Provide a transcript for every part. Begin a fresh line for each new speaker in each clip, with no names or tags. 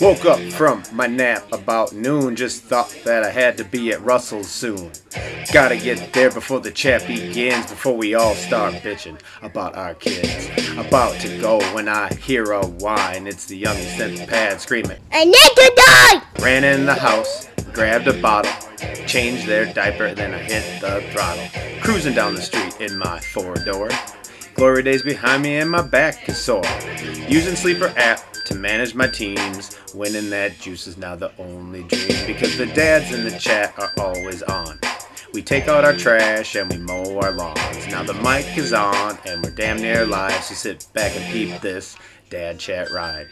Woke up from my nap about noon, just thought that I had to be at Russell's soon. Gotta get there before the chat begins, before we all start bitching about our kids. About to go when I hear a whine, it's the youngest in the pad screaming.
I need to die!
Ran in the house, grabbed a bottle, changed their diaper, then I hit the throttle. Cruising down the street in my four door. Glory days behind me and my back is sore. Using Sleeper app to manage my teams. Winning that juice is now the only dream because the dads in the chat are always on. We take out our trash and we mow our lawns. Now the mic is on and we're damn near live, so sit back and peep this dad chat ride.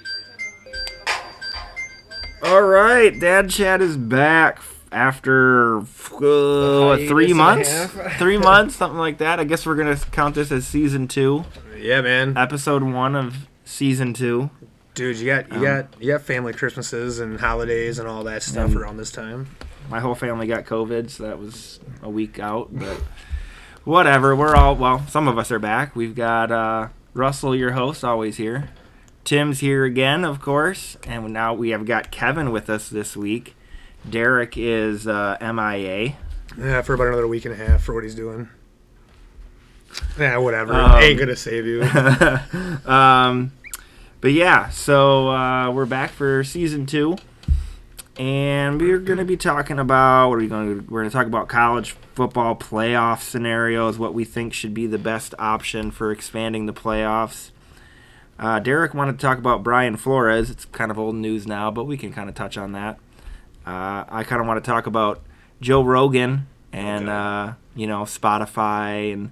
All right, Dad Chat is back after uh, what, three months, three months, something like that. I guess we're gonna count this as season two,
Yeah, man.
episode one of season two.
Dude, you got you got you got family Christmases and holidays and all that stuff around this time.
My whole family got COVID, so that was a week out, but whatever. We're all well. Some of us are back. We've got uh, Russell, your host, always here. Tim's here again, of course, and now we have got Kevin with us this week. Derek is uh, MIA.
Yeah, for about another week and a half for what he's doing. Yeah, whatever.
Um,
Ain't gonna save you.
um, but yeah, so uh, we're back for season two, and we're gonna be talking about what are we going? to We're gonna talk about college football playoff scenarios, what we think should be the best option for expanding the playoffs. Uh, Derek wanted to talk about Brian Flores. It's kind of old news now, but we can kind of touch on that. Uh, I kind of want to talk about Joe Rogan and uh, you know Spotify and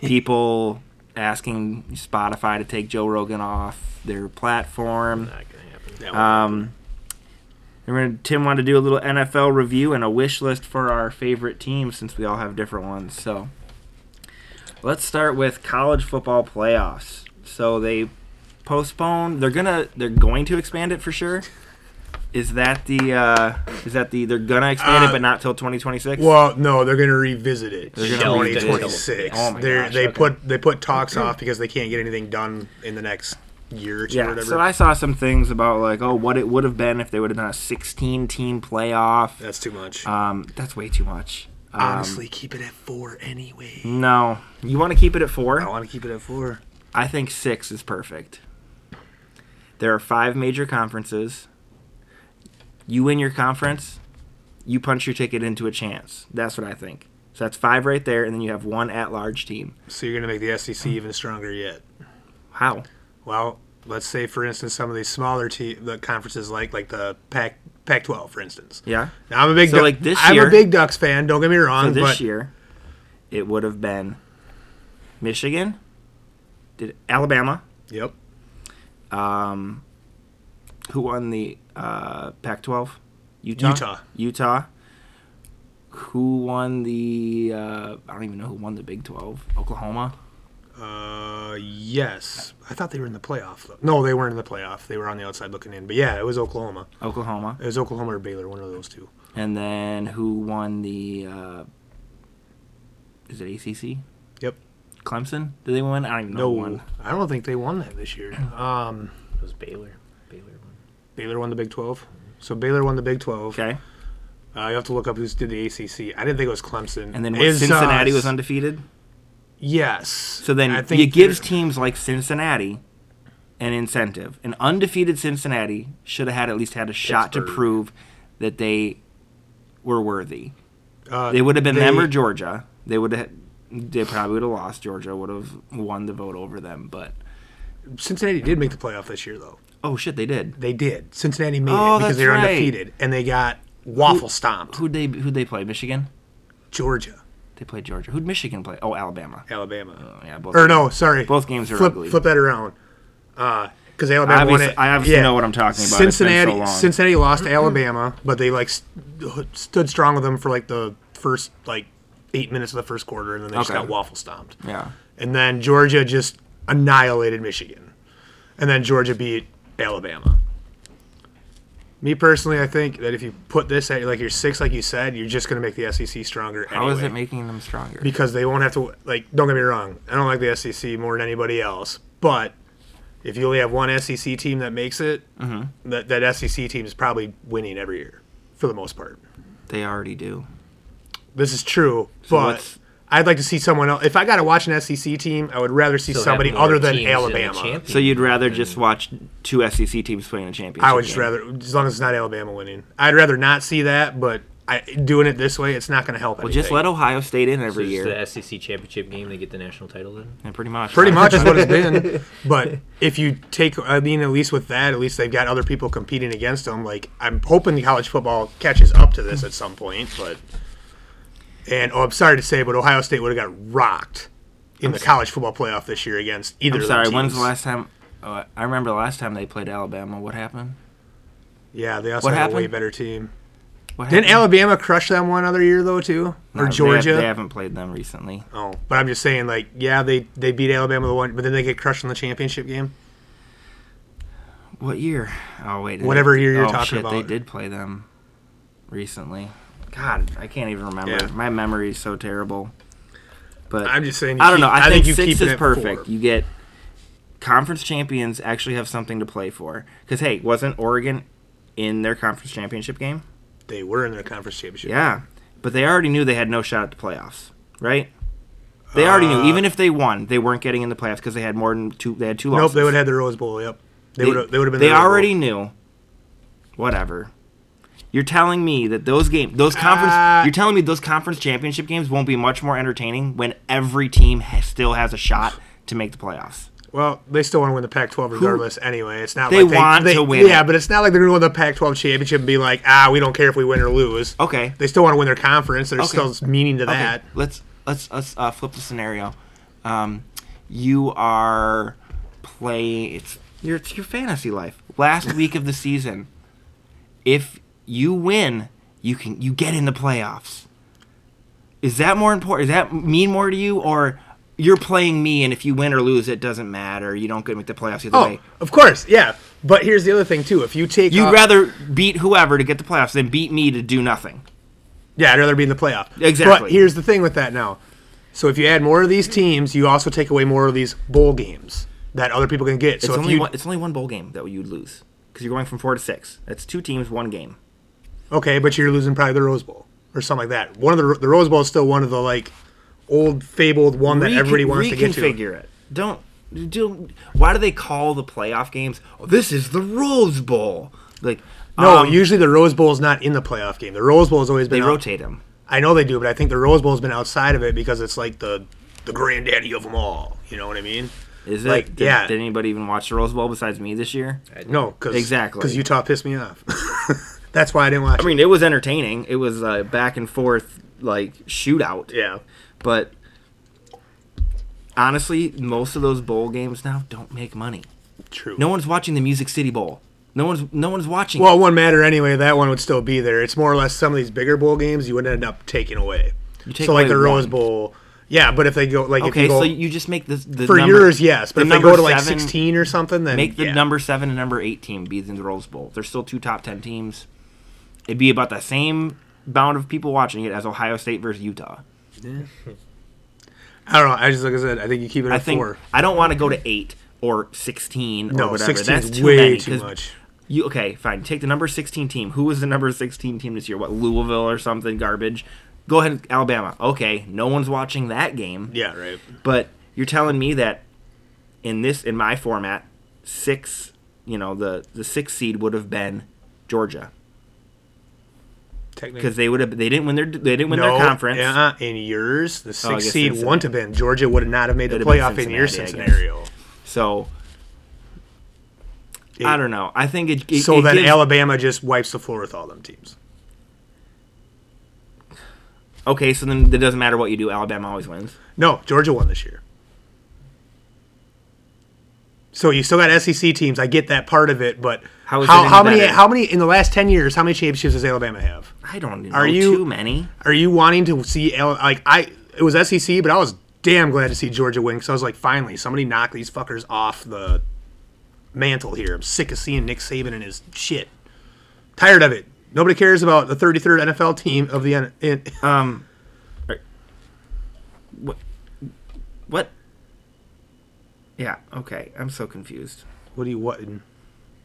people asking Spotify to take Joe Rogan off their platform.
Not gonna happen.
Um, and we're gonna- Tim wanted to do a little NFL review and a wish list for our favorite teams since we all have different ones. So let's start with college football playoffs. So they postponed. They're gonna. They're going to expand it for sure. Is that the? Uh, is that the? They're gonna expand
Uh,
it, but not till 2026.
Well, no, they're going to revisit it.
They're
They're
gonna
going to
revisit it.
2026.
Oh my
They're-
gosh,
they
okay.
put they put talks off because they can't get anything done in the next year or two or
Yeah,
whatever.
so I saw some things about like, oh, what it would have been if they would have done a 16 team playoff.
That's too much.
Um, that's way too much. Um,
Honestly, keep it at four anyway.
no, you want to keep it at
I
four.
want to keep it at four.
I think six is perfect. There are five major conferences. You win your conference, you punch your ticket into a chance. That's what I think. So that's five right there, and then you have one at-large team.
So you're going to make the
Mm.
SEC even stronger yet.
How?
Well, let's say for instance some of these smaller te- the conferences like like the Pac Pac-12 for instance.
Yeah.
Now I'm a big
So,
Duck-
like, this
I'm
year-
a big Ducks fan. Don't get me wrong,
So this
but
year, it would have been Michigan, did Alabama,
yep,
um, who won the uh, Pac-12? Utah.
Utah.
Utah. Who won the? Uh, I don't even know who won the Big 12. Oklahoma.
uh, yes, I thought they were in the playoff. Though. No, they weren't in the playoff. They were on the outside looking in. But yeah, it was Oklahoma.
Oklahoma.
It was Oklahoma or Baylor, one of those two.
And then who won the? Uh, is it ACC?
Yep.
Clemson? Did they win? I don't even know
No,
who won.
I don't think they won that this year. Um,
It was Baylor. Baylor won.
Baylor won the Big 12. So Baylor won the Big 12.
Okay.
Uh, you have to look up who's did the ACC. I didn't think it was Clemson.
And then what,
Is, uh,
Cincinnati was undefeted.
Yes.
So then
I
it gives
they're-
teams like Cincinnati an incentive. An undefeated Cincinnati should have had at least had a shot to
Pittsburgh.
prove that they were worthy.
uh,
They would have been
they-
them or Georgia. They would have. They probably would have lost. Georgia would have won the vote over them, but
Cincinnati did make the playoff this year, though.
oh shit, they did.
They did. Cincinnati made
Oh,
it because
that's
they were
right.
undefeated, and they got waffle stomped.
Who'd they? Who'd they play? Michigan.
Georgia,
They played Georgia. Who'd Michigan play? Oh, Alabama.
Alabama,
Oh, yeah, both.
or no, sorry,
Both games are
flip,
ugly.
Flip that around, because Alabama
Obviously,
won it.
I obviously know what I'm talking about. It's been so
Cincinnati,
long.
Cincinnati lost to Alabama, but they like st- stood strong with them for like the first like eight minutes of the first quarter, and then they just
Okay.
got waffle stomped.
Yeah.
and then Georgia just annihilated Michigan, and then Georgia beat Alabama. Me personally, I think that if you put this at like your six, like you said, you're just going to make the SEC stronger.
How is
anyway.
it making them stronger?
E Because they won't have to like. Don't get me wrong. I don't like the SEC more than anybody else, but If you only have one SEC team that makes it,
Mm-hmm.
that, that SEC team is probably winning every year for the most part.
They already do.
This is true, but
what's-
I'd like to see someone else. If I got to watch an SEC team, I would rather see
So
somebody
having more
other than
teams in the
Alabama.
champion-
So you'd rather just watch two SEC teams playing a championship?
I would just
game.
rather, as long as it's not Alabama winning, I'd rather not see that. But I, doing it this way, it's not going to help.
Well, just let Ohio State in every
it's
year.
the SEC championship game. They get the national title then.
Yeah, pretty much.
pretty much is what it's been. But if you take, I mean, at least with that, at least they've got other people competing against them. Like I'm hoping the college football catches up to this at some point. But and oh, I'm sorry to say, but Ohio State would have got rocked in the college football playoff this year against either.
I'm
of
sorry.
Them
When's the
teams.
last time? Oh, I remember the last time they played Alabama. What happened?
Yeah, they also
What
have a way
happened?
better team.
What
Didn't
happened?
Alabama crush them one other year though too,
No,
or
they have-
Georgia?
They, haven't played them recently.
Oh, but I'm just saying, like, yeah, they they beat Alabama the one, but then they get crushed in the championship game.
What year? Oh wait.
Whatever year you're
oh,
talking
shit, They
about.
did play them recently. God, I can't even remember.
Yeah.
My memory is so terrible. But
I'm just saying. you
I don't
keep-
know. I, think,
you
six
keep it
is
at four.
perfect. You get conference champions actually have something to play for. Because hey, wasn't Oregon in their conference championship game?
They were in the conference championship.
Yeah, but they already knew they had no shot at the playoffs, right? They already knew.
Uh,
Even if they won, they weren't getting in the playoffs because they had more than two. They had two losses.
Nope, they would have had the Rose Bowl. Yep, they would have. They would have been.
They
the Rose Bowl.
already knew. Whatever. You're telling me that those game, those conference,
Uh,
you're telling me those conference championship games won't be much more entertaining when every team ha- still has a shot to make the playoffs.
Well, they still want to win the Pac-12 regardless. Anyway, it's not
They
like they
want
they,
to win
Yeah,
it.
but it's not like they're going to win the Pac-12 championship and be like, ah, we don't care if we win or lose.
Okay.
They still want to win their conference. There's
Okay.
still meaning to
Okay,
that.
let's let's let's uh, flip the scenario. Um, you are play. It's your it's your fantasy life. Last week of the season, if you win, you can you get in the playoffs. Is that more important? Does that mean more to you, or you're playing me, and if you win or lose, it doesn't matter. You don't get make the playoffs either
Oh,
way.
of course, yeah. But here's the other thing too. If you take,
You'd
off-
rather beat whoever to get the playoffs than beat me to do nothing.
Yeah, I'd rather be in the playoff. But
Exactly.
here's the thing with that now. So if you add more of these teams, you also take away more of these bowl games that other people can get. so
It's
if
only
you
one, it's only one bowl game that you'd lose because you're going from four to six. That's two teams, one game.
okay, but you're losing probably the Rose Bowl or something like that. One of the the Rose Bowl is still one of the like old fabled one that
Recon-
everybody wants to get to.
Reconfigure it. Don't do. Why do they call the playoff games? "Oh, this is the Rose Bowl. Like
No,
um,
usually the Rose Bowl is not in the playoff game. The Rose Bowl has always been
they
out-
rotate them.
I know they do, but I think the Rose Bowl has been outside of it because it's like the the granddaddy of them all. You know what I mean?
Is it?
Like,
did,
yeah.
did anybody even watch the Rose Bowl besides me this year?
No, because
Exactly.
because Utah pissed me off. That's why I didn't watch.
I mean, it was entertaining. It was a back and forth like shootout.
it. yeah.
But honestly, most of those bowl games now don't make money.
True.
No one's watching the Music City Bowl. No one's no one's watching.
Well, it wouldn't matter anyway. That one would still be there. It's more or less some of these bigger bowl games you would end up taking away.
You take
so like
away
the Rose
one.
Bowl, yeah. But if they go like if
okay,
you go
so you just make this the
for
number,
yours, yes. But
the
if they
number
go to like
seven-
sixteen or something, then
make the
yeah.
number seven and number eight team be in the Rose Bowl. There's still two top ten teams. It'd be about the same bound of people watching it as Ohio State versus Utah.
I don't know. I just like I said, I think you keep it at
I think
four.
I don't want to go to eight or sixteen or
No,
whatever.
sixteen
That's
is
too
way
many,
too
'cause
much.
You okay? Fine. Take the number sixteen team. Who was the number sixteen team this year? What Louisville or something? Garbage. Go ahead, Alabama. Okay, no one's watching that game.
Yeah, right.
But you're telling me that in this in my format, six, you know, the the sixth seed would have been Georgia
Technically,
because they would have they didn't win their they didn't win their conference. Oh,
Uh-uh. In yours, the six
I guess
seed
Cincinnati.
wouldn't have been. Georgia would have not have made the
It'd have
playoff
been
in your
Cincinnati, I guess.
scenario.
So I don't know. I think it. it
So
it
then
gives-
Alabama just wipes the floor with all them teams.
okay. So then it doesn't matter what you do. Alabama always wins.
No, Georgia won this year. So you still got SEC teams. I get that part of it, but
How
how,
is
how,
it any
many
better?
how many in the last ten years? How many championships does Alabama have?
I don't know.
Are you-
too many?
Are you wanting to see Al- like I? It was SEC, but I was damn glad to see Georgia win because I was like, finally, somebody knocked these fuckers off the mantle here. I'm sick of seeing Nick Saban and his shit. Tired of it. Nobody cares about the 33rd NFL team of the N- uh, in-
Um. What? What? Yeah. Okay. I'm so confused.
What do you what? in-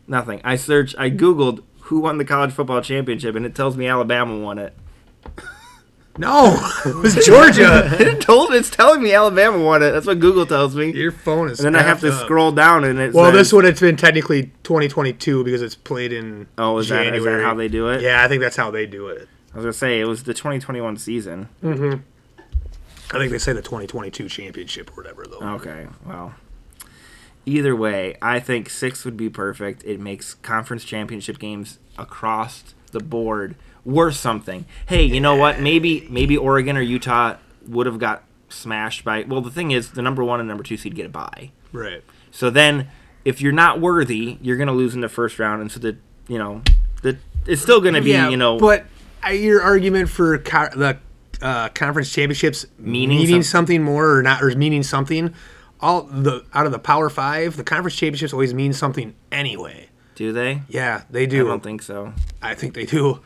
Nothing. I searched. I googled who won the college football championship, and it tells me Alabama won it.
No, it was Georgia.
it told. It's telling me Alabama won it. That's what Google tells me.
Your phone is.
and then I have to
effed up.
scroll down, and it.
Well,
says,
this would have been technically 2022 because it's played in.
Oh, is that- is that
January.
how they do it?
Yeah, I think that's how they do it.
I was gonna say it was the 2021 season.
I think they say the 2022 championship or whatever though.
Okay. Well. Either way, I think six would be perfect. It makes conference championship games across the board worth something. Hey, you know what? Maybe maybe Oregon or Utah would have got smashed by. Well, the thing is, the number one and number two seed get a bye.
Right.
So then, if you're not worthy, you're gonna lose in the first round, and so the you know the it's still gonna be you know
But I- your argument for co- the uh, conference championships
Meaning
meaning,
some-
something more or not or meaning something, all the out of the Power Five, the conference championships always mean something anyway.
do they?
Yeah, they
I
do.
don't think so.
I think they do.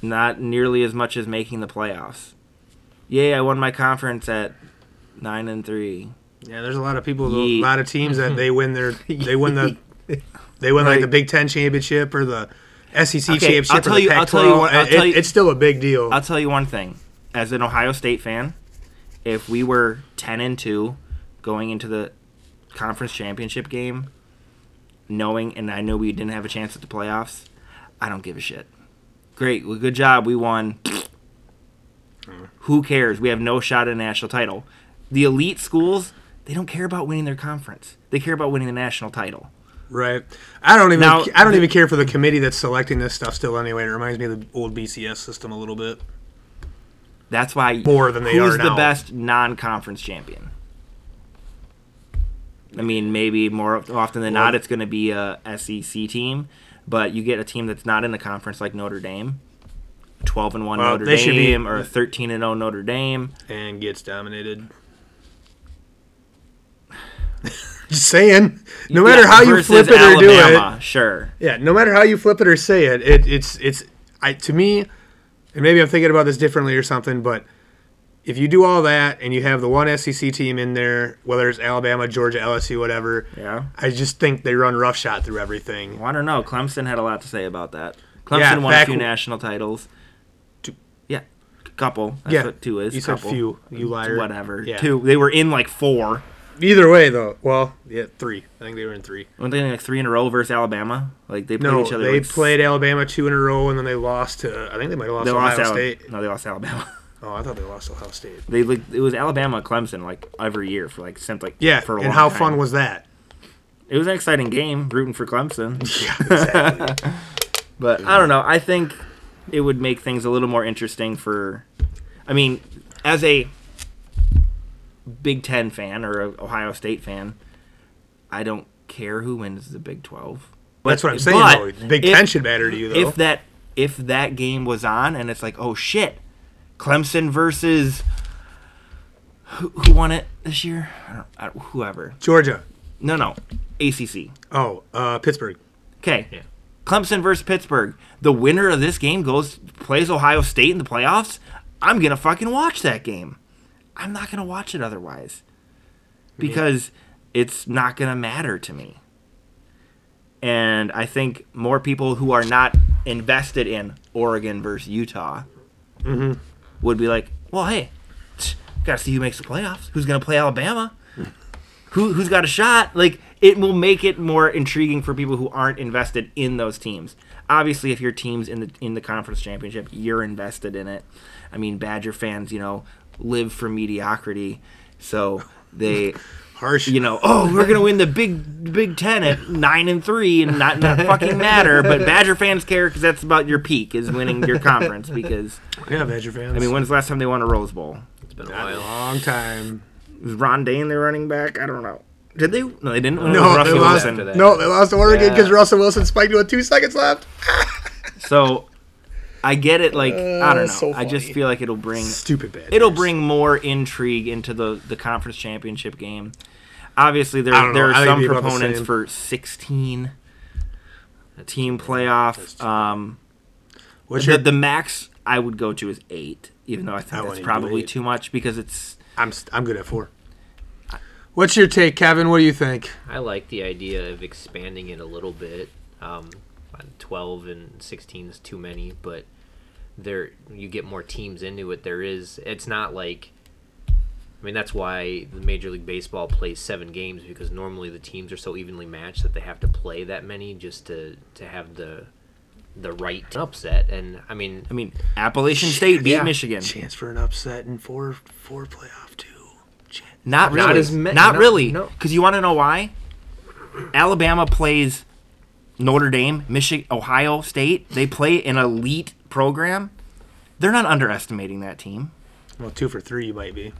Not nearly as much as making the playoffs. Yay! I won my conference at nine and three.
Yeah, there's a lot of people,
Yeet.
a lot of teams that they win their they win the they win
Right.
like the Big Ten championship or the SEC
Okay,
championship.
I'll tell
or the
you- I'll
Pac-12.
tell you what- I'll
It-
tell you-
it's still a big deal.
I'll tell you one thing. As an Ohio State fan, if we were 10 and 2 going into the conference championship game, knowing and I know we didn't have a chance at the playoffs, I don't give a shit. Great, well, good job, we won. Who cares? We have no shot at a national title. The elite schools, they don't care about winning their conference. They care about winning the national title.
Right. I don't even.
Now-
I don't even care for the committee that's selecting this stuff. Still, anyway, it reminds me of the old BCS system a little bit.
That's why
More than they
who's
are
the
now.
best non-conference champion. I mean, maybe more often than not, it's going to be a SEC team, but you get a team that's not in the conference like Notre Dame, twelve and one
Well,
Notre
they should be-
Dame or thirteen and zero Notre Dame.
And gets dominated. Just saying. No matter how you flip it or do it.
do it, sure.
Yeah. No matter how you flip it or say it, it it's it's I to me, and maybe I'm thinking about this differently or something, but. If you do all that and you have the one SEC team in there, whether it's Alabama, Georgia, LSU, whatever,
Yeah.
I just think they run roughshod through everything.
Well, I don't know. Clemson had a lot to say about that. Clemson
Yeah,
won a
back-
few national titles.
Two.
Yeah, couple. That's
Yeah,
what two is.
you said
couple.
few, you liar.
Whatever.
Yeah.
Two. They were in like four.
Either way, though, well, yeah, three. I think they were in three.
Weren't they in, like three in a row versus Alabama? Like they played
No,
each other.
they
like, s-
played Alabama two in a row, and then they lost to. I think they might have lost
They
to Ohio
lost Alabama.
State.
No, they lost to Alabama.
Oh, I thought they lost to Ohio State.
they like it was Alabama Clemson like every year for like since like
Yeah,
for a
and
long
how
time.
fun was that?
it was an exciting game rooting for Clemson.
Yeah, exactly.
But I don't know. I think it would make things a little more interesting for. I mean, as a Big Ten fan or a Ohio State fan, I don't care who wins the Big Twelve. But,
That's what I'm saying.
but
though. Big
if-
Ten should matter to you, though.
if that if that game was on and it's like oh shit clemson versus who, who won it this year I don't, I don't- whoever
Georgia.
no no acc
Oh, uh, Pittsburgh.
okay
Yeah.
clemson versus pittsburgh the winner of this game goes plays ohio state in the playoffs i'm gonna fucking watch that game i'm not gonna watch it otherwise because it's not gonna matter to me and I think more people who are not invested in Oregon versus Utah would be like, "Well, hey, tch, gotta see who makes the playoffs. Who's gonna play Alabama? Who who's got a shot?" Like it will make it more intriguing for people who aren't invested in those teams. Obviously, if your team's in the in the conference championship, you're invested in it. I mean, Badger fans, you know, live for mediocrity, so they
Harsh.
you know, oh, we're gonna win the Big Big Ten at nine and three, and not not fucking matter. But Badger fans care because that's about your peak is winning your conference. Because
Yeah, Badger fans.
I mean, when's the last time they won a Rose Bowl?
It's been a
a
while.
long time.
Was Ron Dane their running back? I don't know. Did they? No, they didn't. Win
No,
Russell
they lost.
Wilson.
after that.
No, they lost to Oregon
Yeah.
because Russell Wilson spiked it with two seconds left.
So I get it. Like I don't know.
Uh, so
I just
funny.
feel like it'll bring
Stupid bad.
it'll bring more intrigue into the the conference championship game. Obviously, there
I don't know.
there
I
are
think
some
it'd be about the
proponents
same.
for sixteen uh, team playoff. Um,
What's
the,
your?
the max I would go to is eight, even though I think
I
that's
wouldn't do
probably
eight.
too much because it's
I'm st- I'm good at four. What's your take, Kevin? What do you think?
I like the idea of expanding it a little bit. Um, 12 and 16 is too many, but there you get more teams into it. There is it's not like I mean that's why the Major League Baseball plays 7 games because normally the teams are so evenly matched that they have to play that many just to to have the the right upset. And I mean
I mean, Appalachian State beat
yeah.
Michigan.
Chance for an upset in four four playoff two. Chance.
Not really. Not,
as ma- no,
really.
no.
Because you want to know why? Alabama plays Notre Dame, Michigan, Ohio State. They play an elite program. They're not underestimating that team.
Well, two for three, you might be.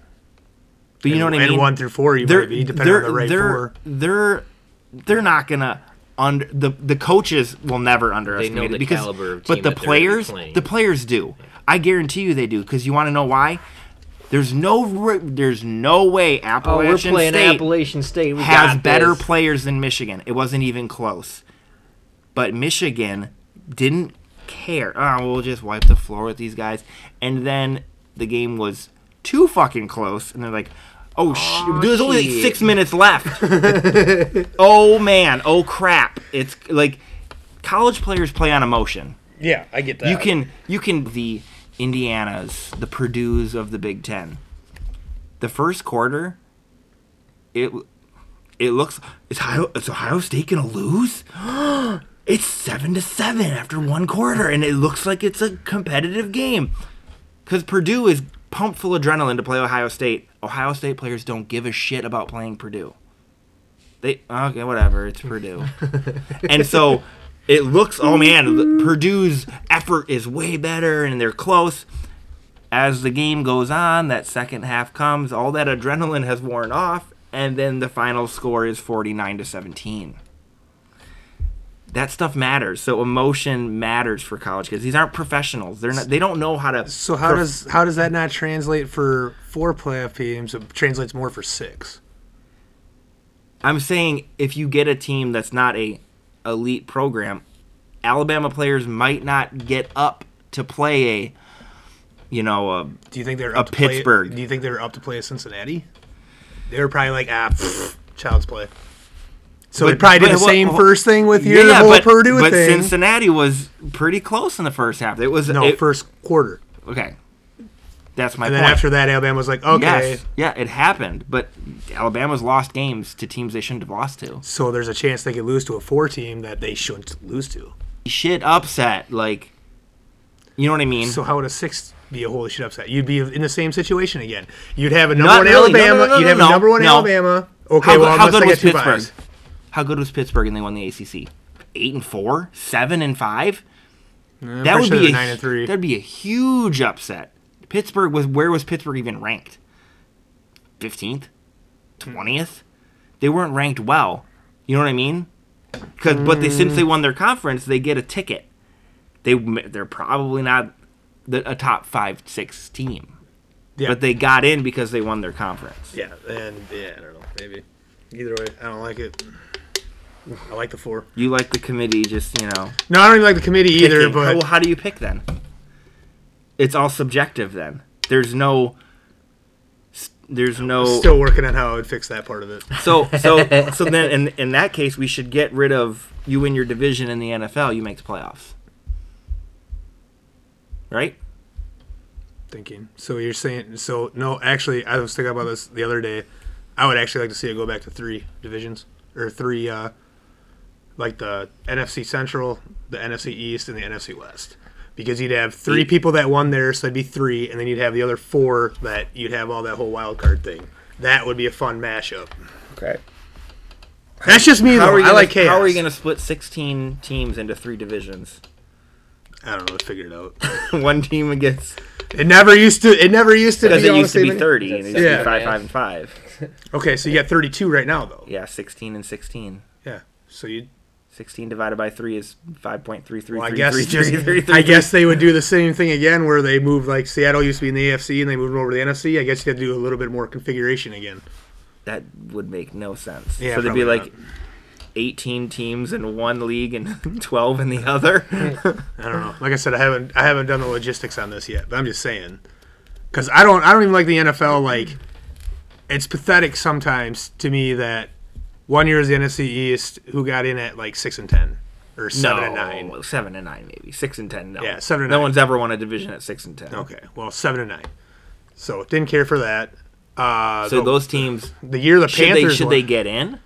But you know what I mean?
And one through four, you
they're,
might be, depending
they're,
on the right
they're,
four.
They're they're not gonna under the the coaches will never underestimate
know
it
the
because
caliber of
but
team
the
that they're gonna be
players
playing.
the players do. I guarantee you they do because you want to know why. There's no re- there's no way
oh, we're
Appalachian
playing
State
Appalachian State. We
has
got
better
this.
players than Michigan. It wasn't even close. But Michigan didn't care. Oh, we'll just wipe the floor with these guys. And then the game was too fucking close, and they're like, "Oh, sh- there's only like
shit.
six minutes left." oh man, oh crap! It's like college players play on emotion.
Yeah, I get that.
You can you can the Indiana's, the Purdue's of the Big Ten. The first quarter, it it looks is Ohio is Ohio State gonna lose? it's seven to seven after one quarter, and it looks like it's a competitive game. Because Purdue is pumped full adrenaline to play Ohio State. Ohio State players don't give a shit about playing Purdue. They okay, whatever. It's Purdue, and so it looks. Oh man, the- Purdue's effort is way better, and they're close. As the game goes on, that second half comes. All that adrenaline has worn off, and then the final score is forty-nine to seventeen. That stuff matters. So emotion matters for college kids. These aren't professionals. They're not. They don't know how to.
So how does how does that not translate for four playoff teams? It translates more for six.
I'm saying if you get a team that's not a elite program, Alabama players might not get up to play a, you know, a,
Do you think they're
A
up to play-
Pittsburgh.
do you think they're up to play a Cincinnati? They were probably like ah, pff, child's play. So
But-
they probably did
but
the
what-
same
what-
first thing with your whole
but,
Purdue
but
thing.
Cincinnati was pretty close in the first half. It was
no,
it-
first quarter,
okay. That's my
and
point.
then after that, Alabama was like, okay,
Yes, yeah, it happened, but Alabama's lost games to teams they shouldn't have lost to.
so there's a chance they could lose to a four team that they shouldn't lose to.
Shit upset, like, you know what I mean?
So how would a six be a holy shit upset? You'd be in the same situation again. You'd have a number
Not
one
really. No, no,
Alabama.
no, no,
you'd
no,
have
no,
a number one
no.
Alabama. Okay,
How, go-
well
how
unless
good
they
was
get two
Pittsburgh?
buys.
How good was Pittsburgh and they won the ACC? Eight and four, seven and five. that
I'm pretty
would
sure
be
they're
a,
nine and three.
That'd be a huge upset. Pittsburgh was where was Pittsburgh even ranked? Fifteenth, twentieth. They weren't ranked well. You know what I mean? Because but they since they
Mm.
won their conference, they get a ticket. They they're probably not the, a top five six team,
Yeah.
but they got in because they won their conference.
Yeah, and yeah, I don't know, maybe. Either way, I don't like it. I like the four.
You like the committee, just you know.
No, I don't even like the committee either.
picking.
But
well, how do you pick then? It's all subjective then. There's no. s- There's no.
still working on how I would fix that part of it.
So so so then in in that case we should get rid of you in your division in the NFL. You make the playoffs, right?
Thinking. So you're saying so? No, actually, I was thinking about this the other day. I would actually like to see it go back to three divisions or three, uh, like the NFC Central, the NFC East, and the NFC West. Because you'd have three people that won there, so it'd be three, and then you'd have the other four that you'd have all that whole wild card thing. That would be a fun mashup.
Okay.
That's just me.
How
though.
are you
I
gonna,
like chaos.
How are you going to split 16 teams into three divisions?
I don't know. Figure it out.
One team against
It never used to. It never used to.
because
be
it
all the
used to be
same
30 and it used to
Yeah.
be five, five, and five.
Okay, so you got 32 right now, though.
Yeah, 16 and 16.
Yeah. So you.
16 divided by 3 is 5.3333333.
Well, I guess just, I guess they would do the same thing again, where they move like Seattle used to be in the AFC and they moved over to the NFC. I guess you have to do a little bit more configuration again.
that would make no sense.
Yeah,
so there'd be
probably
like 18 teams in one league and 12 in the other.
I don't know. Like I said, I haven't I haven't done the logistics on this yet, but I'm just saying because I don't I don't even like the NFL like it's pathetic sometimes to me that one year is the NFC East who got in at like six and ten or seven and nine.
Seven and nine, maybe six and ten. No.
Yeah, seven and
No
nine.
one's ever won a division at six and ten.
Okay, well seven and nine. So didn't care for that. Uh,
So
the,
those teams
the year the
should
Panthers
they should
won-
they get in?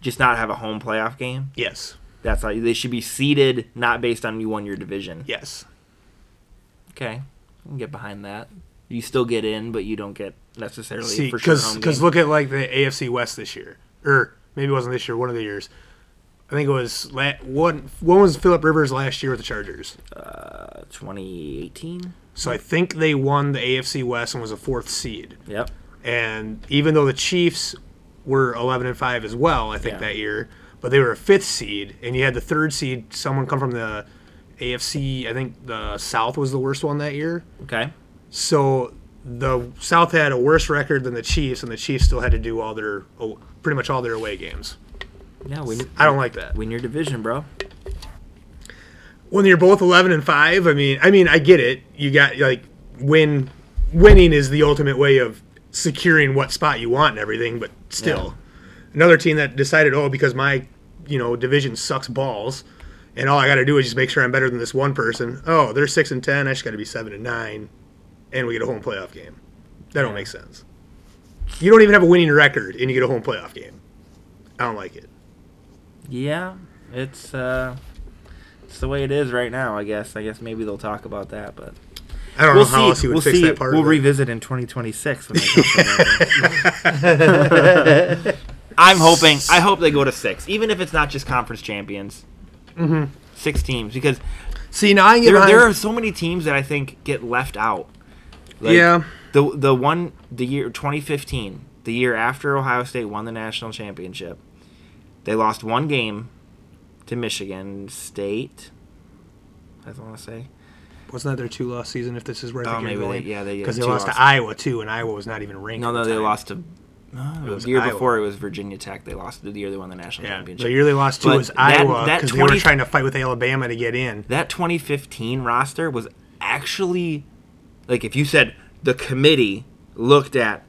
Just not have a home playoff game.
yes
That's how they should be seeded, not based on you won your division.
yes
Okay, I can get behind that. You still get in, but you don't get necessarily
see
for sure
because
home game.
look at like the AFC West this year or maybe it wasn't this year one of the years. I think it was la- one. One was Philip Rivers last year with the Chargers.
2018.
So I think they won the AFC West and was a fourth seed.
Yep.
And even though the Chiefs were 11 and 5 as well, I think
Yeah.
that year, but they were a fifth seed, and you had the third seed, someone come from the AFC, I think the South was the worst one that year.
Okay.
So the South had a worse record than the Chiefs, and the Chiefs still had to do all their, oh, pretty much all their away games.
Yeah, win,
I don't like that.
win your division, bro.
When you're both 11 and 5, I mean, I mean, I get it. You got like win, winning is the ultimate way of securing what spot you want and everything, but still. another team that decided, oh, because my, you know, division sucks balls, and all I got to do is just make sure I'm better than this one person. Oh, they're six and ten. I just got to be seven and nine, and we get a home playoff game. That don't make sense. You don't even have a winning record, and you get a home playoff game. I don't like it.
Yeah, it's uh, it's the way it is right now. I guess. I guess maybe they'll talk about that, but
I don't
we'll
know how else
see.
you would
We'll
fix
see.
that part.
We'll
of it.
revisit in 2026. When they come to- I'm hoping. I hope they go to six, even if it's not just conference champions. Mm-hmm. Six teams, because
see now. I can get
there, there
behind-
are so many teams that I think get left out. Like,
yeah,
The the one the year 2015, the year after Ohio State won the national championship, they lost one game to Michigan State. I don't want to say.
wasn't that their two loss season? If this is where
Oh,
I think
maybe
you're
they-
going,
yeah, they did
because they
two
lost
losses.
to Iowa too, and Iowa was not even ranked.
No,
at
no,
the
they
time.
lost to. No,
was
the year
Iowa.
before it was Virginia Tech. They lost the year they won the national
Yeah,
championship.
the year they lost to
But
was
that-
Iowa
that
because they were
20
trying to fight with Alabama to get in.
that 2015 roster was actually like if you said the committee looked at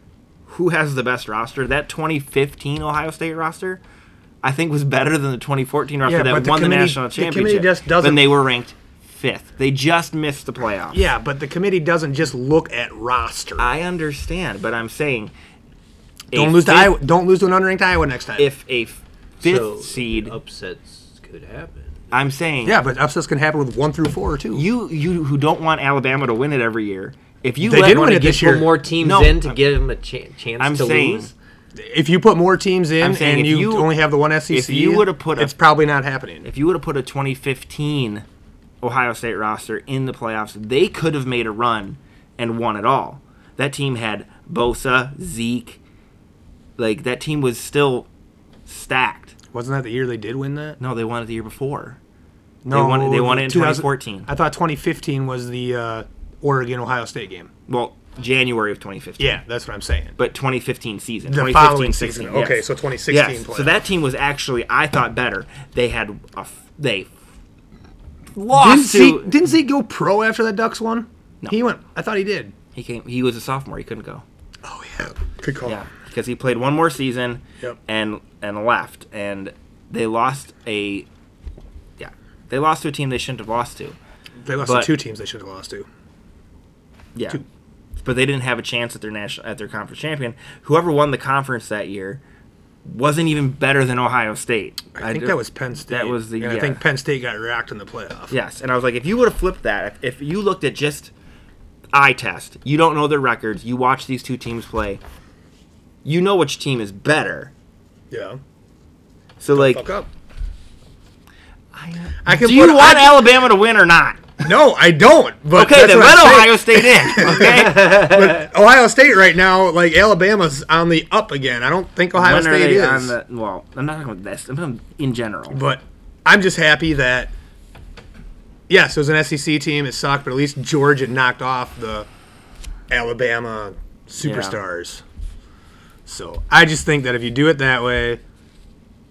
who has the best roster, that 2015 Ohio State roster, I think was better than the 2014 roster
Yeah,
that
but the
won the
committee-
national
the committee
championship.
just doesn't-
When they were ranked fifth, they just missed the playoffs.
Yeah, but the committee doesn't just look at roster.
I understand, but I'm saying a
don't lose to
fifth-
Iowa. Don't lose to an unranked Iowa next time.
If a fifth
So,
seed,
upsets could happen.
I'm saying
yeah, but upsets can happen with one through four too.
you you who don't want Alabama to win it every year. If you
They
let
did
one
win it
of these
this year.
Put more teams
No,
in to give them a cha- chance
I'm
to
saying-
lose.
if you put more teams
I'm
in
saying
and
if
you,
you-
only have the one SEC,
if you would've put a-
it's probably not happening.
if you would have put a 2015 Ohio State roster in the playoffs, they could have made a run and won it all. That team had Bosa, Zeke. Like that team was still stacked.
Wasn't that the year they did win that?
No, they won it the year before.
No,
won it- they won it in
2000
2014.
I thought 2015 was the uh, Oregon Ohio State game.
Well, January of 2015.
Yeah, that's what I'm saying.
But 2015 season.
The
2015,
following season.
16,
Okay,
yes.
so 2016.
Yes. So
playoff.
that team was actually, I thought, better. They had a f- they lost to.
Zeke, didn't Zeke go pro after that Ducks won?
No.
He went. I thought he did.
He came. He was a sophomore. He couldn't go.
Oh yeah, good call.
Yeah, because he played one more season
Yep.
and and left, and they lost a yeah they lost to a team they shouldn't have lost to.
They lost
But-
to two teams they should have lost to.
Yeah,
Two.
but they didn't have a chance at their national at their conference champion. Whoever won the conference that year wasn't even better than Ohio State.
I, think
do-
that was Penn State.
That was the
and I
yeah.
think Penn State got racked in the playoff.
Yes, and I was like, if you would have flipped that, if, if you looked at just eye test, you don't know their records, you watch these two teams play, you know which team is better.
Yeah.
So like,
Fuck up.
I,
I can
do you
put-
want
I-
Alabama to win or not?
No, I don't. But
Okay,
that's
then
what
let
I'm saying.
Ohio State in. Okay,
Ohio State right now, like Alabama's on the up again. I don't think Ohio
when are
State
they
is.
on the? Well, I'm not talking about this. I'm talking in general.
but I'm just happy that yes, it was an SEC team. It sucked, but at least Georgia knocked off the Alabama superstars. So I just think that if you do it that way,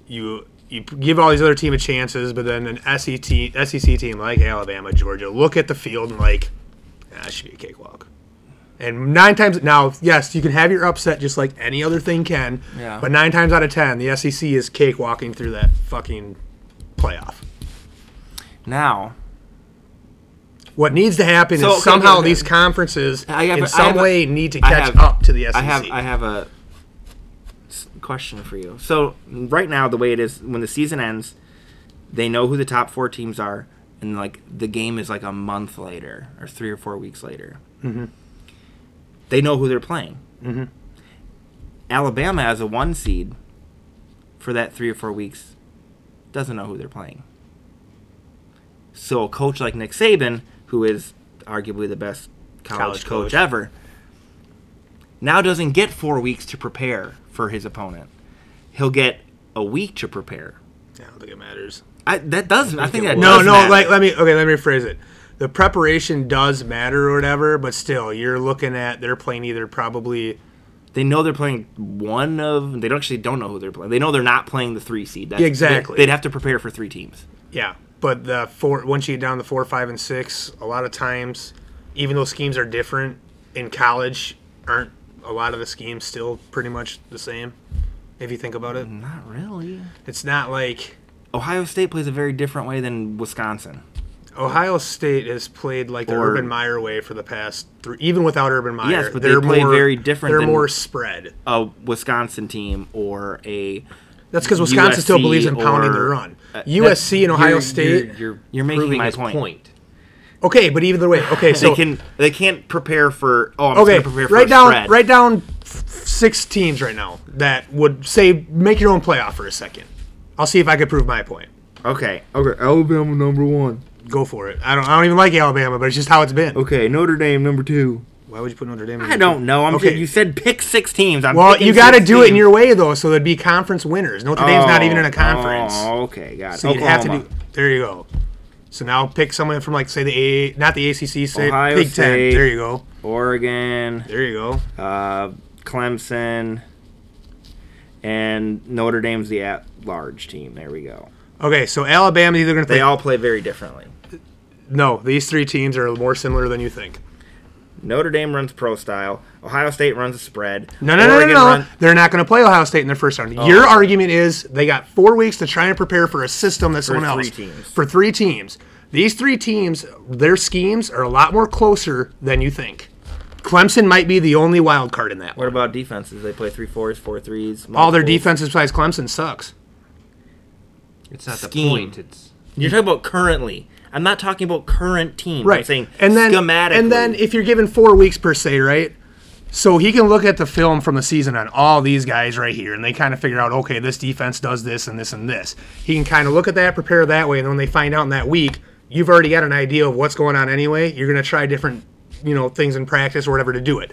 you you give all these other team a chances, but then an E SEC SEC team like Alabama, Georgia, look at the field and like, ah, it should be a cakewalk. And nine times now, yes, you can have your upset just like any other thing can.
Yeah.
But nine times out of ten, the SEC is cakewalking through that fucking playoff.
Now,
What needs to happen
So,
is
okay,
somehow
okay.
these conferences
I have- I
in some
have a-
way need to
I
catch
have-
up to the E SEC.
I have I have a s- question for you. So right now, the way it is, when the season ends, they know who the top four teams are, and like the game is like a month later or three or four weeks later. Mm-hmm. They know who they're playing. Mm-hmm. Alabama as a one seed for that three or four weeks doesn't know who they're playing. So a coach like Nick Saban, who is arguably the best college,
College
coach,
coach.
ever, now doesn't get four weeks to prepare for his opponent. He'll get a week to prepare.
I don't think it matters.
I, that does. I think that
No,
does
no.
matter.
Like, let me okay. Let me rephrase it. The preparation does matter or whatever, but still, you're looking at they're playing either probably
they know they're playing one of. They don't actually don't know who they're playing. They know they're not playing the three seed. That's,
Exactly.
They, would have to prepare for three teams.
yeah. But the four once you get down to four, five, and six, a lot of times, even though schemes are different in college, aren't a lot of the schemes still pretty much the same? If you think about it,
Not really.
it's not like
Ohio State plays a very different way than Wisconsin.
Ohio State has played like the
Or-
Urban Meyer way for the past three, even without Urban Meyer.
Yes, but they play very different
They're
than-
more spread.
A Wisconsin team or a
That's because Wisconsin still
USC
believes in pounding the
or-
run.
uh,
USC and Ohio
You're-
State.
You're, you're,
You're making
proving
my
his
point.
okay, but either way, okay, so
they can they can't prepare for oh I'm
okay,
just gonna prepare for
write
a
down
spread.
write down f- six teams right now that would say make your own playoff for a second. I'll see if I could prove my point.
okay okay Alabama number one
Go for it. I don't. I don't even like Alabama, but it's just how it's been.
okay Notre Dame number two
Why would you put Notre Dame? in
I
your-
don't know I'm
Okay.
saying you said pick six teams I'm
Well,
picking
you got to
six
do it in
teams.
your way though, so there'd be conference winners. Notre Dame's not even in a conference.
Oh, okay, got it.
So you have to do.
Oklahoma.
There you go. So now pick someone from like say the A, not the ACC, say
Ohio
Big Ten.
State.
There you go.
Oregon,
There you go.
uh, Clemson, and Notre Dame's the at-large team. There we go.
Okay, so Alabama's either going to
They
play.
all play very differently.
no, these three teams are more similar than you think.
Notre Dame runs pro style. Ohio State runs a spread.
No, no, no,
Oregon
no, no.
run- Oh.
They're not going to play Ohio State in their first round. Your argument is they got four weeks to try and prepare for a system that's someone
three
else
teams.
for three teams. These three teams, their schemes are a lot more closer than you think. Clemson might be the only wild card in that.
What about defenses? They play three fours, four threes.
All their
multiples.
defenses besides Clemson sucks.
It's not
Scheme.
the point. It's
You're talking about currently. I'm not talking about current teams. I'm
right
saying
and then
schematically.
and then if you're given four weeks per se right so he can look at the film from the season on all these guys right here and they kind of figure out okay this defense does this and this and this he can kind of look at that prepare that way and then when they find out in that week you've already got an idea of what's going on anyway you're going to try different you know things in practice or whatever to do it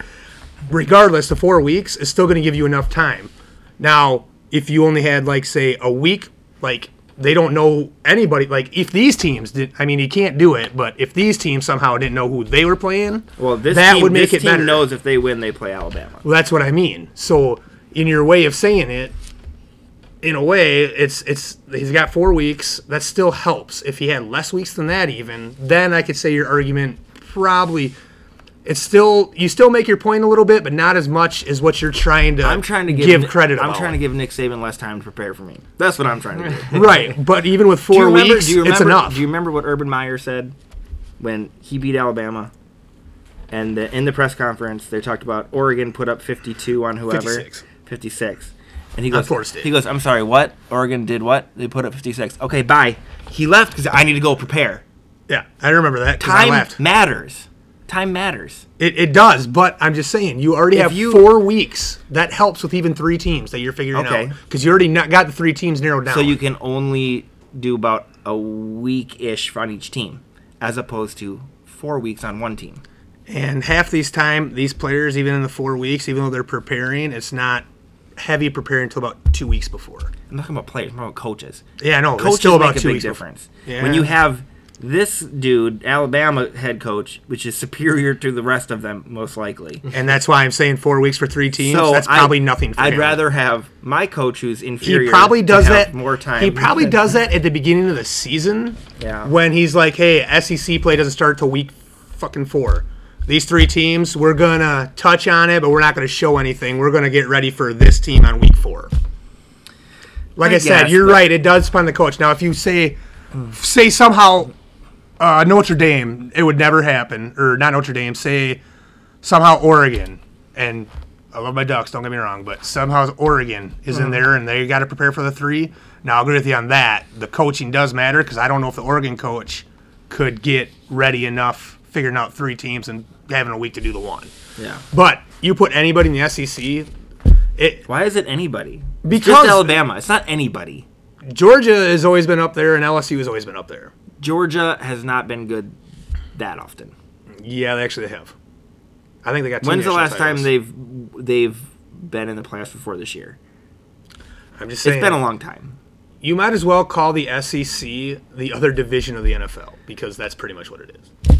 regardless the four weeks is still going to give you enough time now, if you only had like say a week, like they don't know anybody. Like if these teams did, I mean, you can't do it. But if these teams somehow didn't know who they were playing,
well, this
that
team,
would make
this
it
team
better.
knows if they win, they play Alabama.
Well, that's what I mean. So in your way of saying it, in a way, it's it's he's got four weeks. That still helps. If he had less weeks than that, even then, I could say your argument probably. It's still you still make your point a little bit, but not as much as what you're trying to.
I'm trying to give,
give credit.
I'm
about.
trying to give Nick Saban less time to prepare for me. That's what I'm trying to do.
right, but even with
Do
four
you remember-
weeks,
do you remember,
it's enough.
Do you remember what Urban Meyer said when he beat Alabama? And the, in the press conference, they talked about Oregon put up 52 on whoever.
56.
56. And he
On
goes,
Florida State.
he goes, I'm sorry, what? Oregon did what? They put up 56. Okay, bye. He left because I need to go prepare.
yeah, I remember that. 'cause I
Time
left.
matters. Time matters.
It, it does, but I'm just saying, you already
If
have
you-
four weeks. That helps with even three teams that you're figuring
Okay.
out because you already not got the three teams narrowed down.
So you can only do about a week ish on each team, as opposed to four weeks on one team.
and half these time, these players, even in the four weeks, even though they're preparing, it's not heavy preparing until about two weeks before.
I'm not talking about players, I'm talking about coaches.
Yeah, no, it's
coaches
still about
make a
two
big
weeks before.
difference.
Yeah.
When you have this dude, Alabama head coach, which is superior to the rest of them, most likely.
And that's why I'm saying four weeks for three teams.
So
that's
I-
probably nothing. for
I'd
him.
rather have my coach, who's inferior.
he probably
to
does
have
that
more time.
He probably does that at the beginning of the season.
Yeah.
E When he's like, "Hey, SEC play doesn't start till week fucking four. these three teams, we're gonna touch on it, but we're not gonna show anything. We're gonna get ready for this team on week four. Like I,
I
said,
guess,
you're
but-
right. It does depend on the coach. Now, if you say say somehow uh, Notre Dame, it would never happen, or not Notre Dame. Say somehow Oregon, and I love my Ducks. Don't get me wrong, but somehow Oregon is
Mm-hmm.
in there, and they got to prepare for the three. Now, I'll agree with you on that. The coaching does matter because I don't know if the Oregon coach could get ready enough figuring out three teams and having a week to do the one.
Yeah.
But you put anybody in the SEC, it
Why is it anybody? It's
because
just Alabama. It's not anybody.
Georgia has always been up there and LSU has always been up there.
Georgia has not been good that often.
Yeah, they actually have. I think they got. Two
When's the
national
last time
titles.
they've they've been in the playoffs before this year?
I'm just
It's
saying.
been a long time.
You might as well call the SEC the other division of the NFL because that's pretty much what it is.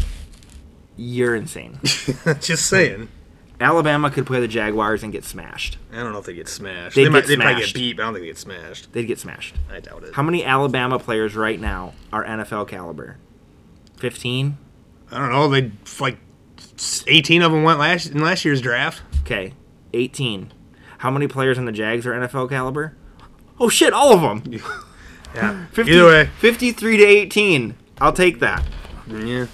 You're insane.
just saying.
Alabama could play the Jaguars and get smashed.
I don't know if they get smashed.
They'd
They, might.
get
They might
smashed.
get beat. But I don't think they get smashed.
They'd get smashed.
I doubt it.
How many Alabama players right now are NFL caliber? 15?
I don't know. They like 18 of them went last in last year's draft.
Okay. 18. How many players on the Jags are NFL caliber? Oh shit, all of them.
Yeah.
50,
Either way.
53 to 18. I'll take that.
Yeah.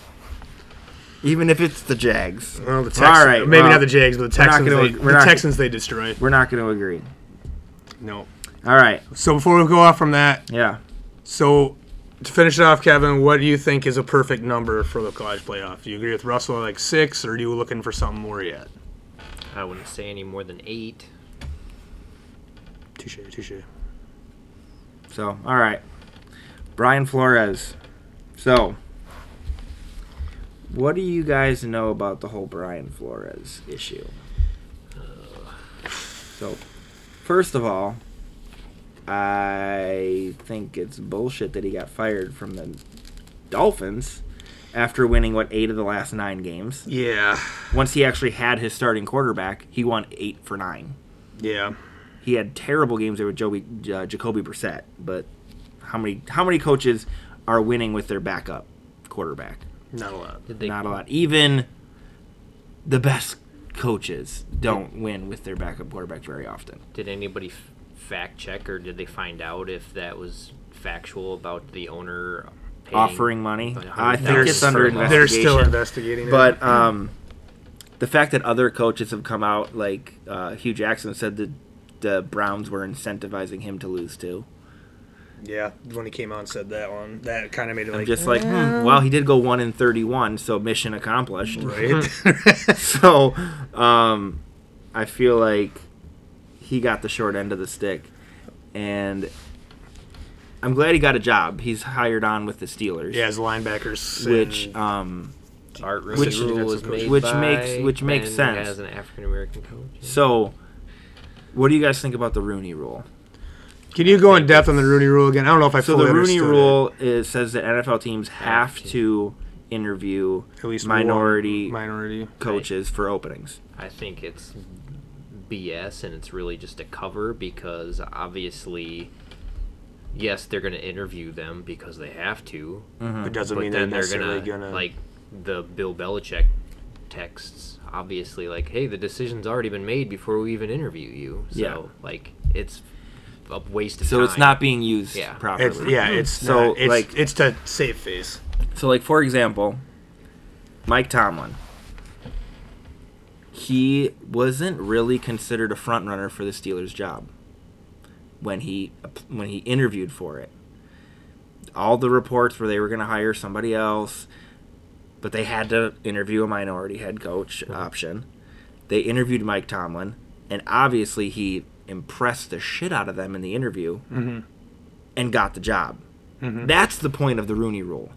Even if it's the Jags.
Well, the Texans.
All right,
Maybe
well,
not the Jags, but the
we're not
Texans.
gonna-
they,
we're
the
not-
Texans they destroy.
We're not going to agree.
No.
All right.
So before we go off from that,
Yeah.
So, to finish it off, Kevin, what do you think is a perfect number for the college playoff? Do you agree with Russell at like six, or are you looking for something more yet?
I wouldn't say any more than eight.
Touche, touche.
So, all right. Brian Flores. So, what do you guys know about the whole Brian Flores issue? So, first of all, I think it's bullshit that he got fired from the Dolphins after winning what eight of the last nine games.
Yeah,
Once he actually had his starting quarterback, he won eight for nine
yeah.
he had terrible games there with Joby, uh, Jacoby Brissett. But how many how many coaches are winning with their backup quarterback?
Not a lot.
Did they
Not a lot. Even the best coaches don't win with their backup quarterback very often.
Did anybody f- fact check or did they find out if that was factual about the owner paying?
Offering money,
Like a
I
hundred
think
thousand
it's
for
under
a month.
They're still
investigation.
investigating. it.
But um, the fact that other coaches have come out, like uh, Hugh Jackson said that the Browns were incentivizing him to lose too.
yeah, when he came on, and said that one. That kind of made it
I'm
like
just like, hmm, well, he did go one in 31, so mission accomplished.
right.
so um, I feel like he got the short end of the stick, and I'm glad he got a job. He's hired on with the Steelers,
yeah, as linebackers,
which
and-
um,
Art room
Which-
rule was
which
made
makes-
by
which makes
Ben
sense.
as an African American coach. yeah.
so. What do you guys think about the Rooney Rule?
can you go in depth on the Rooney Rule again? I don't know if I
So
fully
the Rooney
understood
Rule is, says that NFL teams have
Have to.
to interview
it. at least one
minority Hmm,
minority.
coaches for openings.
I think it's BS and it's really just a cover because obviously, yes, they're going to interview them because they have to.
It doesn't
but
Mm-hmm. mean
then
they're
they're
necessarily
gonna,
gonna
like the Bill Belichick texts obviously like hey the decision's already been made before we even interview you so
Yeah.
like it's a waste of
So
time
it's not being used
Yeah. It's-
properly.
It's, yeah, it's
So,
so it's,
like-
it's to save face.
So, like for example, Mike Tomlin. He wasn't really considered a front runner for the Steelers job when he when he interviewed for it. All the reports were they were going to hire somebody else, but they had to interview a minority head coach option. They interviewed Mike Tomlin, and obviously he impressed the shit out of them in the interview and got the job. That's the point of the Rooney Rule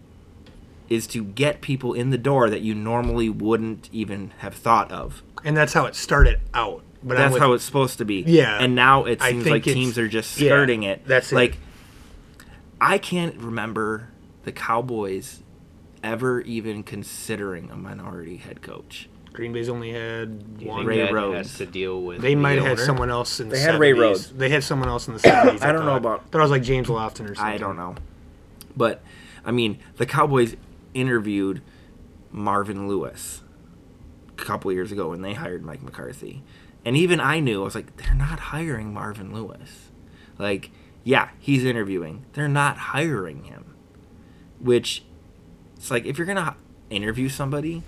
is to get people in the door that you normally wouldn't even have thought of.
and that's how it started out. But I'm
That's
with-
how it's supposed to be.
Yeah.
And now it
I
seems
think
like
it's-
teams are just
yeah,
skirting it.
that's it.
like I can't remember the Cowboys ever even considering a minority head coach.
Green Bay's only had
Do you
one.
think
Ray
that
Rhodes.
has to deal with
They
the
might have had
owner?
someone else in.
They
the
had Ray
70s.
Rhodes.
They had someone else in the seventies.
I don't know about-
That was like James Lofton or something.
I don't know. But I mean, the Cowboys interviewed Marvin Lewis. couple years ago when they hired Mike McCarthy, and even I knew I was like, they're not hiring Marvin Lewis. Like, yeah, he's interviewing. They're not hiring him, which it's like if you're gonna h- interview somebody,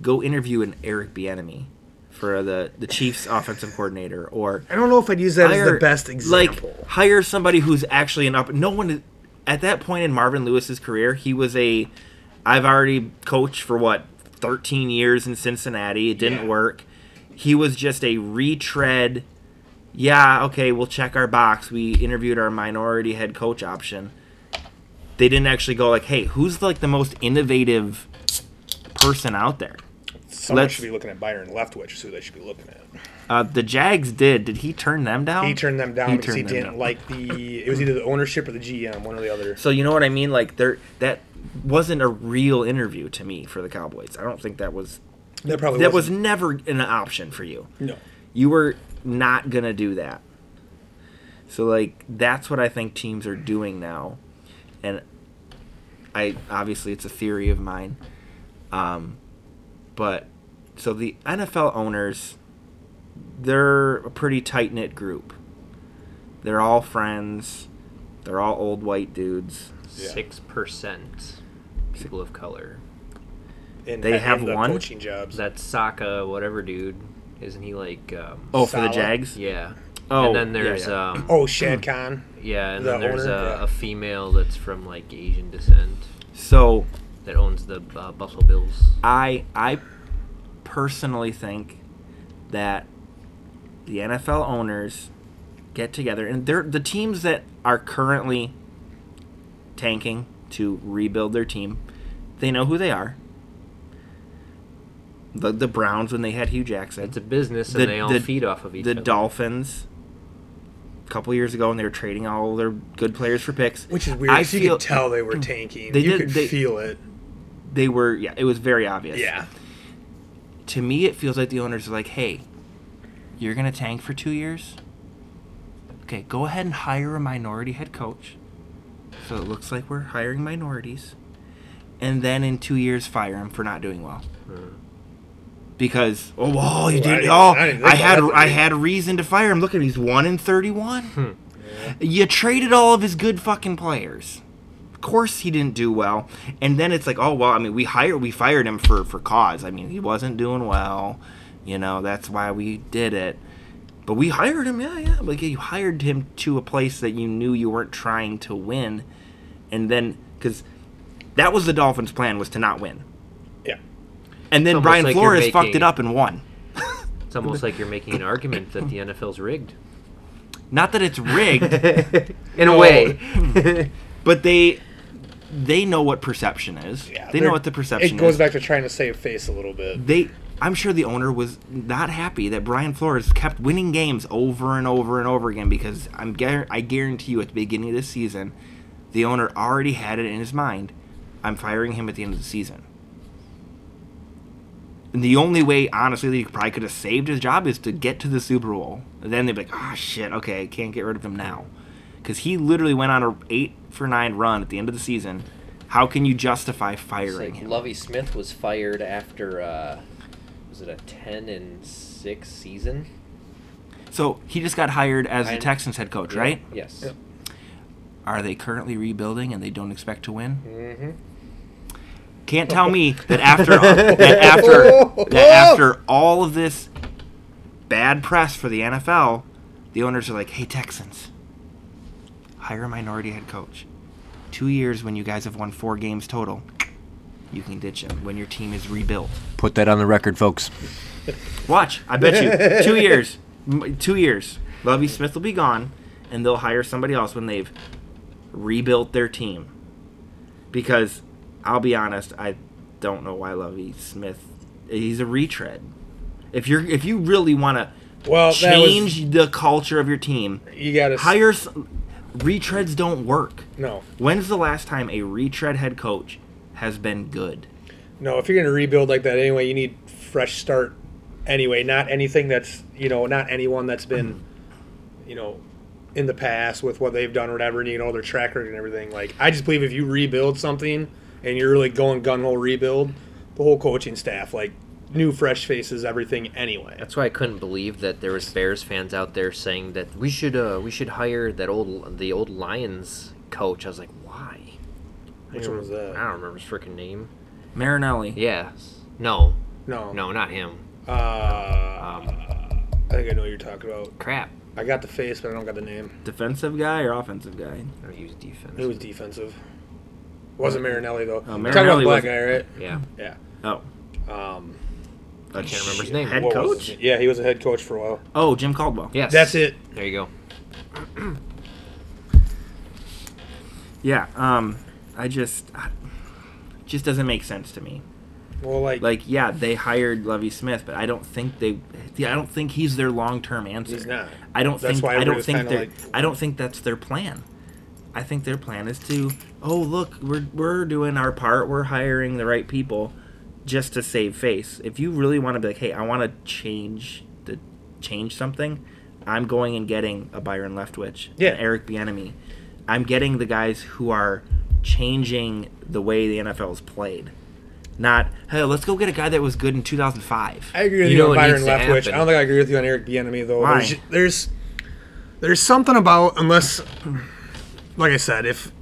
go interview an Eric Bieniemy for the the Chiefs offensive coordinator or
I don't know if I'd use that as the best example.
like hire somebody who's actually an up. No one is- at that point in Marvin Lewis's career, he was a. I've already coached for what thirteen years in Cincinnati. It didn't
Yeah.
work. He was just a retread. Yeah, okay, we'll check our box. We interviewed our minority head coach option. They didn't actually go like, hey, who's like the most innovative person out there?
Someone
let's-
should be looking at Byron Leftwich, is who they should be looking at.
Uh, the Jags did. Did he turn them down?
He turned them down
Um, He
because he
turned them
didn't
down.
like the. It was either the ownership or the GM, one or the other.
So you know what I mean? Like there, that wasn't a real interview to me for the Cowboys. I don't think that was
That probably
that was
wasn't-
never an option for you.
no.
You were not gonna do that. So like that's what I think teams are doing now, and I obviously it's a theory of mine, um, but so the NFL owners, they're a pretty tight knit group. They're all friends. They're all old white dudes.
Six percent people of color.
And
They
and
have
the
one?
coaching jobs.
That's Saka, whatever dude. Isn't he like? Um,
Oh, for
Salah?
the Jags.
yeah.
Oh,
and then
yeah,
there's
yeah.
um
oh, Shad Khan.
yeah, and
the
then there's
owner,
a,
yeah.
a female that's from like Asian descent
So
that owns the uh, Buffalo Bills.
I I personally think that the NFL owners get together and they're the teams that are currently tanking to rebuild their team. They know who they are. The the Browns when they had Hugh Jackson.
It's a business, and
The-
they all
the-
feed off of each
the
other.
Dolphins a couple years ago and they were trading all their good players for picks.
Which is weird.
I
'cause you
feel- Hmm.
could tell they were tanking.
They
you
did-
could
they-
feel it.
They were yeah, it was very obvious.
Yeah.
to me it feels like the owners are like hey you're gonna tank for two years okay go ahead and hire a minority head coach so it looks like we're hiring minorities and then in two years fire him for not doing well because oh whoa, you
Well, I
did
didn't-
oh
I didn't
I,
think
had
about that.
I had reason to fire him look at him he's one in thirty one
Hmm.
you traded all of his good fucking players course he didn't do well. And then it's like, oh well, I mean, we hired, we fired him for for cause. I mean, he wasn't doing well. You know, that's why we did it. But we hired him, yeah, yeah. Like you hired him to a place that you knew you weren't trying to win, and then because that was the Dolphins' plan was to not win.
Yeah.
And then
almost
Brian
like you're
Flores fucked it
making-
up and won.
It's almost like you're making an argument that the NFL's rigged.
Not that it's rigged.
In a way,
but they they know what perception is.
Yeah,
they know
they're-
what the perception
It goes
is.
back to trying to save face a little bit.
they I'm sure the owner was not happy that Brian Flores kept winning games over and over and over again because I'm guar- I guarantee you at the beginning of this season, the owner already had it in his mind, I'm firing him at the end of the season. And the only way, honestly, that he probably could have saved his job is to get to the Super Bowl. And then they'd be like, "Ah, shit, okay, can't get rid of him now," because he literally went on a eight for nine run at the end of the season. How can you justify
It's
firing
like
him?
Lovey Smith was fired after uh, was it a ten and six season?
So he just got hired as the
I-
Texans head coach, right?
Yes.
Yep.
Are they currently rebuilding and they don't expect to win?
Mm-hmm.
Can't tell me that after that after that after all of this bad press for the NFL, the owners are like, "Hey Texans, hire a minority head coach. Two years when you guys have won four games total, you can ditch him when your team is rebuilt."
Put that on the record, folks.
Watch, I bet you two years, m- two years, Lovey Smith will be gone, and they'll hire somebody else when they've rebuilt their team. Because I'll be honest, I don't know why Lovey Smith. He's a retread. If you're, if you really want to
Well, Oh, that was,
change the culture of your team,
you got to
hire s- retreads. Don't work.
No,
When's the last time a retread head coach has been good?
no. If you're going to rebuild like that anyway, you need fresh start. Anyway, not anything that's you know, not anyone that's been, you know, in the past with what they've done or whatever, and you know their track record and everything. Like I just believe if you rebuild something and you're really going gun ho rebuild, the whole coaching staff like new fresh faces everything anyway.
That's why I couldn't believe that there was Bears fans out there saying that we should uh, we should hire that old the old Lions coach. I was like, why?
Which one was
I
that?
don't remember his freaking name.
Marinelli.
Yeah, no,
No.
no, not him.
Uh,
Um,
I think I know what you're talking about.
crap.
I got the face, but I don't got the name.
Defensive guy or offensive guy?
Or he was defense.
It was defensive. Wasn't Marinelli
Uh,
though.
Oh,
Talking about
Marinelli
black
wasn't-
guy, right?
yeah,
Oh,
Um,
I can't remember his name.
Head
what was
coach?
his- yeah, he was a head coach for a while.
Oh, Jim Caldwell.
Yes,
That's it.
There you go.
Yeah. Um, I just I- just doesn't make sense to me.
Well, like,
Like, yeah, they hired Levy Smith, but I don't think they. Yeah, I don't think he's their long-term answer.
he's not.
I don't
That's
think.
why
I
everybody
don't
was
think
kinda
they're. I don't think that's their plan. I think their plan is to. Oh look, we're we're doing our part. We're hiring the right people, just to save face. If you really want to be like, hey, I want to change the change something, I'm going and getting a Byron Leftwich,
Yeah.
an Eric Bieniemy. I'm getting the guys who are changing the way the NFL is played. Not hey, let's go get a guy that was good in 2005.
I agree with
You
you,
know
on
what
Byron
needs to
Leftwich. I
happen.
don't think I agree with you on Eric Bieniemy though.
Why?
There's, there's there's something about unless, like I said, if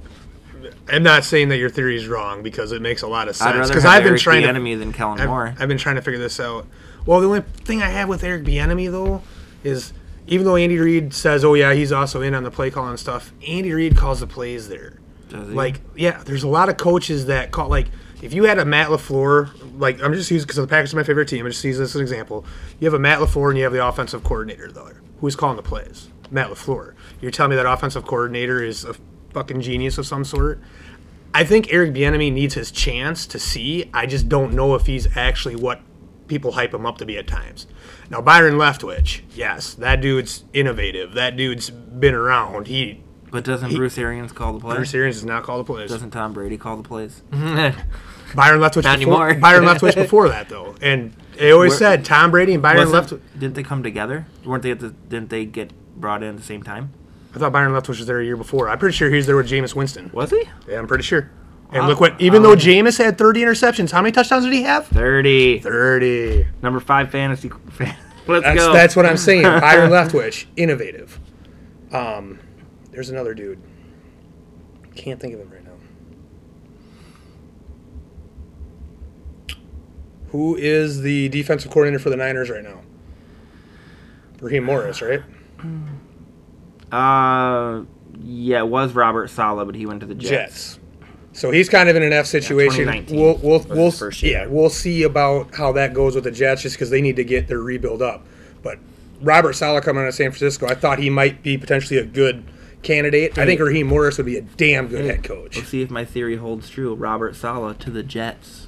I'm not saying that your theory is wrong because it makes a lot of
I'd
sense.
rather
Because
have
I've been
Eric
trying to
Bieniemy than Kellen
I've,
Moore.
I've been trying to figure this out. Well, the only thing I have with Eric Bieniemy though is even though Andy Reid says, "Oh yeah, he's also in on the play call and stuff," Andy Reid calls the plays there.
Does he?
Like, yeah, there's a lot of coaches that call like. If you had a Matt Lafleur, like I'm just using because the Packers are my favorite team, I just use this as an example. You have a Matt Lafleur and you have the offensive coordinator there. Who's calling the plays? Matt Lafleur. You're telling me that offensive coordinator is a fucking genius of some sort? I think Eric Bieniemy needs his chance to see. I just don't know if he's actually what people hype him up to be at times. Now Byron Leftwich, yes, that dude's innovative. That dude's been around. He
But doesn't Bruce Arians call the plays?
Bruce Arians does not call the plays.
Doesn't Tom Brady call the plays?
Byron Leftwich
Not
before,
anymore.
Byron Leftwich before that though, and they always
Where-
said Tom Brady and Byron
Wasn't-
Leftwich.
Didn't they come together? Weren't they? At the, didn't they get brought in at the same time?
I thought Byron Leftwich was there a year before. I'm pretty sure he was there with Jameis Winston.
Was he?
Yeah, I'm pretty sure. And
Wow. Um,
look what, even
I
though
wouldn't-
Jameis had 30 interceptions, how many touchdowns did he have?
Thirty.
30.
Number five fantasy. Fan. Let's
That's,
go.
that's what I'm saying. Byron Leftwich, innovative. Um, there's another dude. Can't think of him right now. Who is the defensive coordinator for the Niners right now? Raheem Morris, right?
Uh, yeah, it was Robert Sala, but he went to the Jets.
Jets. So he's kind of in an F situation.
2019
we'll we'll,
his
we'll
first year.
yeah we'll see about how that goes with the Jets, just because they need to get their rebuild up. But Robert Sala coming out of San Francisco, I thought he might be potentially a good candidate. I think Raheem Morris would be a damn good head
We'll
coach.
see if my theory holds true. Robert Sala to the Jets,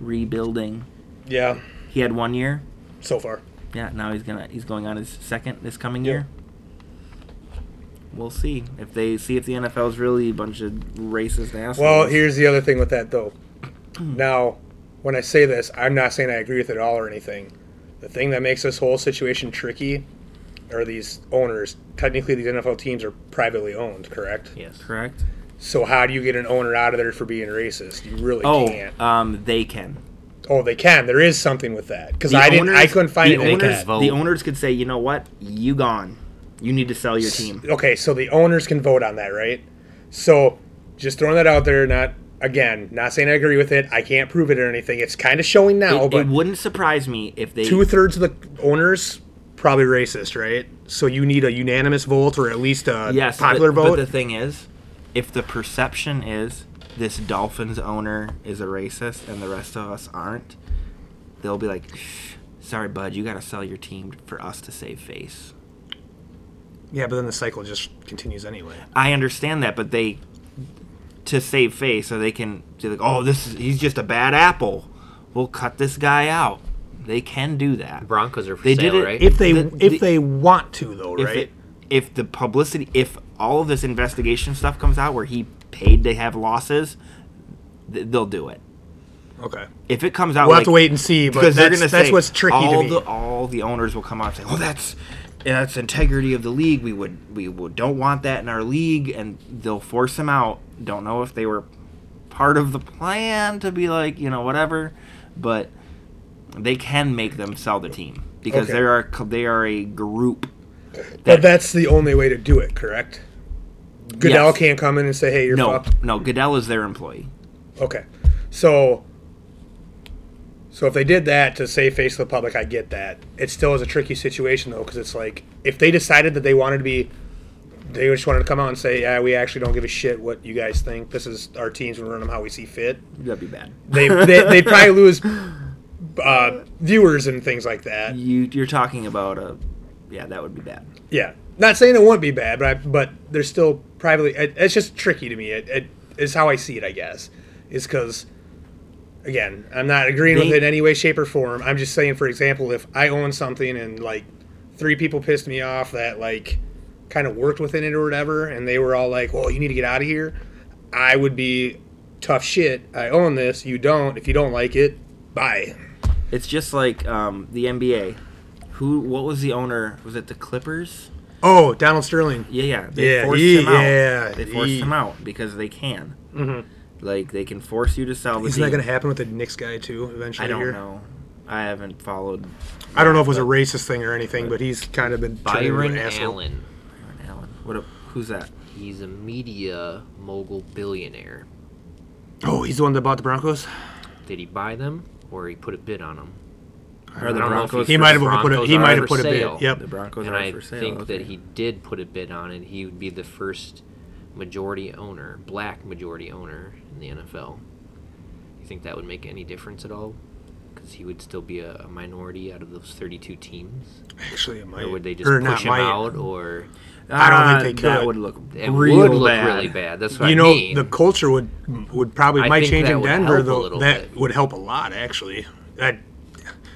rebuilding.
Yeah,
He had one year.
so far.
Yeah, now he's gonna he's going on his second this coming
Yeah.
year. We'll see if they see if the NFL is really a bunch of racist assholes.
Well, here's the other thing with that though. Now, when I say this, I'm not saying I agree with it all or anything. The thing that makes this whole situation tricky are these owners. Technically, these NFL teams are privately owned, correct?
Yes.
correct.
So how do you get an owner out of there for being racist? You really
Oh,
can't.
um, they can.
Oh, they can. There is something with that because
The
I didn't. I
owners-
couldn't find
the
it.
They
like
can
owners,
that.
vote.
the owners could say, you know what, you gone. You need to sell your team.
Okay, so the owners can vote on that, right? So just throwing that out there. Not again. Not saying I agree with it. I can't prove it or anything. It's kind of showing now,
It,
but
it wouldn't surprise me if they.
two thirds of the owners probably racist, right? So you need a unanimous vote or at least a
yes,
popular
but,
vote.
But the thing is, if the perception is this Dolphins owner is a racist and the rest of us aren't, they'll be like, "Shh, sorry, bud, you got to sell your team for us to save face.
yeah, but then the cycle just continues anyway.
I understand that, but they to save face, so they can say like, "Oh, this is, he's just a bad apple. We'll cut this guy out." They can do that.
Broncos are for
They
sale,
did it-
right?
If they
The-
if
the-
they want to though,
If
right?
it, if the publicity, if all of this investigation stuff comes out where he paid to have losses, th- they'll do it.
okay.
If it comes out,
We'll
like,
have to wait and see, but
because they're
that's,
gonna
that's
say
what's tricky
all
to me.
The, all the owners will come out and say, "Oh, that's that's integrity of the league. We would we would, don't want that in our league," and they'll force him out. Don't know if they were part of the plan to be like you know whatever, but they can make them sell the team because
Okay.
they are they are a group.
But that's the only way to do it, correct? Goodell
Yes.
can't come in and say, "Hey, you're
No,
fucked."
no, Goodell is their employee.
Okay, so so if they did that to save face to the public, I get that. It still is a tricky situation though, because it's like if they decided that they wanted to be, they just wanted to come out and say, "Yeah, we actually don't give a shit what you guys think. This is our teams. We run them how we see fit."
That'd be bad.
They they they probably lose uh, viewers and things like that.
You you're talking about a yeah, that would be bad.
Yeah, not saying it won't be bad, but I, but they're still privately. It, it's just tricky to me. It, it is how I see it. I guess is because again, I'm not agreeing with
They-
it in any way, shape, or form. I'm just saying, for example, if I own something and like three people pissed me off that like kind of worked within it or whatever, and they were all like, "Well, you need to get out of here," I would be tough shit. I own this. You don't. If you don't like it, bye.
It's just like um, the NBA. Who? What was the owner? Was it the Clippers?
Oh, Donald Sterling.
Yeah, yeah. They
Yeah,
forced
he-
him out.
yeah,
they forced
he-
him out because they can. Mm-hmm. Like they can force you to sell the
Isn't that
team.
going to happen with the Knicks guy too? Eventually,
I don't
here?
know. I haven't followed
I don't know if it was a racist thing or anything, but he's kind of been turned into
Byron
an asshole.
Allen.
Byron Allen. What? A, who's that?
He's a media mogul billionaire.
Oh, he's the one that bought the Broncos.
Did he buy them or he put a bid on them?
Are the
don't know if
Broncos?
He
The
for-
might have put a
Broncos
he
are
might have
for
put a bid.
sale.
The
Yep.
Broncos
And
are
I
for sale.
think that
okay.
he did put a bid on it. He would be the first majority owner, black majority owner in the NFL. You think that would make any difference at all? Because he would still be a, a minority out of those 32 teams?
Actually, it might.
Or would they just
or not
push him
might.
out? Or
I don't think
Uh,
they
That
could.
would look
it
real
would look
bad.
really bad. That's what
You
I
know,
mean.
the culture would would probably
I
might
think
change
that
in
would
Denver
help a
though.
little
That
bit.
would help a lot actually. That,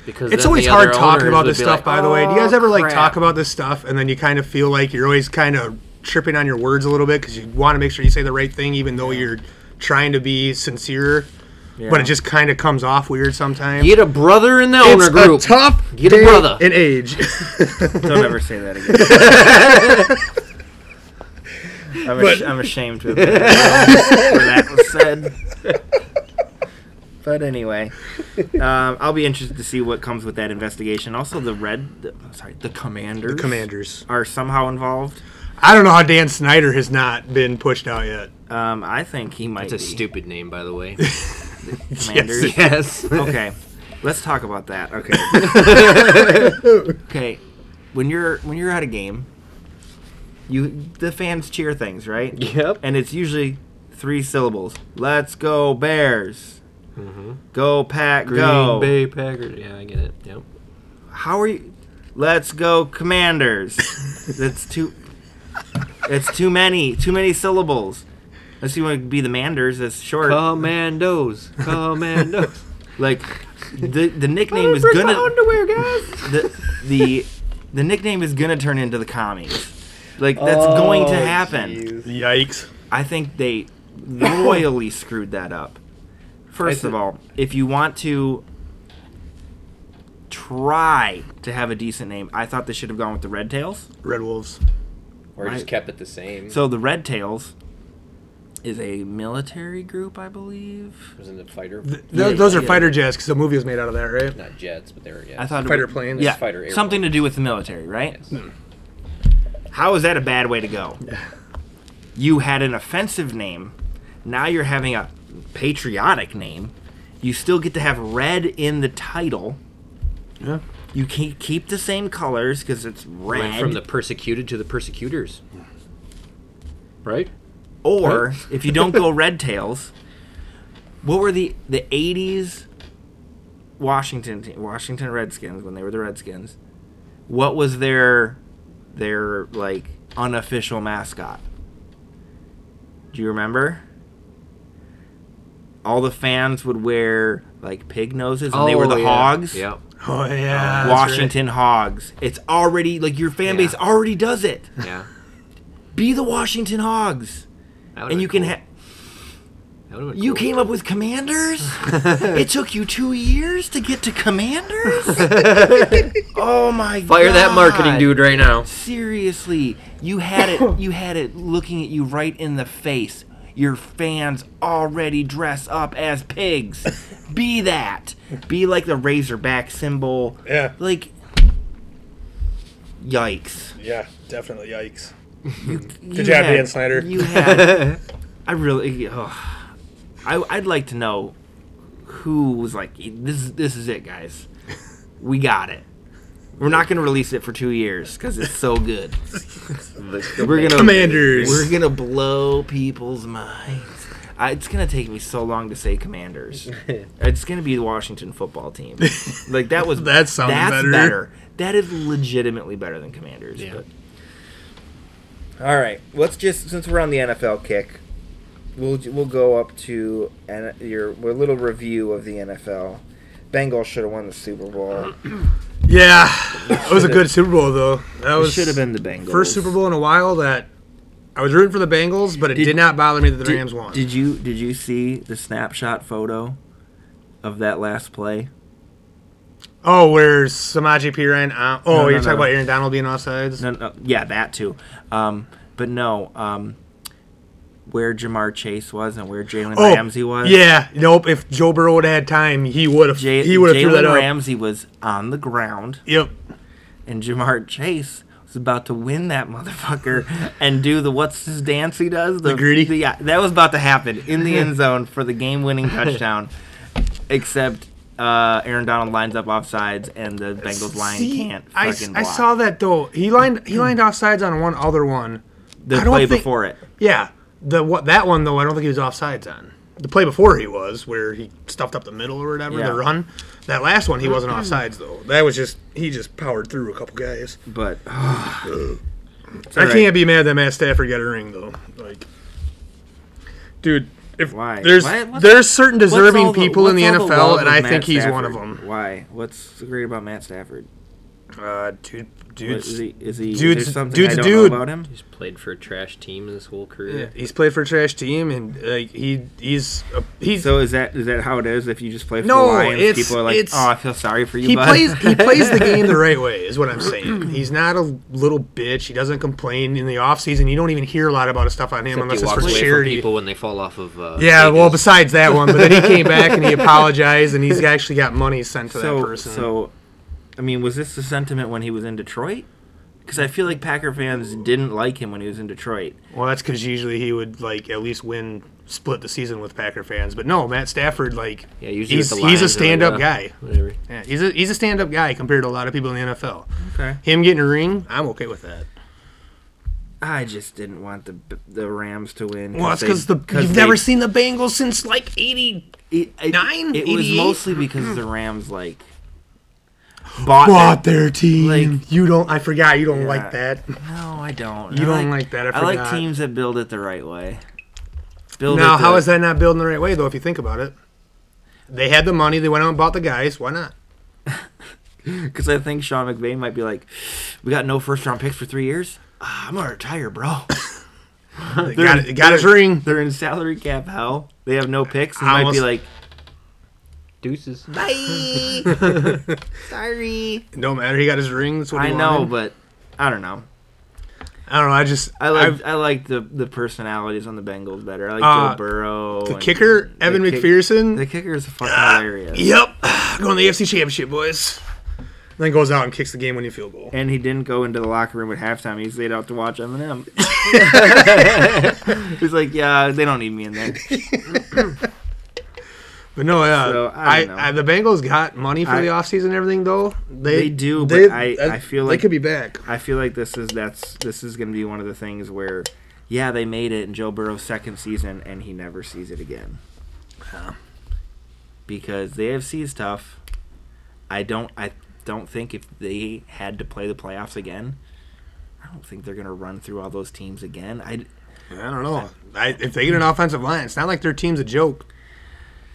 because
it's
then
always
the
hard
other
talking
owners
about
would
this
be
stuff.
like,
by the way, do you guys
"Oh,
ever like
crap."
talk about this stuff and then you kind of feel like you're always kind of tripping on your words a little bit because you want to make sure you say the right thing, even though you're trying to be sincere, but
Yeah.
it just kind of comes off weird sometimes.
Get a brother in the
it's
owner group.
a tough
Get a
day
brother.
in age.
Don't ever say that again. I'm, ash- I'm ashamed to admit that was said. But anyway, um, I'll be interested to see what comes with that investigation. Also, the red, the, sorry, the commanders,
Commanders.
are somehow involved.
I don't know how Dan Snyder has not been pushed out yet.
Um, I think he might
It's a
be
stupid name, by the way.
commanders.
yes.
okay, let's talk about that. Okay. okay, when you're when you're at a game, you the fans cheer things, right?
Yep.
And it's usually three syllables. Let's go Bears. Go Pack
Mm-hmm. Green
Go.
Bay Packers. Yeah, I get it. Yep.
How are you? Let's go Commanders. That's too. It's too many. Too many syllables. Unless you want to be the Manders, that's short.
Commandos. Commandos.
Like the the nickname is gonna
underwear, guys.
the the the nickname is gonna turn into the commies. Like that's going
Oh,
to happen.
Yikes.
I think they royally screwed that up. First of all, if you want to try to have a decent name, I thought they should have gone with the Red Tails.
Red Wolves.
Or just kept it the same.
So the Red Tails is a military group, I believe.
was in the fighter.
Th- th- those are fighter jets because the movie was made out of that, right?
Not jets, but they were yeah.
I thought it
Fighter
was-
planes.
Yeah,
Fighter airplanes.
something to do with the military, right? How is that a bad way to go? You had an offensive name. Now you're having a patriotic name. You still get to have red in the title.
Yeah.
You can keep the same colors because it's red.
Went from the persecuted to the persecutors. Right.
or if you don't go red tails, what were the the '80s Washington te- Washington Redskins when they were the Redskins? What was their their like unofficial mascot? Do you remember? All the fans would wear like pig noses, and they were the hogs.
Oh, Yep.
Oh yeah. that's
Washington Hogs. It's already like your fan
Yeah.
base already does it.
Yeah.
Be the Washington Hogs,
That would've
and you
been
can
cool.
have.
That would've been
You
cool.
came up with commanders? it took you two years to get to commanders? oh my god.
fire that marketing dude right now.
Seriously. You had it you had it looking at you right in the face. Your fans already dress up as pigs. Be that. Be like the Razorback symbol.
Yeah.
Like, yikes.
Yeah, definitely. Yikes. Good job, Dan Snyder.
You had, I really, ugh. I, I'd like to know who was like, this, this is it, guys. We got it. We're not going to release it for two years because it's so good. We're gonna
Commanders.
We're gonna blow people's minds. I, it's gonna take me so long to say Commanders. it's gonna be the Washington football team. Like that was
That sounds
that's
better.
That is legitimately better than Commanders.
Yeah.
but- All right, let's just since we're on the NFL kick, we'll we'll go up to N- your, your little review of the NFL. Bengals should have won the Super Bowl.
Yeah, that was a good Super Bowl though. That
It
was
should have been the Bengals.
first Super Bowl in a while that I was rooting for the Bengals, but it
Did-
did, not bother me that the
Did-
Rams won.
Did you did you see the snapshot photo of that last play?
oh, where Samaje Perine? Uh, oh,
No, no,
you're talking
no.
about Aaron Donald being offsides.
No, no, yeah, that too. Um, but no, um, where Jamar Chase was and where Jalen
oh,
Ramsey was.
Yeah, nope. If Joe Burrow would have had time, he would have.
Ja-
He would have threw that
Jalen
up.
Ramsey was on the ground,
Yep.
and Jamar Chase was about to win that motherfucker and do the what's his dance he does the,
gritty?
yeah, that was about to happen in the end zone for the game-winning touchdown. Except uh, Aaron Donald lines up offsides, and the Bengals line
See,
can't
I,
fucking
I
block. Hmm.
saw that though. He lined he lined offsides on one other one.
the
I don't
play
think-
before it.
Yeah, the what that one though I don't think he was offsides on. The play before he was, where he stuffed up the middle or whatever,
Yeah. Hmm.
the run. That last one he wasn't offsides though. That was just he just powered through a couple guys.
But
I
alright.
can't be mad that Matt Stafford got a ring though. Like, dude, if
Why?
there's
Why- what's-
there's certain
What's
deserving
all the-
people in the
what's all love
NFL,
with
and I
Matt
think he's one of
Stafford?
them.
Why? What's great about Matt Stafford?
Uh, dude,
What, is
dude's
he? Is he?
dude's-
is there something
dude's
I
a
don't
dude.
know about him?
He's played for a trash team his whole
Yeah,
career.
he's played for a trash team, and like he he's a, he's
So is that is that how it is? If you just play for
No,
the Lions,
it's-
people are like,
it's-
"Oh, I feel sorry for you."
he
bud."
plays he plays the game the right way is what I'm saying. He's not a little bitch. He doesn't complain in the off season. You don't even hear a lot about his stuff on him
Except
unless
he
it's
walks
for
away from
charity.
people when they fall off of. Uh,
Yeah, well,
stages.
besides that one, but then he came back and he apologized, and he's actually got money sent to
so
that person.
so. I mean, was this the sentiment when he was in Detroit? Because I feel like Packer fans didn't like him when he was in Detroit.
well, that's because usually he would like at least win, split the season with Packer fans. But no, Matt Stafford like
yeah, usually
he's,
with the
he's a
Lions or the-
stand up guy.
Whatever.
Yeah, he's a he's a stand up guy compared to a lot of people in the NFL.
Okay.
Him getting a ring, I'm okay with that.
I just didn't want the the Rams to win.
Well, that's
they-
because the you've
they-
never seen the Bengals since like '80.
it, it,
Nine? Hmm.
It was
88?
mostly because the Rams like bought.
Bought their team.
Like-
you don't. I forgot. You don't
Yeah.
like that.
No, I don't.
You
I
don't like that, I
like
forgot.
teams that build it the right way. Build
Now,
it
how
the-
is that not building the right way though? If you think about it, they had the money. They went out and bought the guys. Why not?
Because I think Sean McVay might be like, we got no first round picks for three years. Ah, I'm gonna retire, bro.
They got, it- got his ring.
They're in salary cap hell. They have no picks. And
I
might be
almost-
like,
Deuces.
bye. Sorry.
No matter. He got his ring. That's what he
I know,
wanted.
but I don't know.
I don't know. I just.
I
I've-
like I like the the personalities on the Bengals better. I like
Uh,
Joe Burrow.
the
and-
kicker, Evan
kick-
McPherson.
The kicker is fucking hilarious.
yep. Going to the AFC Championship, boys. And then goes out and kicks the game-winning field goal.
And he didn't go into the locker room at halftime. He stayed out to watch Eminem. He's like, yeah, they don't need me in there.
But no, yeah,
So, I
I,
don't know.
I, the Bengals got money for
I-
the offseason and everything, though. They,
They do, but I- I feel like-
they could be back.
I feel like this is that's this is going to be one of the things where, yeah, they made it in Joe Burrow's second season, and he never sees it again. Because the AFC is tough. I don't. I don't think if they had to play the playoffs again, I don't think they're going to run through all those teams again. I
I don't know. I, if they get an offensive line, it's not like their team's a joke.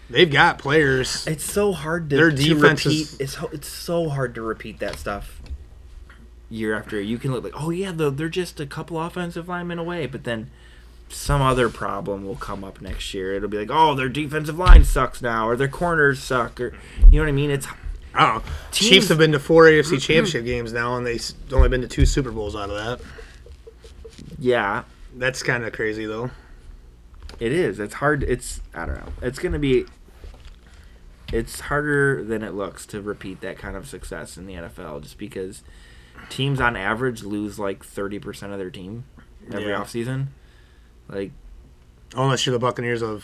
They've got players.
It's so hard to,
Their
to
defense
repeat.
is-
It's ho- it's so hard to repeat that stuff year after year. You can look like, oh yeah, though they're just a couple offensive linemen away, but then some other problem will come up next year. It'll be like, oh, their defensive line sucks now, or their corners suck, or you know what I mean? It's
I don't know.
Teams-
Chiefs have been to four AFC Championship games now, and they've only been to two Super Bowls out of that.
yeah,
That's kind of crazy, though.
it is. It's hard. It's I don't know. It's gonna be. it's harder than it looks to repeat that kind of success in the NFL just because teams on average lose like 30% of their team every
Yeah.
offseason. Like
Unless you're the Buccaneers of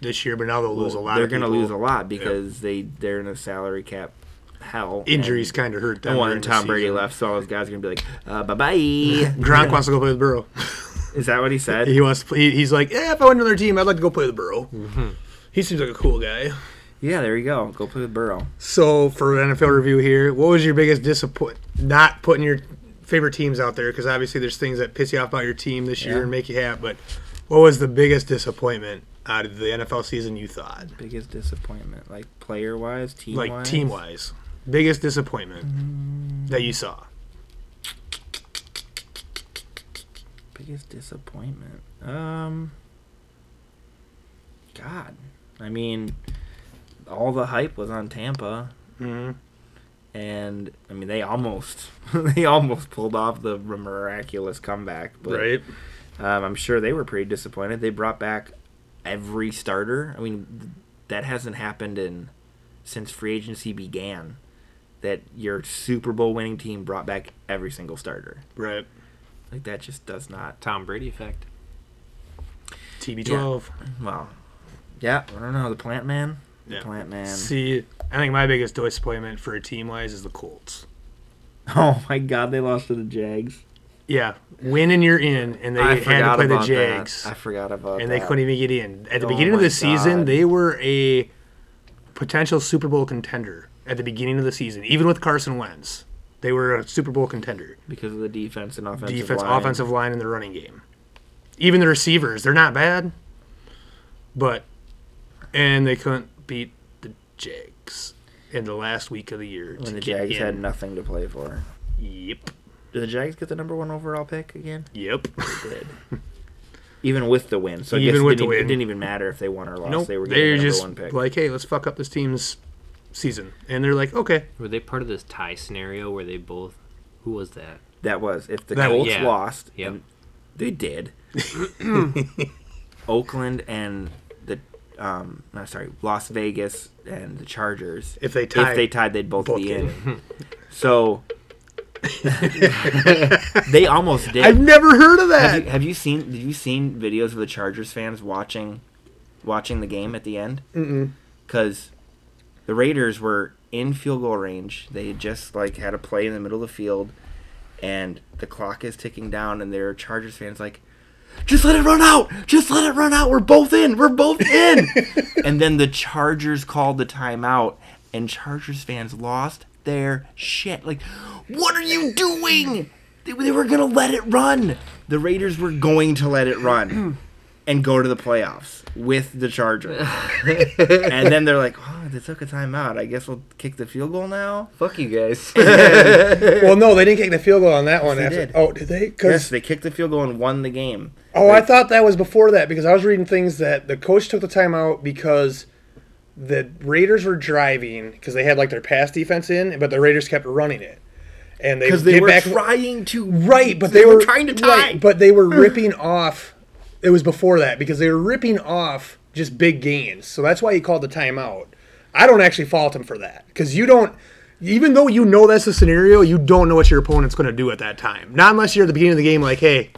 this year, but now they'll lose a lot.
they're
of
going to
people.
lose a lot because they they're in a salary cap hell.
Injuries
And,
kind of hurt them.
and when
during the
Tom Brady
season.
left, so all those guys are going to be like, uh, bye bye. Is
Gronk wants to go play with Burrow.
that what he said?
He wants. To play, he's like, yeah, if I went to another team, I'd like to go play with Burrow. He seems like a cool guy.
Yeah, there you go. Go play with Burrow.
So for NFL review here, what was your biggest disappoint? Not putting your favorite teams out there because obviously there's things that piss you off about your team this year
Yeah.
and make you happy. But what was the biggest disappointment out of the NFL season you thought,
Biggest disappointment, like player wise, team
like team wise, biggest disappointment
Mm-hmm.
that you saw?
Biggest disappointment. Um God. I mean all the hype was on Tampa
Mm-hmm.
and I mean they almost they almost pulled off the miraculous comeback, but
Right.
um, I'm sure they were pretty disappointed. They brought back every starter. I mean that hasn't happened in since free agency began that your Super Bowl winning team brought back every single starter.
Right.
Like that just does not
Tom Brady effect.
TB12.
Well, yeah, I don't know. The plant man? The
Yeah.
plant man.
See, I think my biggest disappointment for a team wise is the Colts.
Oh my god, they lost to the Jags.
Yeah, winning you're in, and they had to play the
about that.
Jags,
I forgot about
and
that.
they couldn't even get in. At the
Oh
beginning of
my
the season,
God.
they were a potential Super Bowl contender. At the beginning of the season, even with Carson Wentz, they were a Super Bowl contender.
because of the defense and offensive
Defense,
line.
offensive line, and the running game. Even the receivers, they're not bad, but and they couldn't beat the Jags in the last week of the year. to
When the
get
Jags had
in.
nothing to play for.
Yep.
Did the Jags get the number one overall pick again?
Yep.
They did. even with the win. So I
Even
guess it
with the
didn't,
win.
it didn't even matter if they won or lost.
nope.
They
They
were
are
getting the number
just
one pick.
like, hey, let's fuck up this team's season, and they're like, okay,
Were they part of this tie scenario where they both? Who was that?
that was. If the
That-
Colts
yeah.
lost,
Yep.
and they did. Oakland and the um no sorry Las Vegas and the Chargers.
If they tied,
if they tied, they'd both,
both
be
get
in. so they almost did.
I've never heard
have,
of that.
you, have you seen? Have you seen videos of the Chargers fans watching, watching the game at the end? Because the Raiders were in field goal range. They had just like had a play in the middle of the field, and the clock is ticking down, and their Chargers fans like. Just let it run out. Just let it run out. We're both in. We're both in. and then the Chargers called the timeout, and Chargers fans lost their shit. Like, what are you doing? They, they were gonna let it run. The Raiders were going to let it run and go to the playoffs with the Chargers. and then they're like, "Oh, they took a timeout. I guess we'll kick the field goal now."
Fuck you guys.
well, no, they didn't kick the field goal on that one.
Yes, they did.
Oh, did they? 'Cause-
Yes, they kicked the field goal and won the game.
oh, I thought that was before that because I was reading things that the coach took the timeout because the Raiders were driving because they had like their pass defense in, but the Raiders kept running it, and they
Because they
get
were
back-
trying to
Right, but they,
were trying to tie.
right, but they were ripping off. It was before that because they were ripping off just big gains. So that's why he called the timeout. I don't actually fault him for that because you don't. Even though you know that's the scenario, you don't know what your opponent's going to do at that time. Not unless you're at the beginning of the game, like, hey,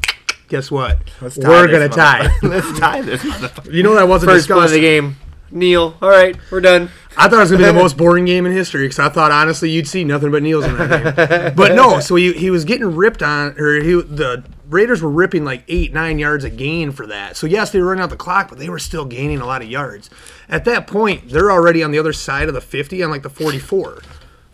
guess what?
Let's tie
We're
this
going to tie.
motherfucker. Let's tie this motherfucker.
You know that wasn't
First play of
discussed.
the game. Neil. All right, we're done.
I thought it was gonna be the most boring game in history because I thought honestly you'd see nothing but Neils in that game. But no, so he, he was getting ripped on, or he the Raiders were ripping like eight nine yards a gain for that. So yes, they were running out the clock, but they were still gaining a lot of yards. At that point, they're already on the other side of the fifty on like the forty four.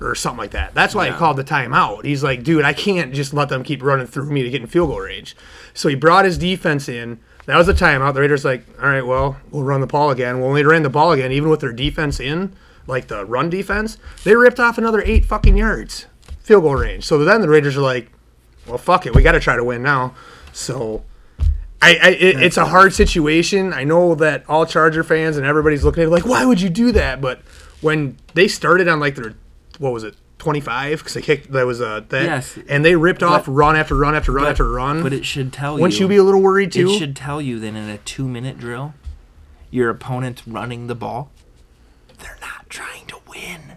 Or something like that. That's why he called the timeout. He's like, dude, I can't just let them keep running through me to get in field goal range. So he brought his defense in. That was a timeout. The Raiders like, all right, well, we'll run the ball again. Well, when they ran the ball again, even with their defense in, like the run defense, they ripped off another eight fucking yards, field goal range. So then the Raiders are like, well, fuck it, we got to try to win now. So, I, I it, it's a hard situation. I know that all Charger fans and everybody's looking at it like, why would you do that? But when they started on like their, what was it? 25 because they kicked that was a that
Yes.
and they ripped off run after run after run after run
But it should tell
wouldn't
you.
you be a little worried too
It should tell you that in a two minute drill, your opponent's running the ball. They're not
in.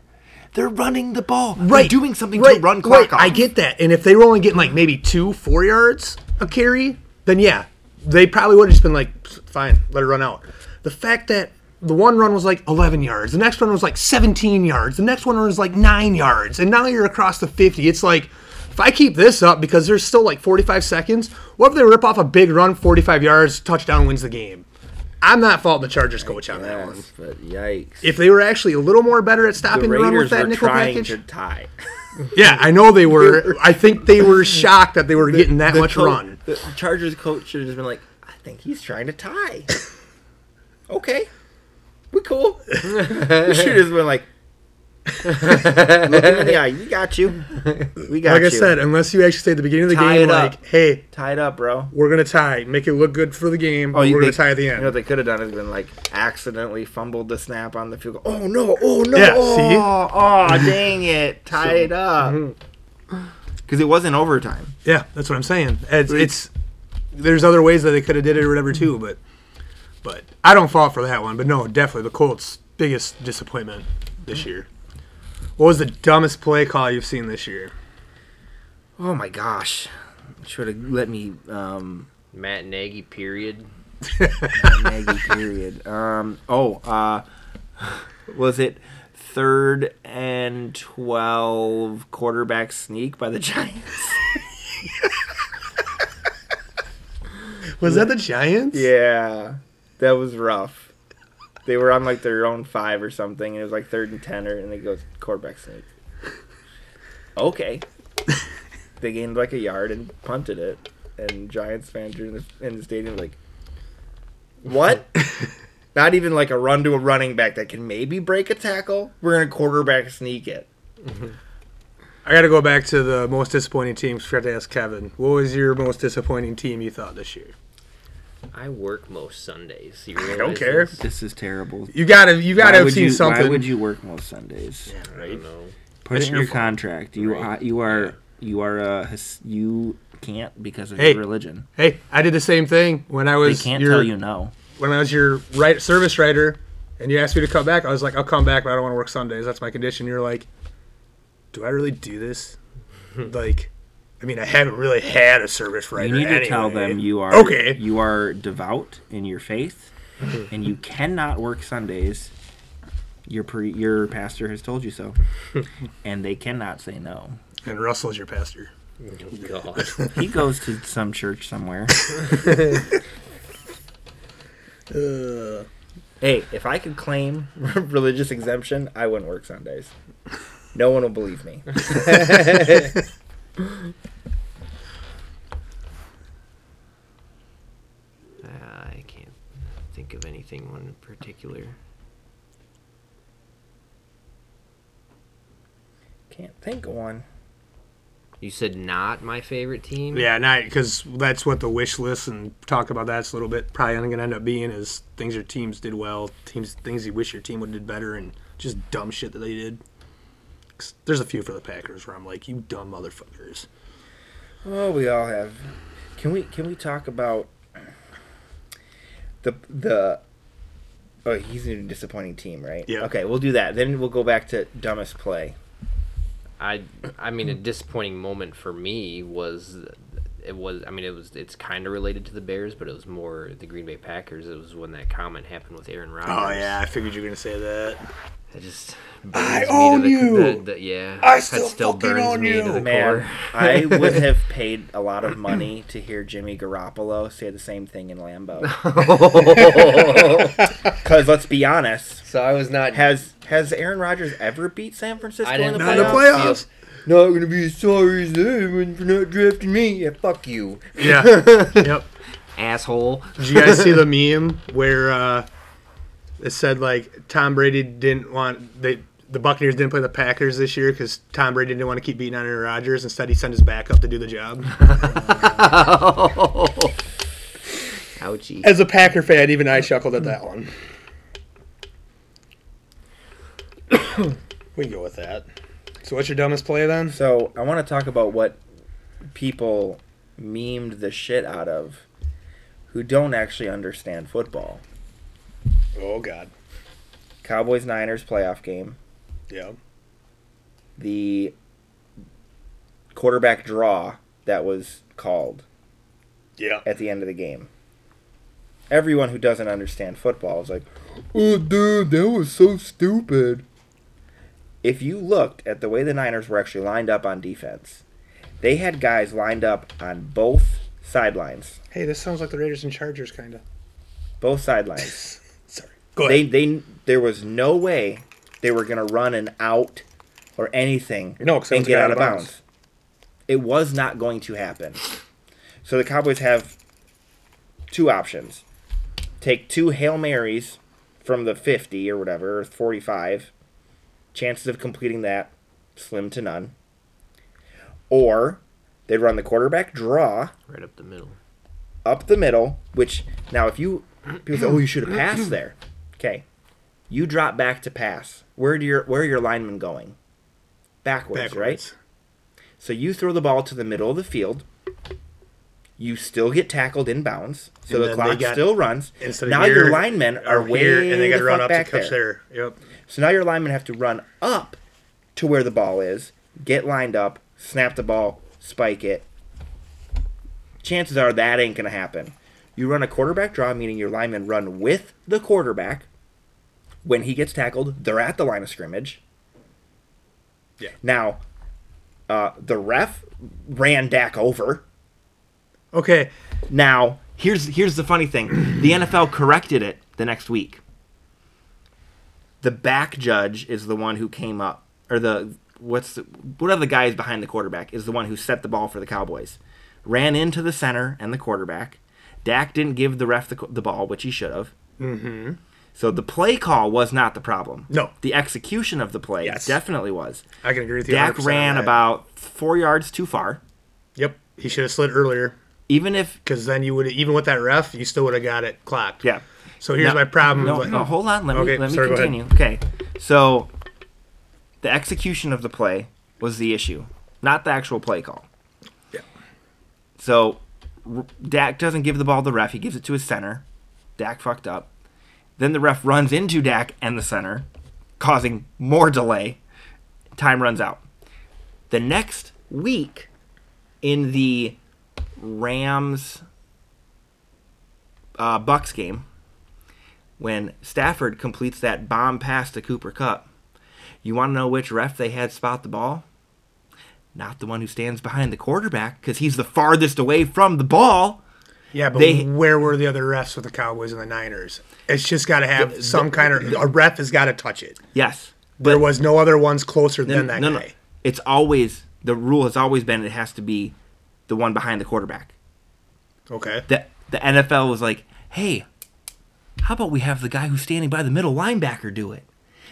They're running the ball. They're
right,
doing something
right,
to run clock
right.
off.
I get that, and if they were only getting like maybe two, four yards a carry, then yeah, they probably would have just been like, fine, let it run out. The fact that the one run was like 11 yards, the next one was like 17 yards, the next one was like nine yards, and now you're across the 50. It's like. If I keep this up because there's still like 45 seconds, what if they rip off a big run, 45 yards, touchdown wins the game? I'm not faulting the Chargers coach on that one.
Yes, but yikes.
If they were actually a little more better at
the
stopping the, run
Raiders
with that
were
nickel
trying
package,
to tie.
yeah, I know they were. I think they were shocked that they were getting that
The
much
co-
run.
The Chargers coach should have just been like, I think he's trying to tie. okay. We cool. we should have just been like, "Look him in the eye. we got you. We got
Like
you.
I said, unless you actually say at the beginning of the
Tie
game,
it up.
like, "Hey,
tied up, bro.
we're gonna tie, make it look good for the game.
Oh,
we're
you
gonna
they-
tie at the
You know what
end."
they could have done is been like accidentally fumbled the snap on the field goal. Oh no! Oh no!
Yeah,
oh,
see?
oh, dang it! Tie it up.
mm-hmm.
because it wasn't overtime.
Yeah, that's what I'm saying. It's, it's there's other ways that they could have did it or whatever too, but but I don't fault for that one. But no, definitely the Colts' biggest disappointment this year. What was the dumbest play call you've seen this year?
Oh my gosh! Should have let me. Um,
Matt Nagy, period.
Maggie, period. Um,
Oh, uh, was it third and twelve quarterback sneak by the Giants?
Was that the Giants?
yeah, that was rough. They were on like their own five or something, and it was like third and ten, or and it goes quarterback sneak. Okay, they gained like a yard and punted it, and Giants fans are in the, in the stadium like, what? Not even like a run to a running back that can maybe break a tackle. We're gonna quarterback sneak it.
I got to go back to the most disappointing teams. Forgot to ask Kevin. What was your most disappointing team you thought this year?
I work most Sundays. You
don't
realize
care.
this?
This is terrible.
You gotta, you gotta have seen
you,
something.
Why would you work most Sundays?
I don't know.
Put
It's
it in
your
your
fault.
contract. You
Right.
are, you are you are uh, his- you can't because of
Hey.
your religion.
hey, I did the same thing when I
They
was
can't
your,
tell you no.
when I was your right service writer, and you asked me to come back. I was like, I'll come back, but I don't want to work Sundays. That's my condition. You're like, do I really do this? like, I mean, I haven't really had a service writer.
Hmm. You need to tell
anyway.
them you are
Okay.
You are devout in your faith, and you cannot work Sundays. Your pre, your pastor has told you so, and they cannot say no.
And Russell's your pastor.
Oh, God.
He goes to some church somewhere.
Uh. Hey, if I could claim religious exemption, I wouldn't work Sundays. No one will believe me.
Uh, I can't think of anything one in particular.
Can't think of one.
You said not my favorite team.
Yeah, not because that's what the wish list and talk about that's a little bit probably going to end up being is things your teams did well, teams things you wish your team would have did better, and just dumb shit that they did. 'Cause There's a few for the Packers where I'm like, you dumb motherfuckers.
Oh, we all have. Can we can we talk about the the Oh, he's in a disappointing team, right?
Yeah.
Okay, we'll do that. Then we'll go back to dumbest play.
I I mean a disappointing moment for me was it was I mean it was it's kind of related to the Bears but it was more the Green Bay Packers it was when that comment happened with Aaron Rodgers.
Oh yeah, I figured you were going to say that.
It just burns me to
own
the-
you!
the- the- yeah.
I
That
still fucking
burns
own
me to
you!
the
Man,
core.
I would have paid a lot of money to hear Jimmy Garoppolo say the same thing in Lambeau. Because let's be honest,
So I was not
Has has Aaron Rodgers ever beat San Francisco
I
in the
didn't
Not in the
playoffs?
playoffs.
Not gonna be as sorry as them for not drafting me. Yeah, fuck you.
Yeah. yep.
asshole.
Did you guys see the meme where uh, it said like Tom Brady didn't want they the Buccaneers didn't play the Packers this year because Tom Brady didn't want to keep beating on Aaron Rodgers. Instead, he sent his backup to do the job.
Ouchie.
As a Packer fan, even I chuckled at that one. we can go with that. So, what's your dumbest play then?
So I want to talk about what people memed the shit out of, who don't actually understand football.
Oh God.
Cowboys Niners playoff game.
Yeah.
the quarterback draw that was called
Yeah.
at the end of the game. Everyone who doesn't understand football is like, "Oh, dude, that was so stupid." If you looked at the way the Niners were actually lined up on defense, they had guys lined up on both sidelines.
Hey, this sounds like the Raiders and Chargers kind of.
Both sidelines.
Sorry. Go
they
ahead.
they there was no way they were gonna run an out or anything
No, 'cause it
and
was a
get
guy
out of
out of
bounds. It was not going to happen. So the Cowboys have two options: take two hail marys from the fifty or whatever, or forty-five. Chances of completing that slim to none. Or they'd run the quarterback draw
right up the middle.
up the middle, which now if you people say, Oh, you should have passed there. Okay. You drop back to pass. Where do your where are your linemen going? Backwards, right? So you throw the ball to the middle of the field. You still get tackled inbounds. So
And
the
then they
clock
got-
still runs.
Instead of
Now
here,
your linemen are
Or
way
here, and they
got to
got to run up to
back
catch
there.
there. Yep.
So now your linemen have to run up to where the ball is, get lined up, snap the ball, spike it. Chances are that ain't going to happen. You run a quarterback draw, meaning your linemen run with the quarterback. When he gets tackled, they're at the line of scrimmage.
Yeah.
Now, uh, the ref ran Dak over.
Okay.
Now, here's here's the funny thing. The NFL corrected it the next week. The back judge is the one who came up or the what's the, one of the guys behind the quarterback is the one who set the ball for the Cowboys. Ran into the center and the quarterback. Dak didn't give the ref the, co- the ball, which he should have. Mm-hmm. So the play call was not the problem.
No.
The execution of the play
Yes.
definitely was.
I can agree with you.
Dak
100% on
ran
that.
about four yards too far.
Yep. He should have slid earlier
Even if
because then you would even with that ref, you still would have got it clocked.
yeah,
So here's
No,
my problem.
No,
with-
no, hold on. Let me
Um, Okay,
let me
sorry, go ahead.
continue. Okay, so the execution of the play was the issue, not the actual play call.
Yeah.
So R- Dak doesn't give the ball to the ref; he gives it to his center. Dak fucked up. Then the ref runs into Dak and the center, causing more delay. Time runs out. The next week, in the Rams uh, Bucks game, when Stafford completes that bomb pass to Cooper Cup, you want to know which ref they had spot the ball? Not the one who stands behind the quarterback because he's the farthest away from the ball.
Yeah, but
They-
where were the other refs with the Cowboys and the Niners? It's just got to have some kind of a ref has got to touch it.
Yes,
there was no other ones closer than that guy.
It's always the rule has always been it has to be the one behind the quarterback.
Okay.
The the NFL was like, hey, how about we have the guy who's standing by the middle linebacker do it?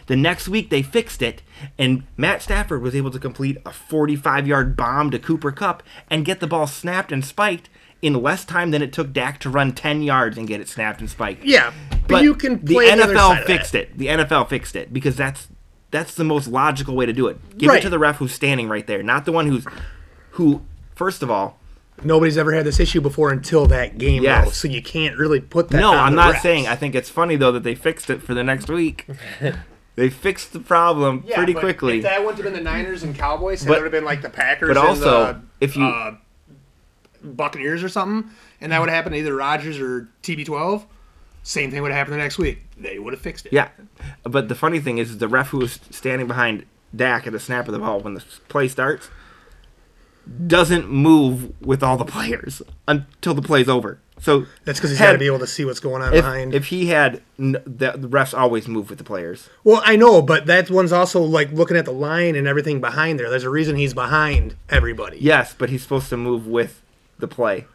The next week they fixed it, and Matt Stafford was able to complete a 45 yard bomb to Cooper Cup and get the ball snapped and spiked in less time than it took Dak to run 10 yards and get it snapped and spiked.
Yeah, but, you can play
the
the other side
NFL
of
fixed
that.
it. The NFL fixed it because that's that's the most logical way to do it. Give it
Right.
to the ref who's standing right there, not the one who's who. First of all,
Nobody's ever had this issue before until that game,
Yes.
though. So you can't really put that.
No,
on
I'm
the
not
refs.
saying. I think it's funny though that they fixed it for the next week. they fixed the problem pretty quickly.
If that would have been the Niners and Cowboys, that
But-
would have been like the Packers.
but
and
also,
the,
if you-
uh, Buccaneers or something, and that would have happened to either Rodgers or TB12. Same thing would have happened the next week. They would have fixed it.
yeah, but the funny thing is the ref who was standing behind Dak at the snap of the ball when the play starts doesn't move with all the players until the play's over. So
that's because he's
had-
got to be able to see what's going on
If,
behind.
if he had, n- the, the refs always move with the players.
Well, I know, but that one's also like looking at the line and everything behind there. There's a reason he's behind everybody.
Yes, but he's supposed to move with the play.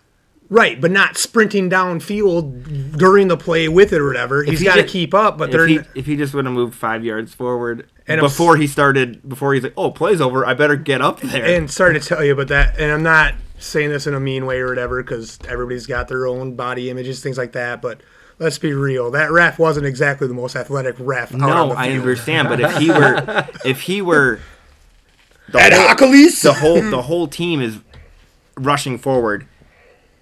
Right, but not sprinting downfield during the play with it or whatever. He's
he
got to
did-
keep up,
if
but they're
he, if he just would have moved five yards forward
And I'm s-
before he started, before he's like, oh, play's over, I better get up there.
and sorry to tell you, but that and I'm not saying this in a mean way or whatever because everybody's got their own body images, things like that. But let's be real, that ref wasn't exactly the most athletic ref. out on
no,
the
I
field.
understand, but if he were, if he were, the
Ed
whole,
Hockley's?
the whole the whole team is rushing forward.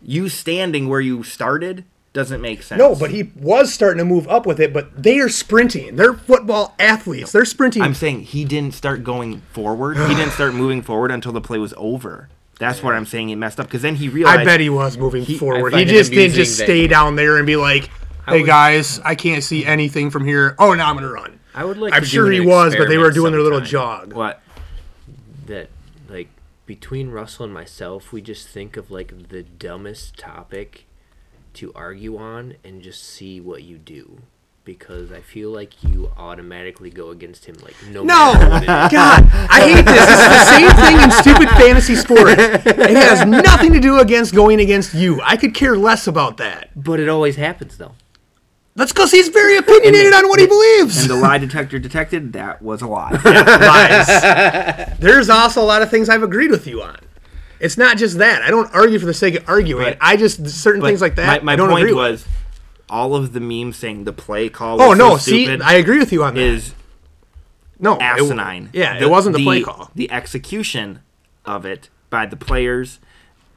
You standing where you started doesn't make sense.
No, but he was starting to move up with it, but they are sprinting. They're football athletes. They're sprinting.
I'm saying he didn't start going forward. He didn't start moving forward until the play was over. That's what I'm saying. It messed up because then he realized.
I bet he was moving forward.
I
He
find it
just didn't
amusing
just
that-
stay down there and be like, "Hey
would-
guys, I can't see anything from here. Oh, now I'm gonna run."
I would like.
I'm
to do
sure
an
he was, but they were
experiment
doing their little
sometime.
jog.
what
that like between Russell and myself, we just think of like the dumbest topic to argue on and just see what you do because I feel like you automatically go against him like no,
No,
matter what it is.
God, I hate this. It's the same thing in stupid fantasy sport. It has nothing to do against going against you. I could care less about that.
but it always happens though.
That's because he's very opinionated on what he believes.
and the lie detector detected that was a lie.
Lies. There's also a lot of things I've agreed with you on. It's not just that. I don't argue for the sake of arguing.
But-
I just certain
But
things like that.
My, my
I don't
point
agree with.
was all of the memes saying the play call.
Oh
was
no!
so stupid
see, I agree with you on that.
Is
no, it-
asinine.
yeah, it wasn't the, play call.
The execution of it by the players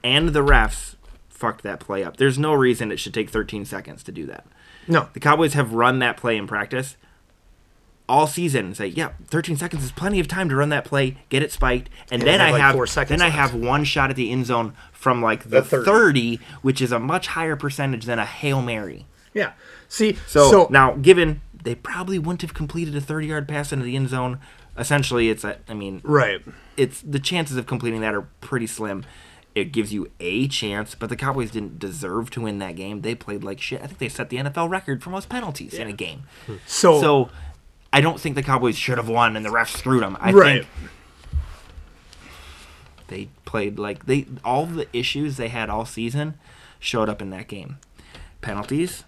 and the refs fucked that play up. There's no reason it should take 13 seconds to do that.
No,
The Cowboys have run that play in practice all season and say, "Yeah, 13 seconds is plenty of time to run that play, get it spiked." And,
they
then
have,
I
like,
have
four seconds
then I
left.
have one shot at the end zone from like the,
The 30.
30, which is a much higher percentage than a Hail Mary.
yeah. See,
So,
so,
now, given they probably wouldn't have completed a 30 yard pass into the end zone, essentially, it's, a, I mean,
right.
it's the chances of completing that are pretty slim. It gives you a chance, but the Cowboys didn't deserve to win that game. They played like shit. I think they set the NFL record for most penalties in a game.
So,
So I don't think the Cowboys should have won, and the refs screwed them. I
Right.
think they played like they all the issues they had all season showed up in that game. Penalties,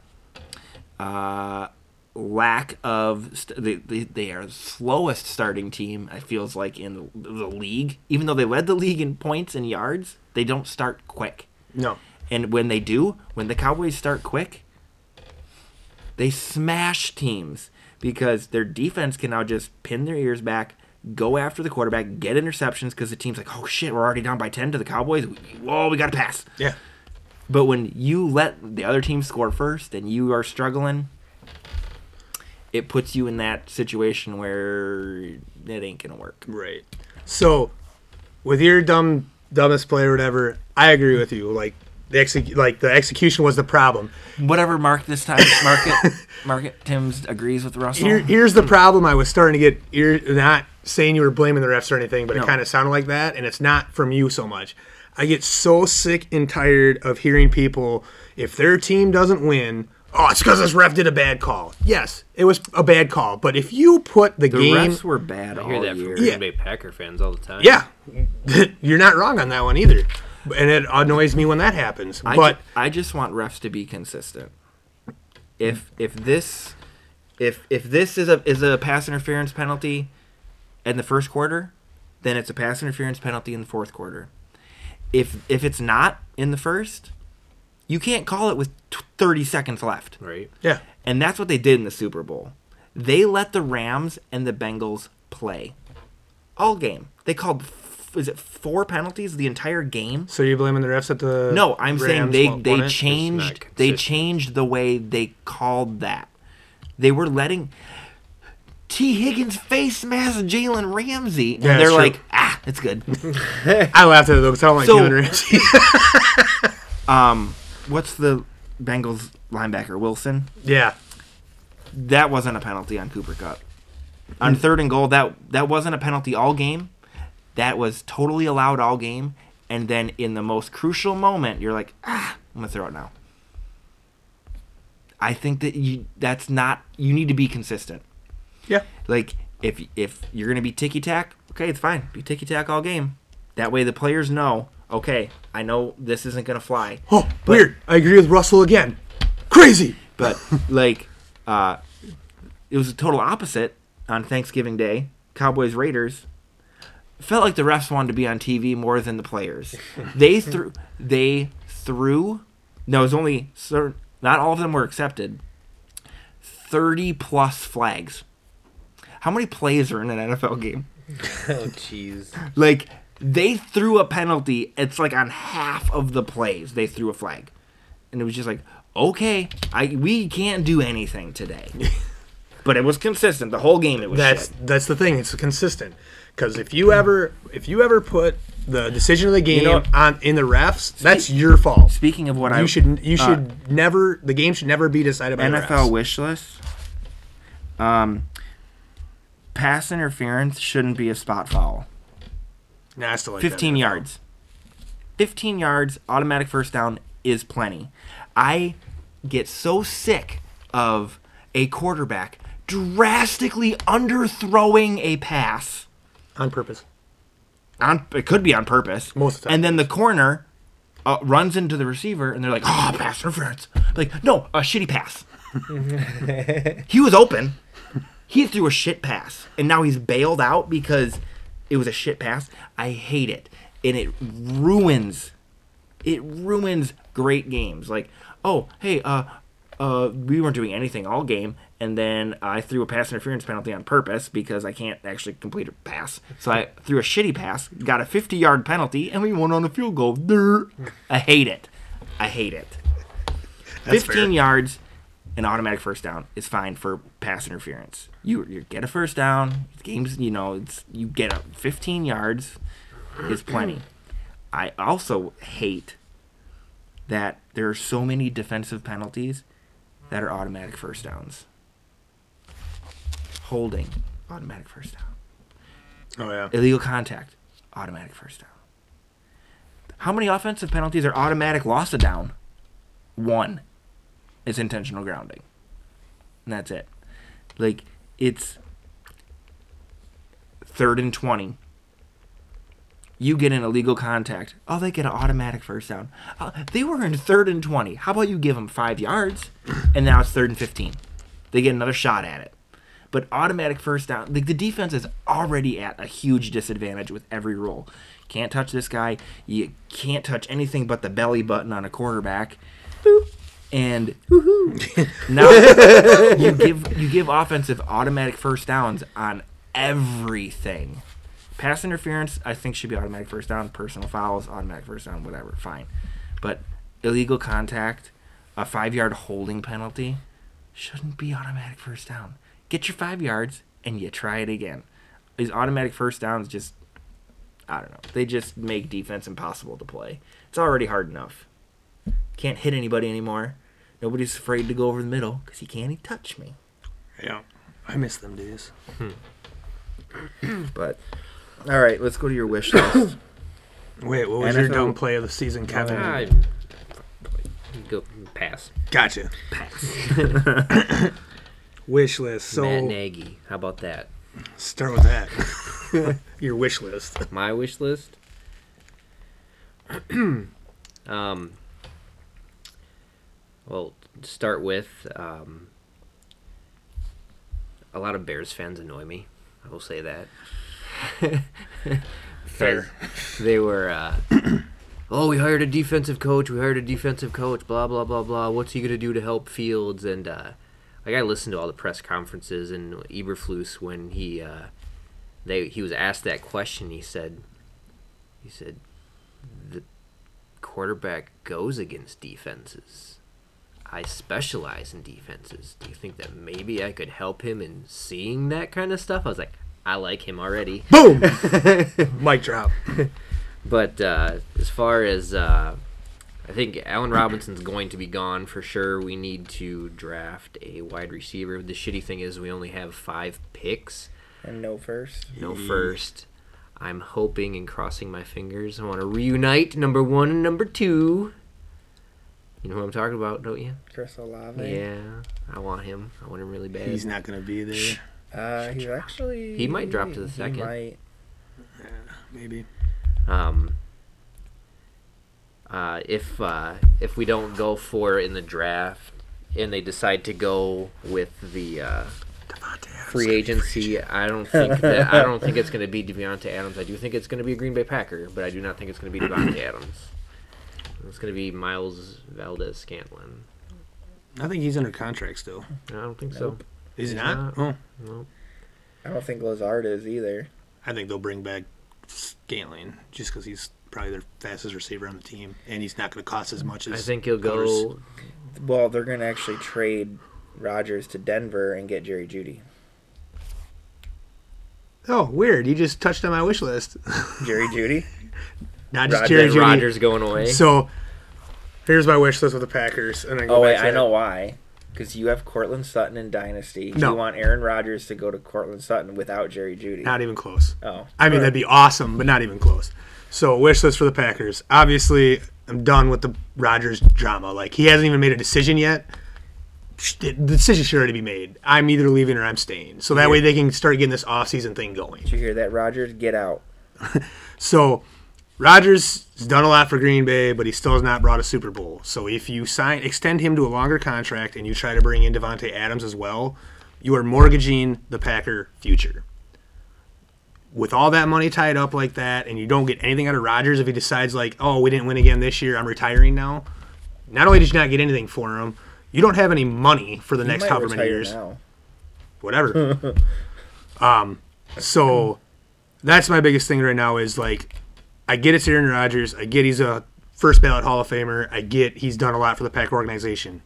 uh, lack of st- they, they they are the slowest starting team. It feels like in the, the league, even though they led the league in points and yards, they don't start quick.
no.
And when they do, when the Cowboys start quick, they smash teams because their defense can now just pin their ears back, go after the quarterback, get interceptions because the team's like, oh shit, we're already down by 10 to the Cowboys. Whoa, we got to pass.
Yeah.
But when you let the other team score first and you are struggling, it puts you in that situation where it ain't going to work.
Right. So, with your dumb dumbest play or whatever, I agree with you. Like the exec- like the execution was the problem.
Whatever, Mark, this time, Market, Market Timms agrees with Russell.
Here, here's the problem. I was starting to get ear not saying you were blaming the refs or anything, but it
No.
kind of sounded like that, and it's not from you so much. I get so sick and tired of hearing people if their team doesn't win. Oh, it's because this ref did a bad call. Yes, it was a bad call, but if you put the,
the
game,
refs were bad all
I hear that from
year.
Green
Yeah.
Bay Packer fans all the time.
yeah, you're not wrong on that one either, and it annoys me when that happens.
I
but
ju- I just want refs to be consistent. If if this if if this is a is a pass interference penalty in the first quarter, then it's a pass interference penalty in the fourth quarter. If if it's not in the first, you can't call it with t- 30 seconds left.
Right.
Yeah.
And that's what they did in the Super Bowl. They let the Rams and the Bengals play all game. They called f- is it four penalties the entire game?
So you're blaming the refs at the
No, I'm
Rams
saying
won-
they
won
they
it?
changed
not
they
consistent.
changed the way they called that. They were letting T. Higgins face mask Jalen Ramsey, and
Yeah,
they're
it's true.
like, ah, it's good.
I laughed at it though because I don't like
So-
Jalen Ramsey.
um, what's the Bengals linebacker Wilson?
yeah,
That wasn't a penalty on Cooper Cup. On third and goal, that that wasn't a penalty all game. That was totally allowed all game. And then in the most crucial moment, you're like, ah, I'm gonna throw it now. I think that you that's not you need to be consistent.
yeah.
Like if if you're gonna be ticky tack, okay, it's fine. Be ticky tack all game. That way the players know, okay, I know this isn't gonna fly.
Oh, weird. I agree with Russell again. Crazy.
But like, uh, it was a total opposite on Thanksgiving Day. Cowboys Raiders felt like the refs wanted to be on TV more than the players. They threw. They threw. No, it was only certain. Not all of them were accepted. Thirty plus flags. How many plays are in an NFL game?
Oh jeez.
Like they threw a penalty. It's like on half of the plays they threw a flag, and it was just like, okay, I we can't do anything today. but it was consistent the whole game. It was
That's
shit.
that's the thing. It's consistent. Because if you ever if you ever put the decision of the game
know-
on in the refs, that's your fault.
Speaking of what I
You should you should never the game should never be decided by the
NFL
refs.
wish list. Um, pass interference shouldn't be a spot foul.
Nah, I still like that.
15 yards. 15 yards, automatic first down is plenty. I get so sick of a quarterback drastically underthrowing a pass.
on purpose.
On, it could be on purpose.
Most of the time.
And then the corner uh, runs into the receiver, and they're like, "Oh, pass interference!" Like, no, a shitty pass. he was open. He threw a shit pass, and now he's bailed out because it was a shit pass. I hate it, and it ruins. It ruins great games. Like, oh, hey, uh, uh, we weren't doing anything all game, and then I threw a pass interference penalty on purpose because I can't actually complete a pass. So I threw a shitty pass, got a 50-yard penalty, and we won on a field goal. Durr. I hate it. I hate it. 15
fair.
yards, an automatic first down is fine for pass interference. You you get a first down. Games, you know, it's you get up 15 yards is plenty. I also hate that there are so many defensive penalties that are automatic first downs. Holding, automatic first down.
Oh yeah.
Illegal contact, automatic first down. How many offensive penalties are automatic loss of down? One. It's intentional grounding. And that's it. Like, it's third and 20. You get an illegal contact. Oh, they get an automatic first down. Uh, they were in third and 20. How about you give them five yards? And now it's third and 15. They get another shot at it. But automatic first down, like the defense is already at a huge disadvantage with every rule. Can't touch this guy. You can't touch anything but the belly button on a quarterback. Boop. And now you give you give offensive automatic first downs on everything. Pass interference, I think, should be automatic first down. Personal fouls, automatic first down, whatever, fine. But illegal contact, a five yard holding penalty, shouldn't be automatic first down. Get your five yards and you try it again. These automatic first downs just, I don't know, they just make defense impossible to play. It's already hard enough. Can't hit anybody anymore. Nobody's afraid to go over the middle because he can't touch me.
Yeah. I miss them days.
But all right, let's go to your wish list.
Wait, what was your
NFL
dumb play of the season, Kevin?
I
Mm.
go pass.
Gotcha. wish list. So
Matt Nagy. How about that?
start with that. your wish list.
My wish list. um. Well, to start with um. A lot of Bears fans annoy me. I will say that. Fair. They were. Uh, oh, we hired a defensive coach. We hired a defensive coach. Blah blah blah blah. What's he gonna do to help Fields? And uh, like I listened to all the press conferences and Eberflus when he uh, they he was asked that question. He said, he said, the quarterback goes against defenses. I specialize in defenses. Do you think that maybe I could help him in seeing that kind of stuff? I was like, I like him already.
Boom. Mic drop.
But uh, as far as uh, I think Allen Robinson's going to be gone for sure. We need to draft a wide receiver. The shitty thing is we only have five picks,
And no first.
no first. I'm hoping and crossing my fingers. I want to reunite number one and number two. You know who I'm talking about, don't you?
Chris Olave.
Yeah, I want him. I want him really bad.
He's not gonna be there.
Uh, he's actually.
He might drop to the second.
He might.
Maybe.
Um, uh, if uh, if we don't go for it in the draft, and they decide to go with the uh, free agency, I don't think that I don't think it's going to be Devonte Adams. I do think it's going to be a Green Bay Packer, but I do not think it's going to be Devonte Adams. It's going to be Miles Valdez Scantlin.
I think he's under contract still.
I don't think so.
Is he
He's
not?
not.
Oh,
Nope.
I don't think Lazard is either.
I think they'll bring back Scantling just because he's probably their fastest receiver on the team, and he's not going to cost as much as
I think he'll
others.
go.
Well, they're going to actually trade Rodgers to Denver and get Jerry Judy.
Oh, weird! You just touched on my wish list.
Jerry Judy?
not just
Rod-
Jerry
That
Judy.
Rodgers going away.
So here's my wish list with the Packers, and I go
Oh,
back
wait,
to
I
that.
know why. Because you have Cortland Sutton in Dynasty.
No.
You want Aaron Rodgers to go to Cortland Sutton without Jerry Judy.
Not even close.
oh.
I mean, that'd be awesome, but not even close. So, wish list for the Packers. Obviously, I'm done with the Rodgers drama. Like, he hasn't even made a decision yet. Sh- The decision should already be made. I'm either leaving or I'm staying. So that way they can start getting this offseason thing going.
Did you hear that, Rodgers? Get out.
So Rodgers has done a lot for Green Bay, but he still has not brought a Super Bowl. So if you sign extend him to a longer contract and you try to bring in Devonte Adams as well, you are mortgaging the Packer future. With all that money tied up like that, and you don't get anything out of Rodgers if he decides like, oh, we didn't win again this year, I'm retiring now. Not only did you not get anything for him, you don't have any money for the
He
next
might
however many
retire
years
now.
whatever. um, so that's my biggest thing right now is like, I get it's Aaron Rodgers. I get he's a first ballot Hall of Famer. I get he's done a lot for the Pack organization.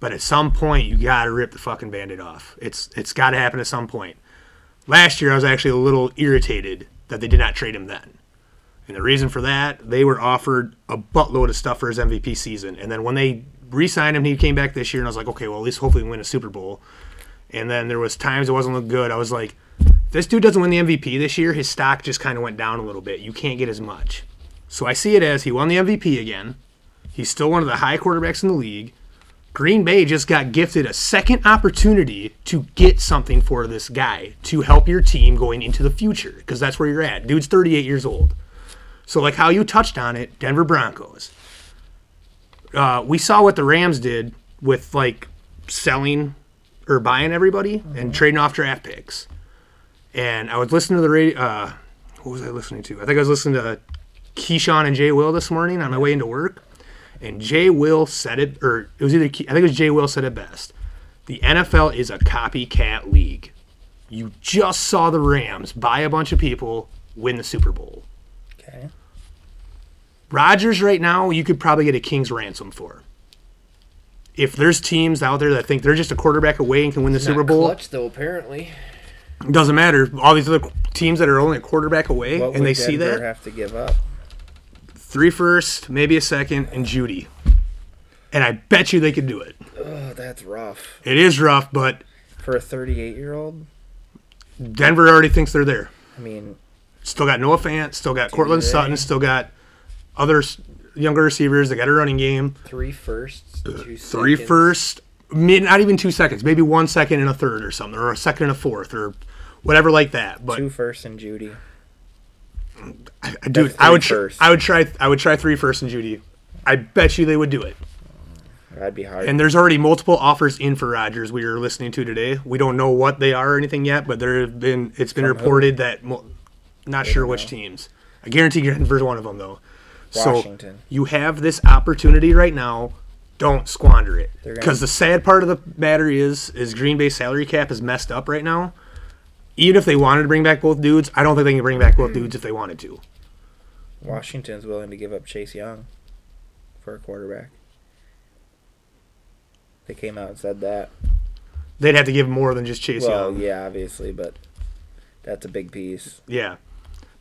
But at some point, you gotta rip the fucking bandit off. It's it's gotta happen at some point. Last year, I was actually a little irritated that they did not trade him then. And the reason for that, they were offered a buttload of stuff for his MVP season. And then when they re-signed him, he came back this year, and I was like, okay, well, at least hopefully we win a Super Bowl. And then there was times it wasn't look good. I was like, if this dude doesn't win the MVP this year. His stock just kind of went down a little bit. You can't get as much. So I see it as he won the MVP again. He's still one of the high quarterbacks in the league. Green Bay just got gifted a second opportunity to get something for this guy to help your team going into the future because that's where you're at. Dude's 38 years old. So like how you touched on it, Denver Broncos. Uh, we saw what the Rams did with like selling or buying everybody and trading off draft picks. And I was listening to the radio. Uh, what was I listening to? I think I was listening to uh, Keyshawn and Jay Will this morning on my way into work. And Jay Will said it, or it was either Ke- I think it was Jay Will said it best. The NFL is a copycat league. You just saw the Rams buy a bunch of people, win the Super Bowl.
Okay.
Rodgers right now, you could probably get a king's ransom for. If there's teams out there that think they're just a quarterback away and can win the Super Bowl,
though, apparently.
doesn't matter. All these other teams that are only a quarterback away,
What
and
would
they see
Denver
that
have to give up?
three first, maybe a second, and Judy. And I bet you they could do it.
Oh, that's rough.
It is rough, but
For a 38 year old?
Denver already thinks they're there.
I mean,
Still got Noah Fant, still got Cortland Sutton, still got other s- younger receivers. They got a running game.
Three firsts, two
Uh, Three
seconds.
first, mid, not even two seconds, maybe one second and a third or something, or a second and a fourth, or whatever like that. But
two first and Judy.
dude,
That's
I would,
three
tr-
firsts.
I would try, I would try three first and Judy. I bet you they would do it.
That'd be hard.
And there's already multiple offers in for Rodgers. We were listening to today. We don't know what they are or anything yet, but there have been. It's been reported that mul- not sure which teams. I guarantee Denver's one of them though.
Washington.
So you have this opportunity right now. Don't squander it.
They're gonna-
Because the sad part of the matter is, is Green Bay salary cap is messed up right now. Even if they wanted to bring back both dudes, I don't think they can bring back both dudes if they wanted to.
Washington's willing to give up Chase Young for a quarterback. They came out and said that.
They'd have to give more than just Chase
well,
Young.
yeah, obviously, but that's a big piece.
Yeah.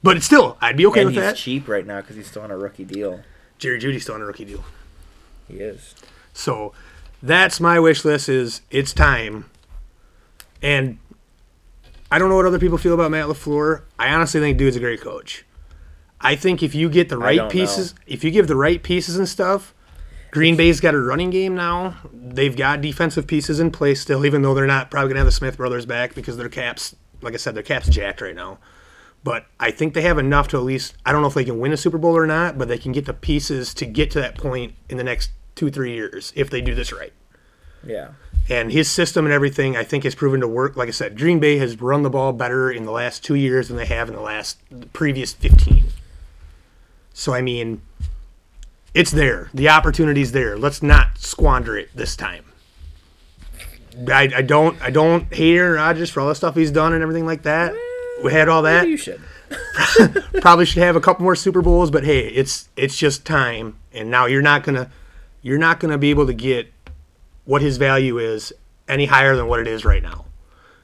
But still, I'd be okay
and
with
he's
that.
cheap right now because he's still on a rookie deal.
Jerry Judy's still on a rookie deal.
He is.
So that's my wish list is it's time. And I don't know what other people feel about Matt LaFleur. I honestly think dude's a great coach. I think if you get the right
don't
pieces, if you give the right pieces and stuff, Green Bay's got a running game now. They've got defensive pieces in place still, even though they're not probably gonna have the Smith brothers back because their caps, like I said, their caps jacked right now. But I think they have enough to at least I don't know if they can win a Super Bowl or not, but they can get the pieces to get to that point in the next two three years if they do this right.
Yeah.
And his system and everything, I think, has proven to work. Like I said, Green Bay has run the ball better in the last two years than they have in the last the previous fifteen. So I mean, it's there. The opportunity's there. Let's not squander it this time. I, I don't I don't hate Aaron Rodgers for all the stuff he's done and everything like that. We had all that
You should.
probably should have a couple more Super Bowls, but hey, it's it's just time. And now you're not gonna you're not gonna be able to get what his value is any higher than what it is right now,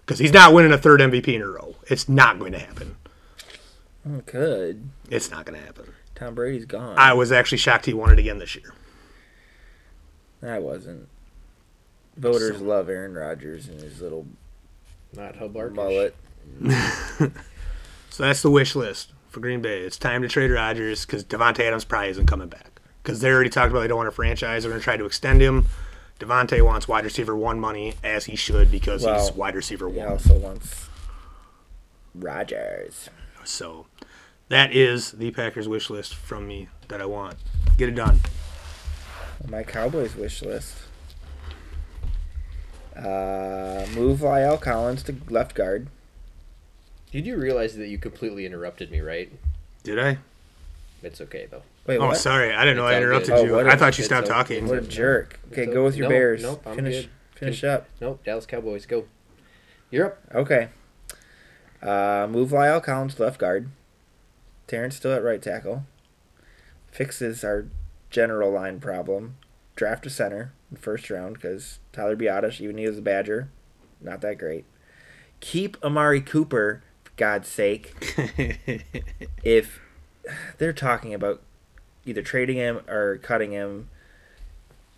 because he's not winning a third MVP in a row. It's not going to happen.
Oh,
Good.
It's not going to happen.
Tom Brady's gone.
I was actually shocked he won it again this year.
I wasn't. Voters love Aaron Rodgers and his little
Not Hubbard.
mullet.
So that's the wish list for Green Bay. It's time to trade Rodgers because Devonte Adams probably isn't coming back. Because they already talked about they don't want to franchise. They're going to try to extend him. Devonte wants wide receiver one money as he should because
Well,
he's wide receiver
He
one.
also wants Rodgers.
So that is the Packers wish list from me that I want. Get it done.
My Cowboys wish list. Uh, move Lyle Collins to left guard.
Did you realize that you completely interrupted me? Right.
Did I?
It's okay though.
Wait,
Oh,
what?
sorry. I didn't know
It's
I
all good.
interrupted
Oh,
you.
what
I
if
thought you
it's
stopped
all-
talking.
What a jerk. Okay,
It's
go with your
o- no,
Bears.
nope, I'm
finish
good.
finish up.
Nope. Dallas Cowboys go. You're up.
Okay. Uh, move Lyle Collins to left guard. Terrence still at right tackle. Fixes our general line problem. Draft a center in first round because Tyler Biotish, even he was a Badger, not that great. Keep Amari Cooper, for God's sake. if they're talking about either trading him or cutting him,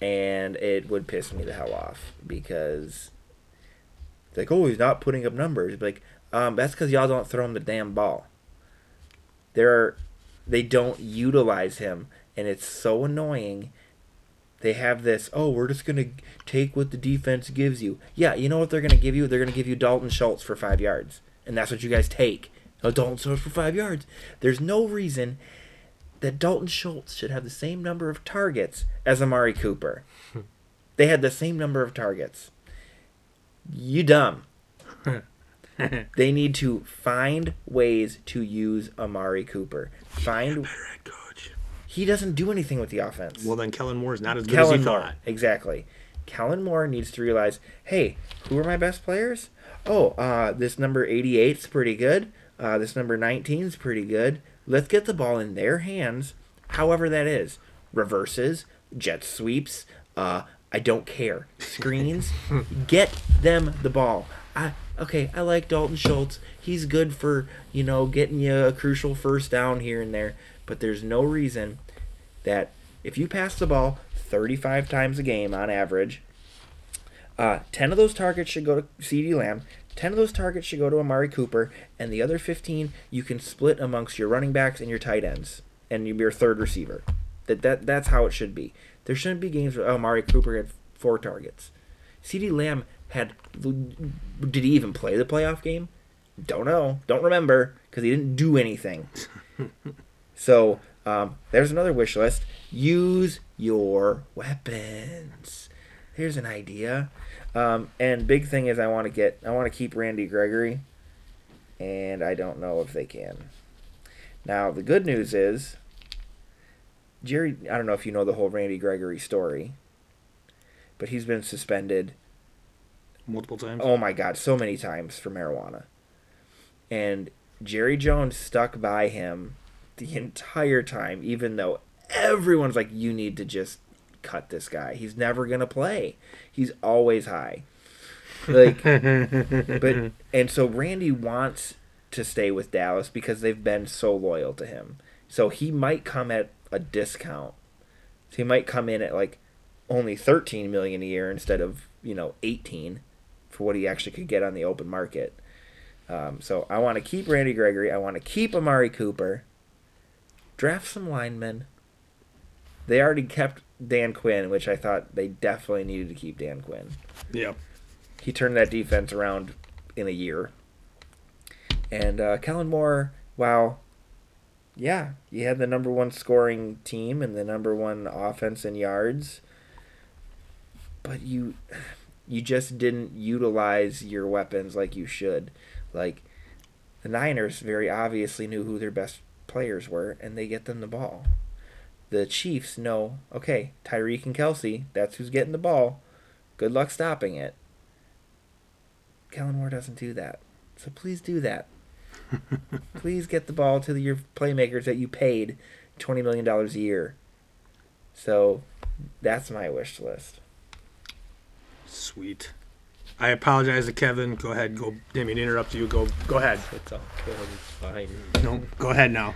and it would piss me the hell off because it's like, oh, he's not putting up numbers. But like, um, that's because y'all don't throw him the damn ball. There are, they don't utilize him, and it's so annoying. They have this, oh, we're just gonna take what the defense gives you. Yeah, you know what they're gonna give you? They're gonna give you Dalton Schultz for five yards, and that's what you guys take. Oh, Dalton Schultz for five yards. There's no reason that Dalton Schultz should have the same number of targets as Amari Cooper. they had the same number of targets. You dumb. they need to find ways to use Amari Cooper. Find
Alright, coach.
he doesn't do anything with the offense.
Well, then Kellen Moore's not as good as
Kellen
he
Moore.
thought.
Exactly. Kellen Moore needs to realize, hey, who are my best players? Oh, uh, this number 88 is pretty good. Uh, this number 19 is pretty good. Let's get the ball in their hands, however that is. Reverses, jet sweeps, uh, I don't care. Screens, get them the ball. I, okay, I like Dalton Schultz. He's good for, you know, getting you a crucial first down here and there, but there's no reason that if you pass the ball 35 times a game on average, uh, 10 of those targets should go to CD Lamb, 10 of those targets should go to Amari Cooper, and the other 15 you can split amongst your running backs and your tight ends and your third receiver. That, that That's how it should be. There shouldn't be games where oh, Amari Cooper had four targets. CD Lamb had. Did he even play the playoff game? Don't know. Don't remember because he didn't do anything. So um, there's another wish list. Use your weapons. Here's an idea. Um, and big thing is I want to get I want to keep Randy Gregory, and I don't know if they can. Now the good news is Jerry. I don't know if you know the whole Randy Gregory story, but he's been suspended
Multiple times.
oh my god, so many times for marijuana. And Jerry Jones stuck by him the entire time, even though everyone's like, you need to just cut this guy. He's never gonna play. He's always high. Like but and so Randy wants to stay with Dallas because they've been so loyal to him. So he might come at a discount. So he might come in at like only 13 million a year instead of, you know, 18 for what he actually could get on the open market. Um, so I want to keep Randy Gregory. I want to keep Amari Cooper. Draft some linemen. They already kept Dan Quinn, which I thought they definitely needed to keep Dan Quinn
Yeah.
he turned that defense around in a year. And uh, Kellen Moore, wow, yeah, you had the number one scoring team and the number one offense in yards, but you you just didn't utilize your weapons like you should. Like the Niners very obviously knew who their best players were, and they get them the ball. The Chiefs know, okay, Tyreek and Kelsey, that's who's getting the ball. Good luck stopping it. Kellen Moore doesn't do that. So please do that. Please get the ball to your playmakers that you paid twenty million dollars a year. So that's my wish list.
Sweet. I apologize to Kevin. Go ahead. Go. Didn't mean to interrupt you. Go. Go ahead.
It's all good. It's fine.
No. Go ahead now.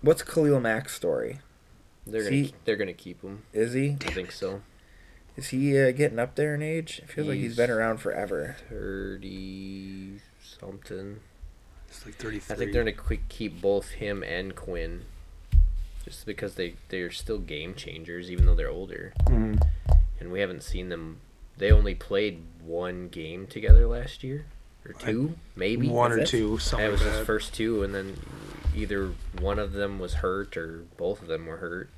What's Khalil Mack's story?
They're gonna
See-
they're gonna keep him.
Is he
I think so.
is he uh, getting up there in age? It feels like he's
He's-
been around forever.
Thirty something.
It's like 33.
I think they're gonna quick keep both him and Quinn, just because they they're still game changers even though they're older,
Mm-hmm.
and we haven't seen them. They only played one game together last year, or two maybe.
one or
That's it?
two. Something
That was
like
his
that.
first two, and then either one of them was hurt or both of them were hurt.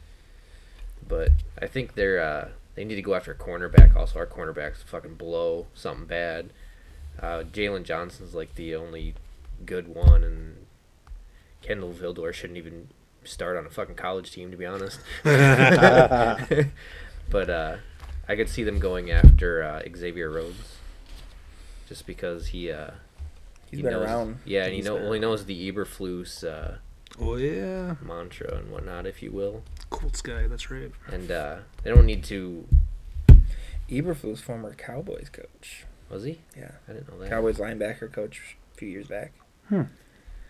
But I think they're uh, they need to go after a cornerback. Also, our cornerbacks fucking blow something bad. Uh, Jalen Johnson's like the only good one, and Kendall Vildor shouldn't even start on a fucking college team to be honest. but uh, I could see them going after uh, Xavier Rhodes, just because he. Uh,
He's
he
been
knows-
around.
Yeah, and he
He's
know
been
well he knows the Eberflus uh,
Oh yeah,
mantra and whatnot, if you will.
Colts guy. That's right.
And uh, they don't need to.
Eberflus, former Cowboys coach.
Was he?
Yeah.
I didn't know that.
Cowboys linebacker coach a few years back.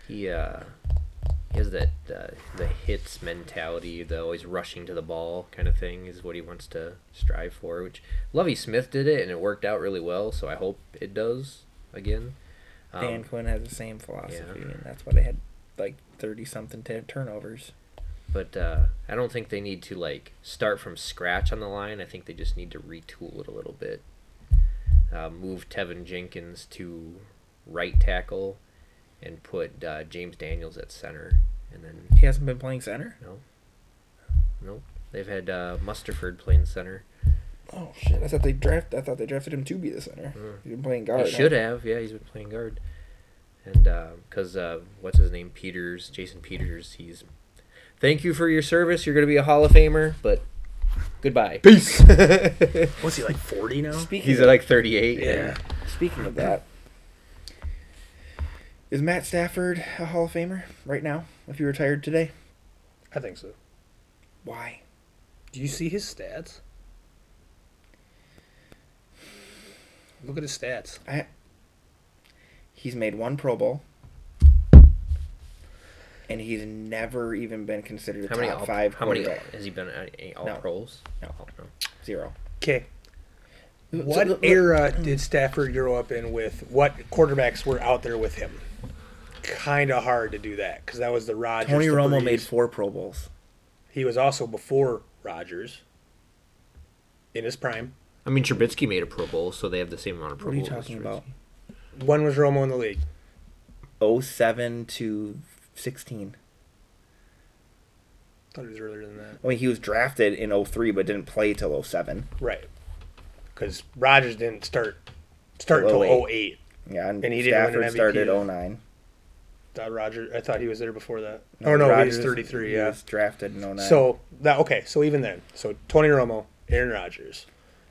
he uh, he has that uh, the hits mentality, the always rushing to the ball kind of thing is what he wants to strive for. Which Lovey Smith did it, and it worked out really well. So I hope it does again. Um,
Dan Quinn has the same philosophy,
yeah.
and that's why they had like thirty something t- turnovers.
but uh, I don't think they need to like start from scratch on the line. I think they just need to retool it a little bit. Uh, move Tevin Jenkins to right tackle, and put uh, James Daniels at center, and then
He hasn't been playing center.
they've had uh, Musterford playing center.
Oh shit! I thought they draft. I thought they drafted him to be the center.
Mm.
He's been playing guard.
He should have, yeah. He's been playing guard, and because uh, what's his name, Peters, Jason Peters, he's. Thank you for your service. You're going to be a Hall of Famer, but goodbye.
Peace. What's he like? Forty now.
Speaking
He's
of,
like 38.
Yeah.
speaking of that, is Matt Stafford a Hall of Famer right now? If he retired today,
I think so.
why?
Do you see his stats? Look at his stats.
He's made one Pro Bowl, and he's never even been considered a
How
top
many all,
five.
How many
quarterback.
has he been at any all
No.
pros?
No.
Oh, no.
Zero.
Okay.
So,
What
look-
era did Stafford grow up in with? What quarterbacks were out there with him? Kind of hard to do that because that was the Rodgers.
Tony
the
Romo
Brees.
made four Pro Bowls.
He was also before Rodgers in his prime.
I mean, Trubisky made a Pro Bowl, so they have the same amount of Pro
What are you
Bowls. as
talking about?
When was Romo in the league?
07 Oh, to 16.
I thought it was earlier than that.
I mean, he was drafted in 03 but didn't play till 07.
Right. Because Rodgers didn't start start
Till
until
08.
08.
Yeah, and,
And he didn't win
Stafford
an MVP
started
then.
09.
Thought Roger, I thought he was there before that. oh no,
Rodgers-
he's 33.
he
Yeah.
was drafted in 09.
So that okay. So even then, so Tony Romo, Aaron Rodgers,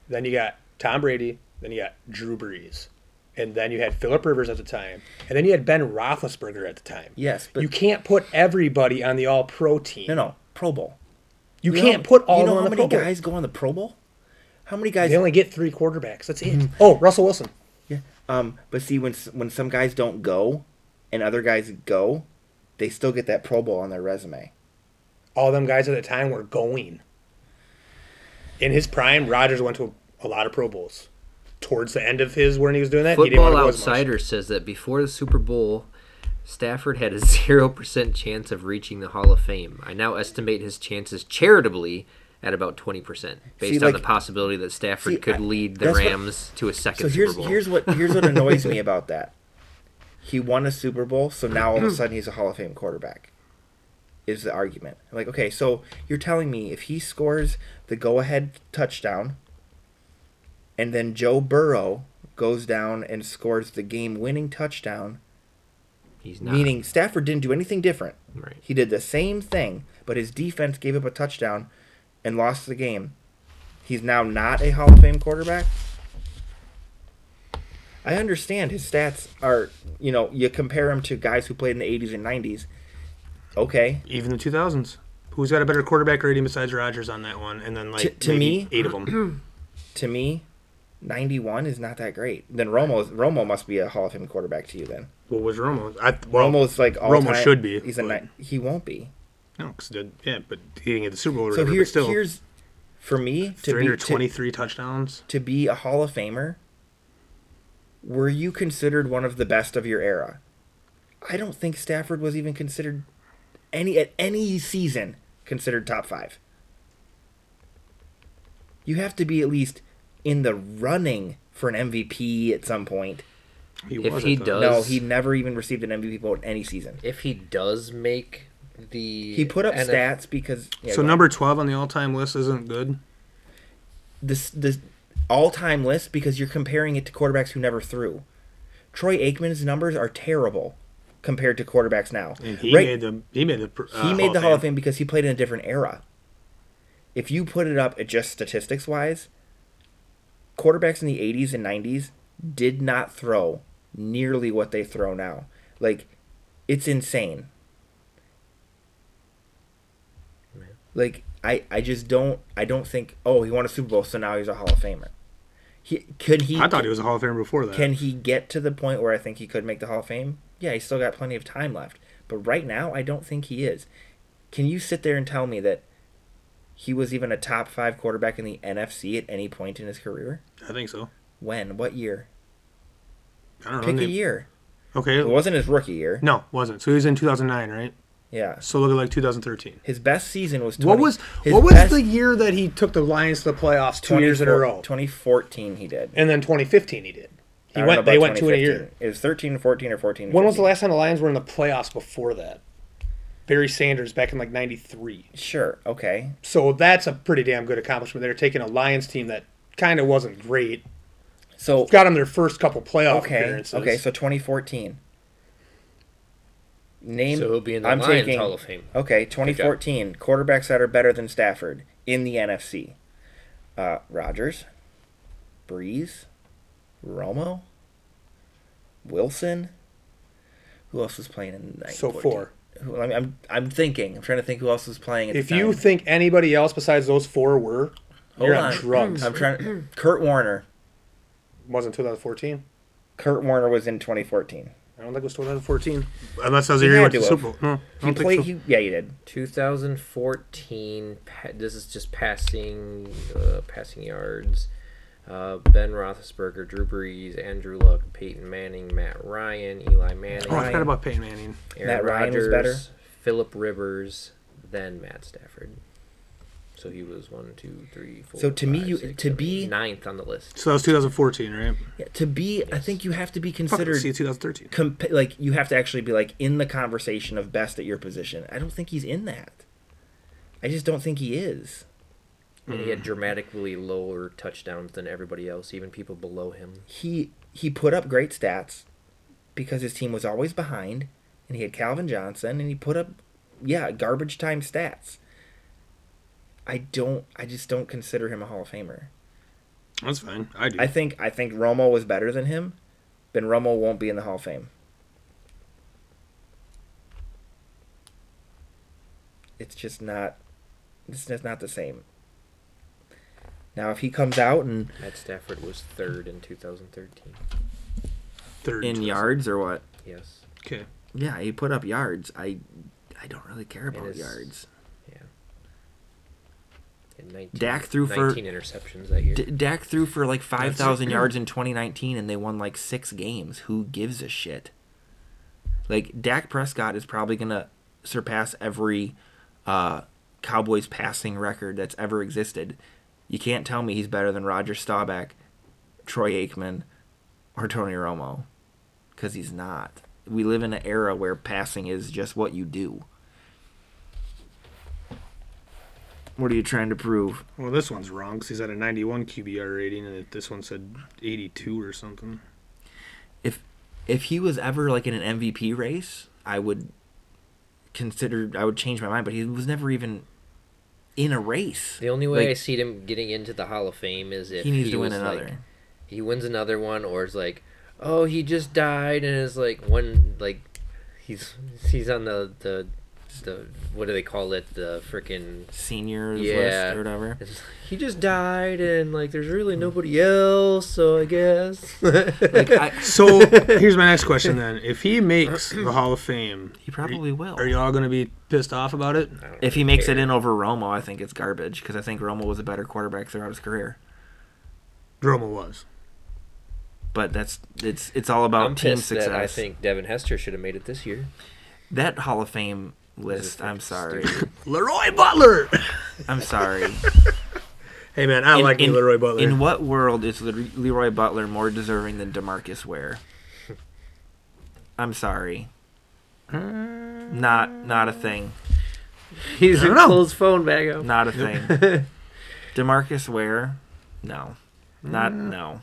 then you got Tom Brady, then you got Drew Brees, and then you had Philip Rivers at the time, and then you had Ben Roethlisberger at the time.
Yes, but
you can't put everybody on the All Pro team.
no, no, Pro Bowl.
you,
know-
can't put all
You know how
of them on the
many
Pro Bowl.
guys go on the Pro Bowl? How many guys?
They only get three quarterbacks. That's
Hmm.
it. Oh, Russell Wilson.
Yeah. Um, but see, when s- when some guys don't go, and other guys go, they still get that Pro Bowl on their resume.
All them guys at the time were going. In his prime, Rodgers went to a, lot of Pro Bowls. Towards the end of his, when he was doing that, he didn't
Football
want to go as much.
Outsider says that before the Super Bowl, Stafford had a 0% chance of reaching the Hall of Fame. I now estimate his chances charitably at about 20%, based
See,
on
like-
the possibility that Stafford
See,
could
I-
lead the
that's what-
Rams to a second
So here's
Super Bowl.
here's what here's what annoys me about that. He won a Super Bowl, so now all of a sudden he's a Hall of Fame quarterback. Is the argument. I'm like, okay, so you're telling me if he scores the go ahead touchdown and then Joe Burrow goes down and scores the game winning touchdown,
He's not.
meaning Stafford didn't do anything different.
Right.
He did the same thing, but his defense gave up a touchdown and lost the game. He's now not a Hall of Fame quarterback. I understand his stats are, you know, you compare him to guys who played in the 80s and 90s. Okay.
even the 2000s. Who's got a better quarterback rating besides Rodgers on that one? And then like
To- to
maybe
me-
eight of them.
To me, 91 is not that great. Then Romo Romo must be a Hall of Fame quarterback to you then.
what was Romo? I, well,
Romo's like all
Romo
time-
should be,
He's a
but-
ni- he won't be.
no, 'cause the- yeah, but he didn't get the Super Bowl. Or
So
whatever,
here,
but still,
here's for me to be to,
323 touchdowns.
to be a Hall of Famer, were you considered one of the best of your era? I don't think Stafford was even considered any at any season considered top 5. You have to be at least in the running for an MVP at some point.
He
If
was, I
he
thought.
does-
No, he never even received an MVP vote in any season.
If he does make the
He put up
NF
stats because yeah,
so
go
number 12 on the all-time list isn't good.
this this all-time list because you're comparing it to quarterbacks who never threw. Troy Aikman's numbers are terrible compared to quarterbacks now.
And he
Right-
made the he made the pr- uh,
he made the Hall of Fame because he played in a different era. If you put it up at just statistics wise, quarterbacks in the 80s and 90s did not throw nearly what they throw now. Like, it's insane. Like, I, I just don't I don't think oh he won a Super Bowl so now he's a Hall of Famer. He could he
I thought he was a Hall of Famer before that.
can he get to the point where I think he could make the Hall of Fame? Yeah, he's still got plenty of time left. But right now, I don't think he is. Can you sit there and tell me that he was even a top five quarterback in the NFC at any point in his career?
I think so.
When? What year?
I don't know.
Pick a
Name-
year. It
Okay.
wasn't his rookie year.
No, wasn't. So he was in 2009, right?
Yeah.
So look at like 2013.
His best season was 20,
What was
his
what was
best-
the year that he took the Lions to the playoffs two years in a
24
row?
2014 he did.
And then 2015 he did.
I
He
don't know
went.
about
They went two in a
2015.
year.
It was 13 14 or 14
When was the
15.
last time the Lions were in the playoffs before that? Barry Sanders back in like '93.
Sure. Okay.
So that's a pretty damn good accomplishment. They're taking a Lions team that kind of wasn't great,
So
got them their first couple playoff
okay.
appearances.
Okay. So 2014. Name.
So he'll be in the
I'm
Lions
taking-
Hall of Fame.
Okay, 2014 quarterbacks that are better than Stafford in the NFC: uh, Rodgers, Breeze, Romo, Wilson. Who else was playing in? the
So
1914?
four.
Who, I mean, I'm I'm thinking. I'm trying to think who else was playing. At
If
the
you
time.
think anybody else besides those four were,
Hold
you're on, drugs.
I'm trying. Kurt Warner.
wasn't 2014.
Kurt Warner was in 2014.
I don't think it was 2014. Unless that was
He
the year
had
he went to
to
the
have.
Super Bowl. No, I
He
don't think
played.
so.
He, yeah, he did.
2014. pa- This is just passing, uh, passing yards. Uh, ben Roethlisberger, Drew Brees, Andrew Luck, Peyton Manning, Matt Ryan, Eli Manning,
Oh, I forgot about Peyton Manning.
Aaron
Matt Ryan was
Rodgers,
better.
Philip Rivers, then Matt Stafford. So he was one, two, three, four.
So to me,
five,
you-
six,
to
seven,
be-
eight, ninth on the list.
So that was 2014, right?
Yeah, to be, I think you have to be
Fuck, let's
considered.
see, 2013.
comp- like you have to actually be like in the conversation of best at your position. I don't think he's in that. I just don't think he is.
And he had
Hmm.
dramatically lower touchdowns than everybody else, even people below him.
He he put up great stats because his team was always behind and he had Calvin Johnson and he put up yeah, garbage time stats. I don't I just don't consider him a Hall of Famer.
That's fine. I do.
I think I think Romo was better than him. Then Romo won't be in the Hall of Fame. It's just not. It's just not the same. Now, if he comes out and
Matt Stafford was third in 2013.
Third
in
choice.
yards or what?
Yes.
Okay.
Yeah, he put up yards. I, I don't really care about
is-
yards.
And 19,
Dak threw for-
19 interceptions that year.
D- Dak threw for like five thousand yards in 2019, and they won like six games. Who gives a shit? Like Dak Prescott is probably gonna surpass every uh, Cowboys passing record that's ever existed. You can't tell me he's better than Roger Staubach, Troy Aikman, or Tony Romo, because he's not. We live in an era where passing is just what you do. What are you trying to prove?
Well, this one's wrong because he's at a 91 QBR rating, and this one said 82 or something.
if if he was ever like in an MVP race, I would consider I would change my mind, but he was never even in a race.
The only way I
Like,
see him getting into the Hall of Fame is if
he needs to win
was,
another.
Like, he wins another one, or is like, oh, he just died, and it's like when like he's he's on the the the what do they call it the freaking
Seniors
Yeah.
list or whatever.
he just died, and like there's really nobody else, so I guess
Hmm. Like, I,
So here's my next question then: If he makes the Hall of Fame,
he probably will.
are y'all gonna be pissed off about it?
If he makes it in over Romo, I think it's garbage because I think Romo was a better quarterback throughout his career.
Roma was.
But that's it's it's all about
I'm
team
pissed
success.
that I think Devin Hester should have made it this year.
that Hall of Fame list. I'm sorry.
Leroy Butler.
I'm sorry.
Hey man, I
In-
like me
in-
Leroy Butler.
In what world is Ler- Leroy Butler more deserving than Demarcus Ware? I'm sorry.
Hmm.
Not not a thing.
He's
I
a
don't know.
closed phone back up.
Not a thing. Demarcus Ware, no, not no.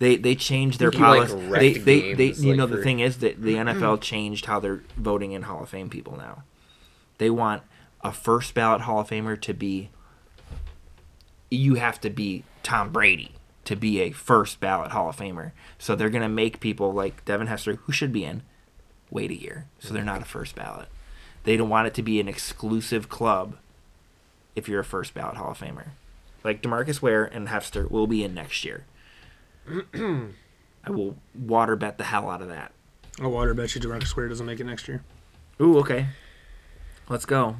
They they changed their
You, like,
policy.
wrecked
they they, they
games,
you
like,
know the
for-
thing is that the NFL changed how they're voting in Hall of Fame people now. They want a first ballot Hall of Famer to be. You have to be Tom Brady to be a first ballot Hall of Famer. So they're gonna make people like Devin Hester, who should be in, wait a year. So they're not a first ballot. They don't want it to be an exclusive club if you're a first ballot Hall of Famer. Like Demarcus Ware and Hefster will be in next year. I will water bet the hell out of that.
I water bet you Demarcus Ware doesn't make it next year.
Ooh, okay. Mm-hmm. Let's go.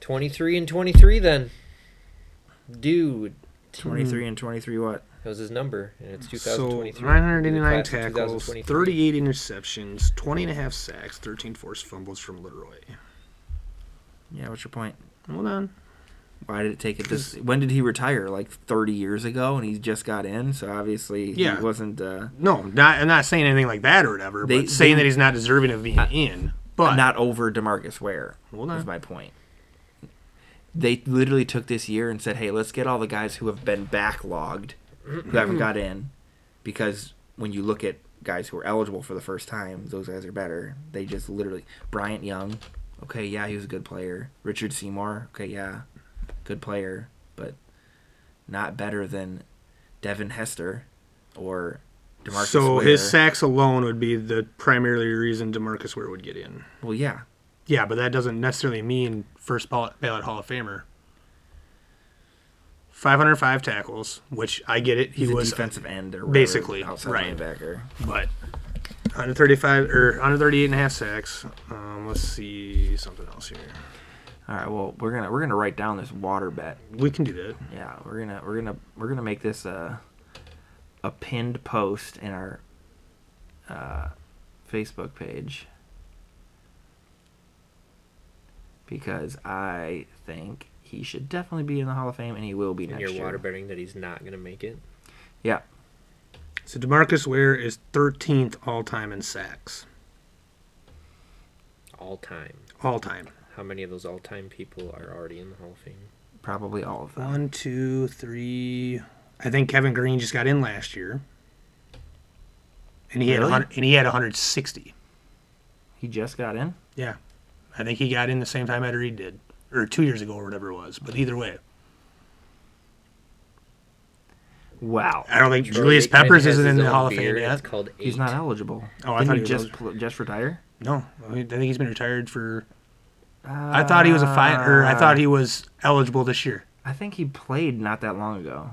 23 and 23 then. Dude.
23 and 23 what?
That was his number, and it's
So
2023.
989
Class of
tackles,
2023.
38 interceptions, 20 and a half sacks, 13 forced fumbles from Leroy.
Yeah, what's your point?
Hold on.
Why did it take it this? When did he retire? Like 30 years ago, and he just got in. So obviously,
Yeah.
he wasn't. Uh,
No, not, I'm not saying anything like that or whatever,
They-
but saying
they- Uh,
that he's not deserving of being in. But
not over Demarcus Ware.
Hold
Is
on.
my point. They literally took this year and said, "Hey, let's get all the guys who have been backlogged, who haven't got in, because when you look at guys who are eligible for the first time, those guys are better. They just literally Bryant Young, okay, yeah, he was a good player. Richard Seymour, okay, yeah, good player, but not better than Devin Hester or Demarcus.
so
Ware.
his sacks alone would be the primary reason Demarcus Ware would get in.
well, yeah,
Yeah, but that doesn't necessarily mean first ball- ballot Hall of Famer. 505 tackles, which I get it. He
he's a
was
defensive end or whatever,
basically,
outside
right.
linebacker.
but 135 or 138 and a half sacks. Um, let's see something else here.
All right. Well, we're gonna we're gonna write down this water bet.
We can do that.
Yeah, we're gonna we're gonna we're gonna make this a a pinned post in our uh, Facebook page because I think he should definitely be in the Hall of Fame and he will be
And
next
you're
year.
water betting that he's not going to make it.
yeah.
So Demarcus Ware is 13th all time in sacks.
All time.
All time.
How many of those all time people are already in the Hall of Fame?
Probably all of them.
One, two, three. I think Kevin Green just got in last year, and he had
Really?
had and he had 160.
He just got in.
Yeah, I think he got in the same time Ed Reed did, or two years ago, or whatever it was. But either way,
Wow.
I don't think
Bro,
Julius
Nick Mann
Peppers
has
isn't
his
in the
own
Hall of Fame
beer.
yet.
It's called eight.
He's not eligible.
Oh, I
Didn't
thought
he
he was
just pl- just retire.
No, I mean, I think he's been retired for. I thought he was a fine, or I thought he was eligible this year.
I think he played not that long ago.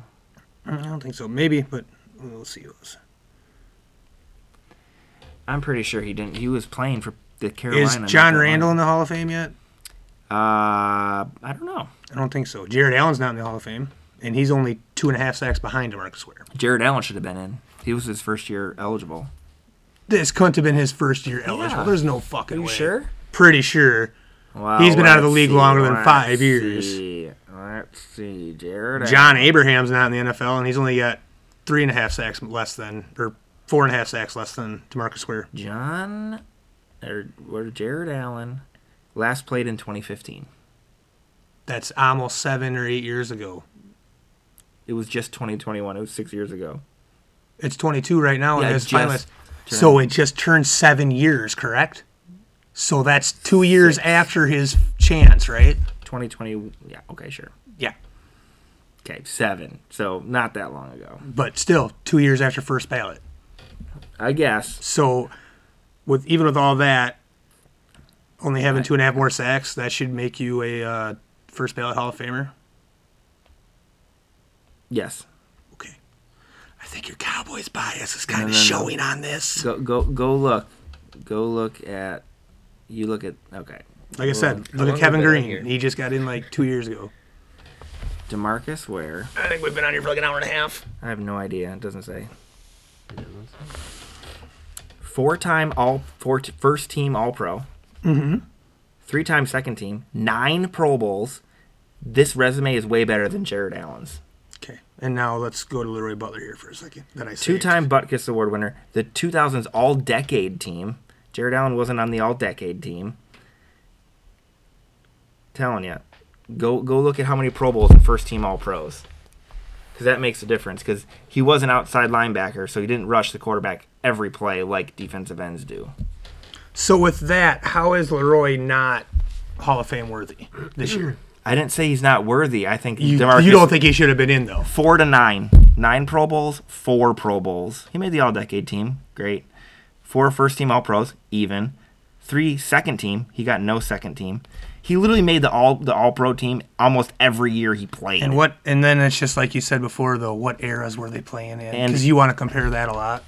I don't think so. Maybe, but we'll see. who else.
I'm pretty sure he didn't. He was playing for the Carolina.
Is
not
John
that long
Randall
ago.
in the Hall of Fame yet?
Uh, I don't know.
I don't think so. Jared Allen's not in the Hall of Fame, and he's only two and a half sacks behind Demarcus Ware.
Jared Allen should have been in. He was his first year eligible.
This couldn't have been his first year eligible.
Yeah.
There's no fucking way.
sure?
Pretty sure.
Well,
He's been out of the
let's
league
see,
longer than
let's
five years.
see, Let's see, Jared.
John Abraham's not in the NFL, and he's only got three and a half sacks less than, or four and a half sacks less than Demarcus Ware.
John or what? Jared Allen last played in 2015.
That's almost seven or eight years ago.
It was just 2021. It was six years ago.
It's 22 right now,
Yeah,
and it's
just
finalist. So
turned-
it just turned seven years, correct? So that's two years after his chance, right?
2020. Yeah. Okay. Sure.
Yeah.
Okay, seven. So not that long ago,
but still two years after first ballot.
I guess.
So, with even with all that, only having two and a half more sacks, that should make you a uh, first ballot Hall of Famer.
Yes.
Okay, I think your Cowboys bias is kind
No,
of
no, no.
showing on this.
Go go go look, go look at. You look at okay,
Like I said,
long
look at
we
Kevin
been on
Green.
here?
He just got in like two years ago.
Demarcus Ware.
I think we've been on here for like an hour and a half.
I have no idea. It doesn't say. Four-time all four first team All Pro. Mm-hmm. Three-time second team. Nine Pro Bowls. This resume is way better than Jared Allen's.
Okay, and now let's go to Leroy Butler here for a second. That I saved.
Two-time Butkus Award winner. The 2000s All-Decade team. Jared Allen wasn't on the All-Decade team. Telling you, go go look at how many Pro Bowls and first team All Pros. because that makes a difference. Because he was an outside linebacker, so he didn't rush the quarterback every play like defensive ends do.
So with that, how is Leroy not Hall of Fame worthy this year?
I didn't say he's not worthy. I think
You,
DeMarcus-
you don't think he should have been in though?
four to nine, nine Pro Bowls, four Pro Bowls. He made the All Decade team, great. Four first team All Pros, even. Three second team, he got no second team. He literally made the All the All Pro team almost every year he played.
And what? And then it's just like you said before, though. What eras were they playing in?
And-
Because you want to compare that a lot.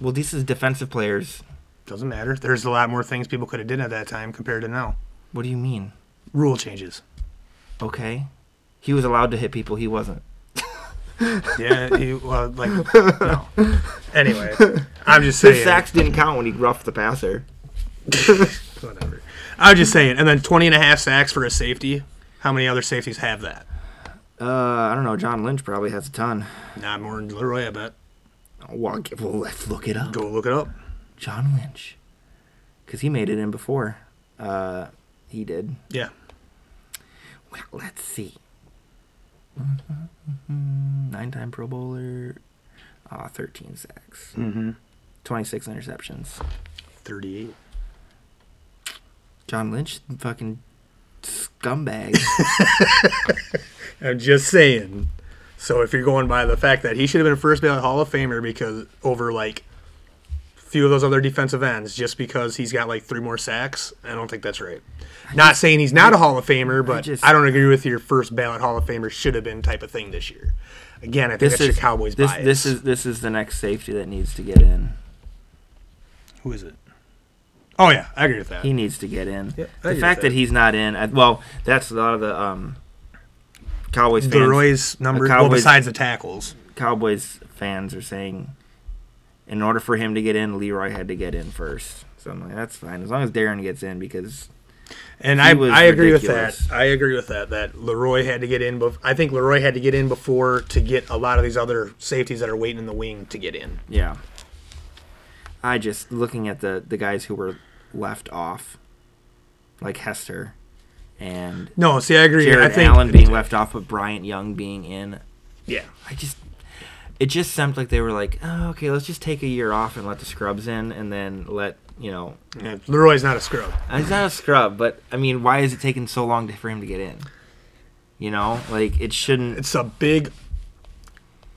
well, this is defensive players.
Doesn't matter. There's a lot more things people could have done at that time compared to now.
What do you mean?
Rule changes.
Okay, he was allowed to hit people. He wasn't.
Yeah, you, well, like no. Anyway, I'm just
His
saying.
sacks didn't count when he roughed the passer.
Whatever. I'm just saying. And then 20 and a half sacks for a safety. How many other safeties have that?
Uh, I don't know. John Lynch probably has a ton.
Not more than Leroy, I bet.
Well, I'll get- well, let's look it up.
Go look it up.
John Lynch, because he made it in before. Uh, he did.
Yeah.
Well, let's see. Mm-hmm, Nine-time Pro Bowler, uh, thirteen sacks, mm-hmm. twenty-six interceptions.
38.
John Lynch, fucking scumbag.
I'm just saying. So if you're going by the fact that he should have been a first ballot Hall of Famer because over like few of those other defensive ends just because he's got like three more sacks, I don't think that's right. Not saying he's not a Hall of Famer, but I,
just-
don't agree with your first ballot Hall of Famer should have been type of thing this year. Again, I think
this
that's
is
your Cowboys
this,
bias.
this is this is the next safety that needs to get in.
who is it? Oh yeah, I agree with that.
He needs to get in.
Yeah, I agree
the
with
fact that.
that.
he's not in, I, well, that's a lot of the um, Cowboys fans.
Leroy's number well
Cowboys-
besides the tackles.
Cowboys fans are saying, in order for him to get in, Leroy had to get in first. So I'm like, that's fine as long as Darren gets in because
And
He
I,
was
I agree
ridiculous.
with that. I agree with that. That Leroy had to get in. Bef- I think Leroy had to get in before to get a lot of these other safeties that are waiting in the wing to get in.
yeah. I just looking at the the guys who were left off, like Hester, and
No, see, I agree.
Jared
I think
Allen being left off, but Bryant Young being in.
yeah,
I just it just seemed like they were like, oh, okay, let's just take a year off and let the scrubs in, and then let you know.
yeah, Leroy's not a scrub.
He's not a scrub, but I mean, why is it taking so long to- for him to get in? You know, like it shouldn't.
It's a big.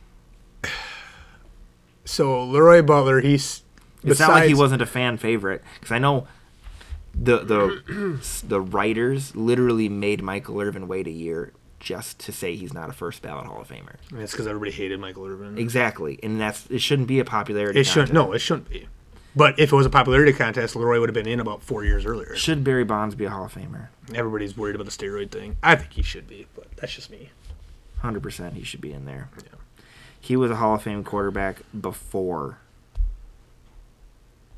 So Leroy Butler, he's.
It's not like he
besides-
wasn't a fan favorite because I know the the the writers literally made Michael Irvin wait a year just to say he's not a first ballot Hall of Famer.
It's because everybody hated Michael Irvin.
Exactly, and that's it. Shouldn't be a popularity.
It shouldn't.
contest.
No, it shouldn't be. But if it was a popularity contest, Leroy would have been in about four years earlier.
Should Barry Bonds be a Hall of Famer?
Everybody's worried about the steroid thing. I think he should be, but that's just me.
Hundred percent, he should be in there. He was a Hall of Fame quarterback before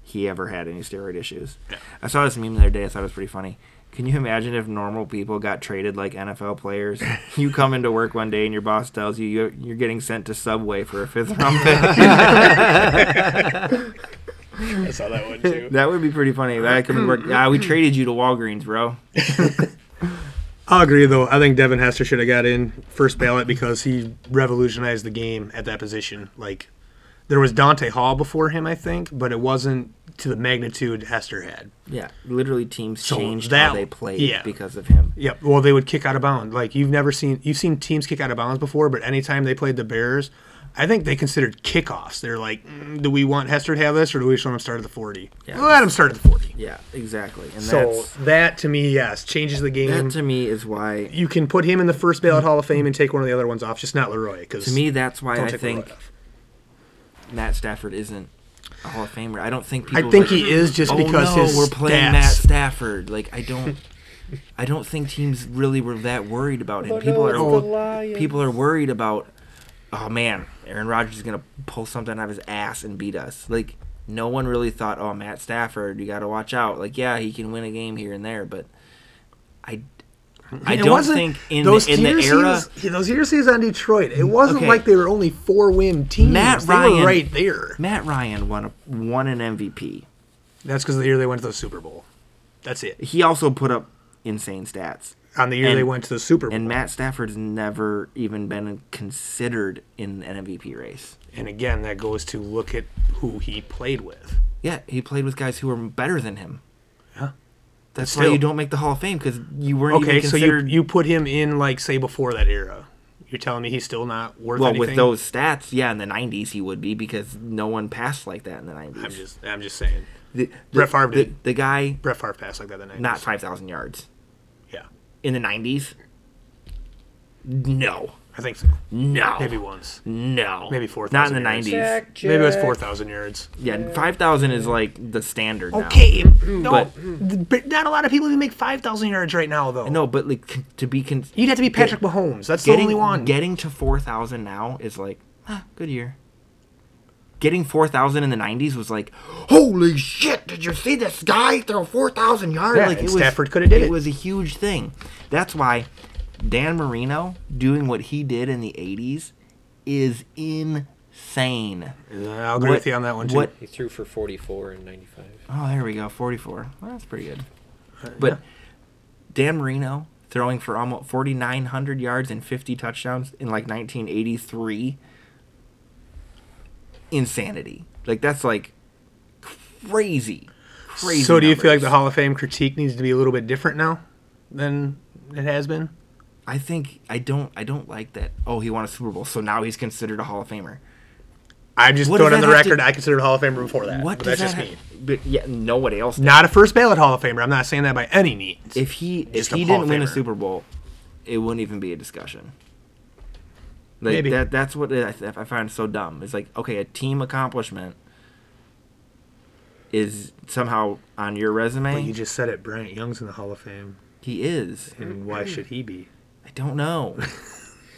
he ever had any steroid issues. I saw this meme the other day. I thought it was pretty funny. Can you imagine if normal people got traded like NFL players? you come into work one day and your boss tells you you're, you're getting sent to Subway for a fifth round pick.
I saw that one too.
that would be pretty funny. That could work. Ah, we traded you to Walgreens, bro.
I'll agree, though. I think Devin Hester should have got in first ballot because he revolutionized the game at that position. Like, There was Dante Hall before him, I think, but it wasn't to the magnitude Hester had.
Yeah, literally teams
So
changed
that-
how they played
yeah.
because of him.
Yep. Well, they would kick out of bounds. Like you've never seen you've seen teams kick out of bounds before, but anytime they played the Bears, I think they considered kickoffs. They're like, mm, do we want Hester to have this, or do we just want him to start at the forty?
Yeah.
Let him start at the forty.
Yeah, exactly. And
So
that's
that to me, yes, changes the game.
that to me is why
you can put him in the first ballot Hall of Fame and take one of the other ones off, just not Leroy. Because
to me that's why I
take
think
Leroy off.
Matt Stafford isn't a Hall of Famer. I don't think
I
people
think
like,
he is just
oh,
because
no,
his
we're playing
stats.
Matt Stafford. Like I don't I don't think teams really were that worried about him. people are people are worried about oh man, Aaron Rodgers is gonna pull something out of his ass and beat us. Like no one really thought, oh Matt Stafford, you gotta watch out. Like yeah, he can win a game here and there, but I I
It
don't
wasn't-
think in
those
the, in the
years he
era
was- he- those years he was on Detroit, it wasn't
Okay.
like they were only four win teams.
Matt
they
Ryan-
were right there.
Matt Ryan won a, won an MVP.
That's because the year they went to the Super Bowl. That's it.
He also put up insane stats.
On the year
And-
they went to the Super Bowl,
And
and,
Matt Stafford's never even been considered in an MVP race.
again, that goes to look at who he played with.
Yeah, he played with guys who were better than him.
Yeah.
That's
Still.
why you don't make the Hall of Fame because you weren't
Okay,
even
so you
considered.
you put him in like say before that era. You're telling me he's still not worth
well,
anything?
with those stats, yeah, in the '90s he would be because no one passed like that in the '90s.
I'm just I'm just saying.
the, the,
Brett Favre
the,
did.
the guy
Brett Favre passed like that the night.
not 5,000 yards
yeah,
in the '90s. No,
I think so.
no,
Maybe once.
no,
maybe 4,000
Not in the
yards.
'90s.
Maybe it was four thousand yards.
Yeah, five thousand is like the standard. now.
Okay, no,
But-
Mm. but not a lot of people even make five thousand yards right now, though.
No, but like c- to be con-
you'd have to be Patrick Mahomes. That's the only one.
Getting to four thousand now is like, ah, good year. Getting four thousand in the nineties was like, holy shit! Did you see this guy throw four thousand yards?
Yeah,
like
and Stafford coulda did it.
was a huge thing. That's why Dan Marino doing what he did in the eighties is insane.
I'll agree with you on that one too.
What
He threw for 44 and 95.
Oh, there we go. 44. Well, that's pretty good.
Uh,
But Dan Marino throwing for almost 4,900 yards and 50 touchdowns in like 1983. Insanity. Like, that's like crazy. Crazy.
so, do you feel like the
numbers.
Hall of Fame critique needs to be a little bit different now than it has been?
I think I don't. I don't like that. Oh, he won a Super Bowl, so now he's considered a Hall of Famer.
I'm just
What
throwing
does
on the
that have to-
record. I considered a Hall of Famer before that.
What
but
does
that's just
that
me.
ha- But yeah, nobody else.
Not a first ballot Hall of Famer. I'm not saying that by any means.
If he if
Just a
he
Hall
didn't
of
win a
Famer.
Super Bowl, it wouldn't even be a discussion. Like
Maybe.
that that's what I, I find so dumb. It's like okay, a team accomplishment is somehow on your resume.
But you just said it. Bryant Young's in the Hall of Fame,
he is.
and why should he be?
I don't know.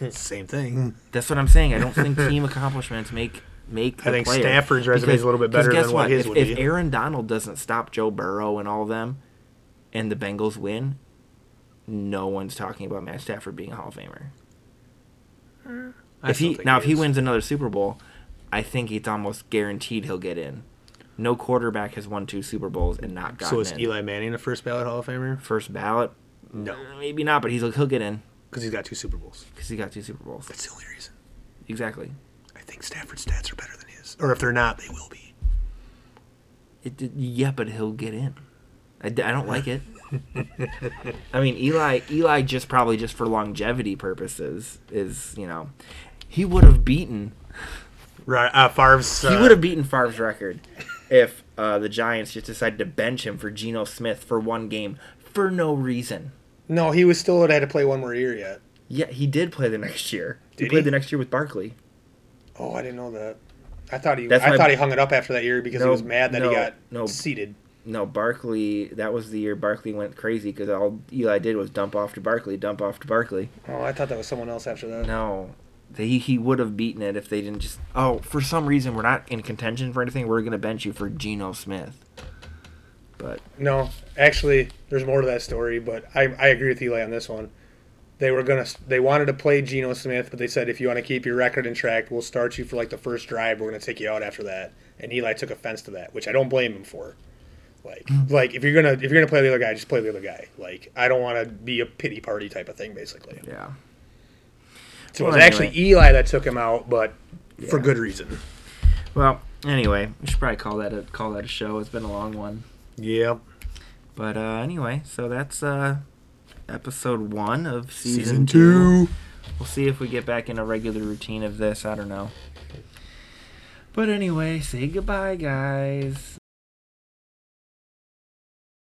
Same thing.
That's what I'm saying. I don't think team accomplishments make make.
I
the
think
player.
Stafford's resume is
Because-
a little bit
'cause
better
guess
than what his
if,
would
if
be.
Aaron Donald doesn't stop Joe Burrow and all of them, and the Bengals win, no one's talking about Matt Stafford being a Hall of Famer.
I
if
still
he
think
now if he
is.
wins another Super Bowl, I think it's almost guaranteed he'll get in. No quarterback has won two Super Bowls and not gotten
so is
in.
Eli Manning a first ballot Hall of Famer?
First ballot,
No,
maybe not, but he's he'll get in
because he's got two Super Bowls.
because he got two Super Bowls.
That's the only reason.
Exactly.
I think Stafford's stats are better than his, or if they're not, they will be.
It, did- yeah, but he'll get in. I, d- I don't like it. I mean, Eli Eli just probably just for longevity purposes is you know he would have beaten
Right, uh, Favre's.
he
uh,
would have beaten Favre's record if uh, the Giants just decided to bench him for Geno Smith for one game for no reason.
No, he was still would have had to play one more year yet.
Yeah, he did play the next year. he
Did
played
he?
the next year with Barkley.
Oh, I didn't know that. I thought he.
That's
I
my-
thought he hung it up after that year because
No,
he was mad that
no,
he got
no.
seated.
No, Barkley. That was the year Barkley went crazy because all Eli did was dump off to Barkley, dump off to Barkley.
Oh, I thought that was someone else after that.
No, they, he would have beaten it if they didn't just. Oh, for some reason we're not in contention for anything. We're gonna bench you for Geno Smith. But
No, actually, there's more to that story, but I, I agree with Eli on this one. They were gonna they wanted to play Geno Smith, but they said if you want to keep your record in track, we'll start you for like the first drive. We're gonna take you out after that. And Eli took offense to that, which I don't blame him for. Like, like if you're gonna if you're gonna play the other guy, just play the other guy. Like, I don't want to be a pity party type of thing, basically.
yeah,
So
Well,
it was actually Eli that took him out, but for
Yeah.
good reason.
Well, anyway, we should probably call that a call that a show. It's been a long one.
Yep.
But uh, anyway, so that's uh, episode one of season,
Season
two.
two.
We'll see if we get back in a regular routine of this. I don't know. But anyway, say goodbye, guys.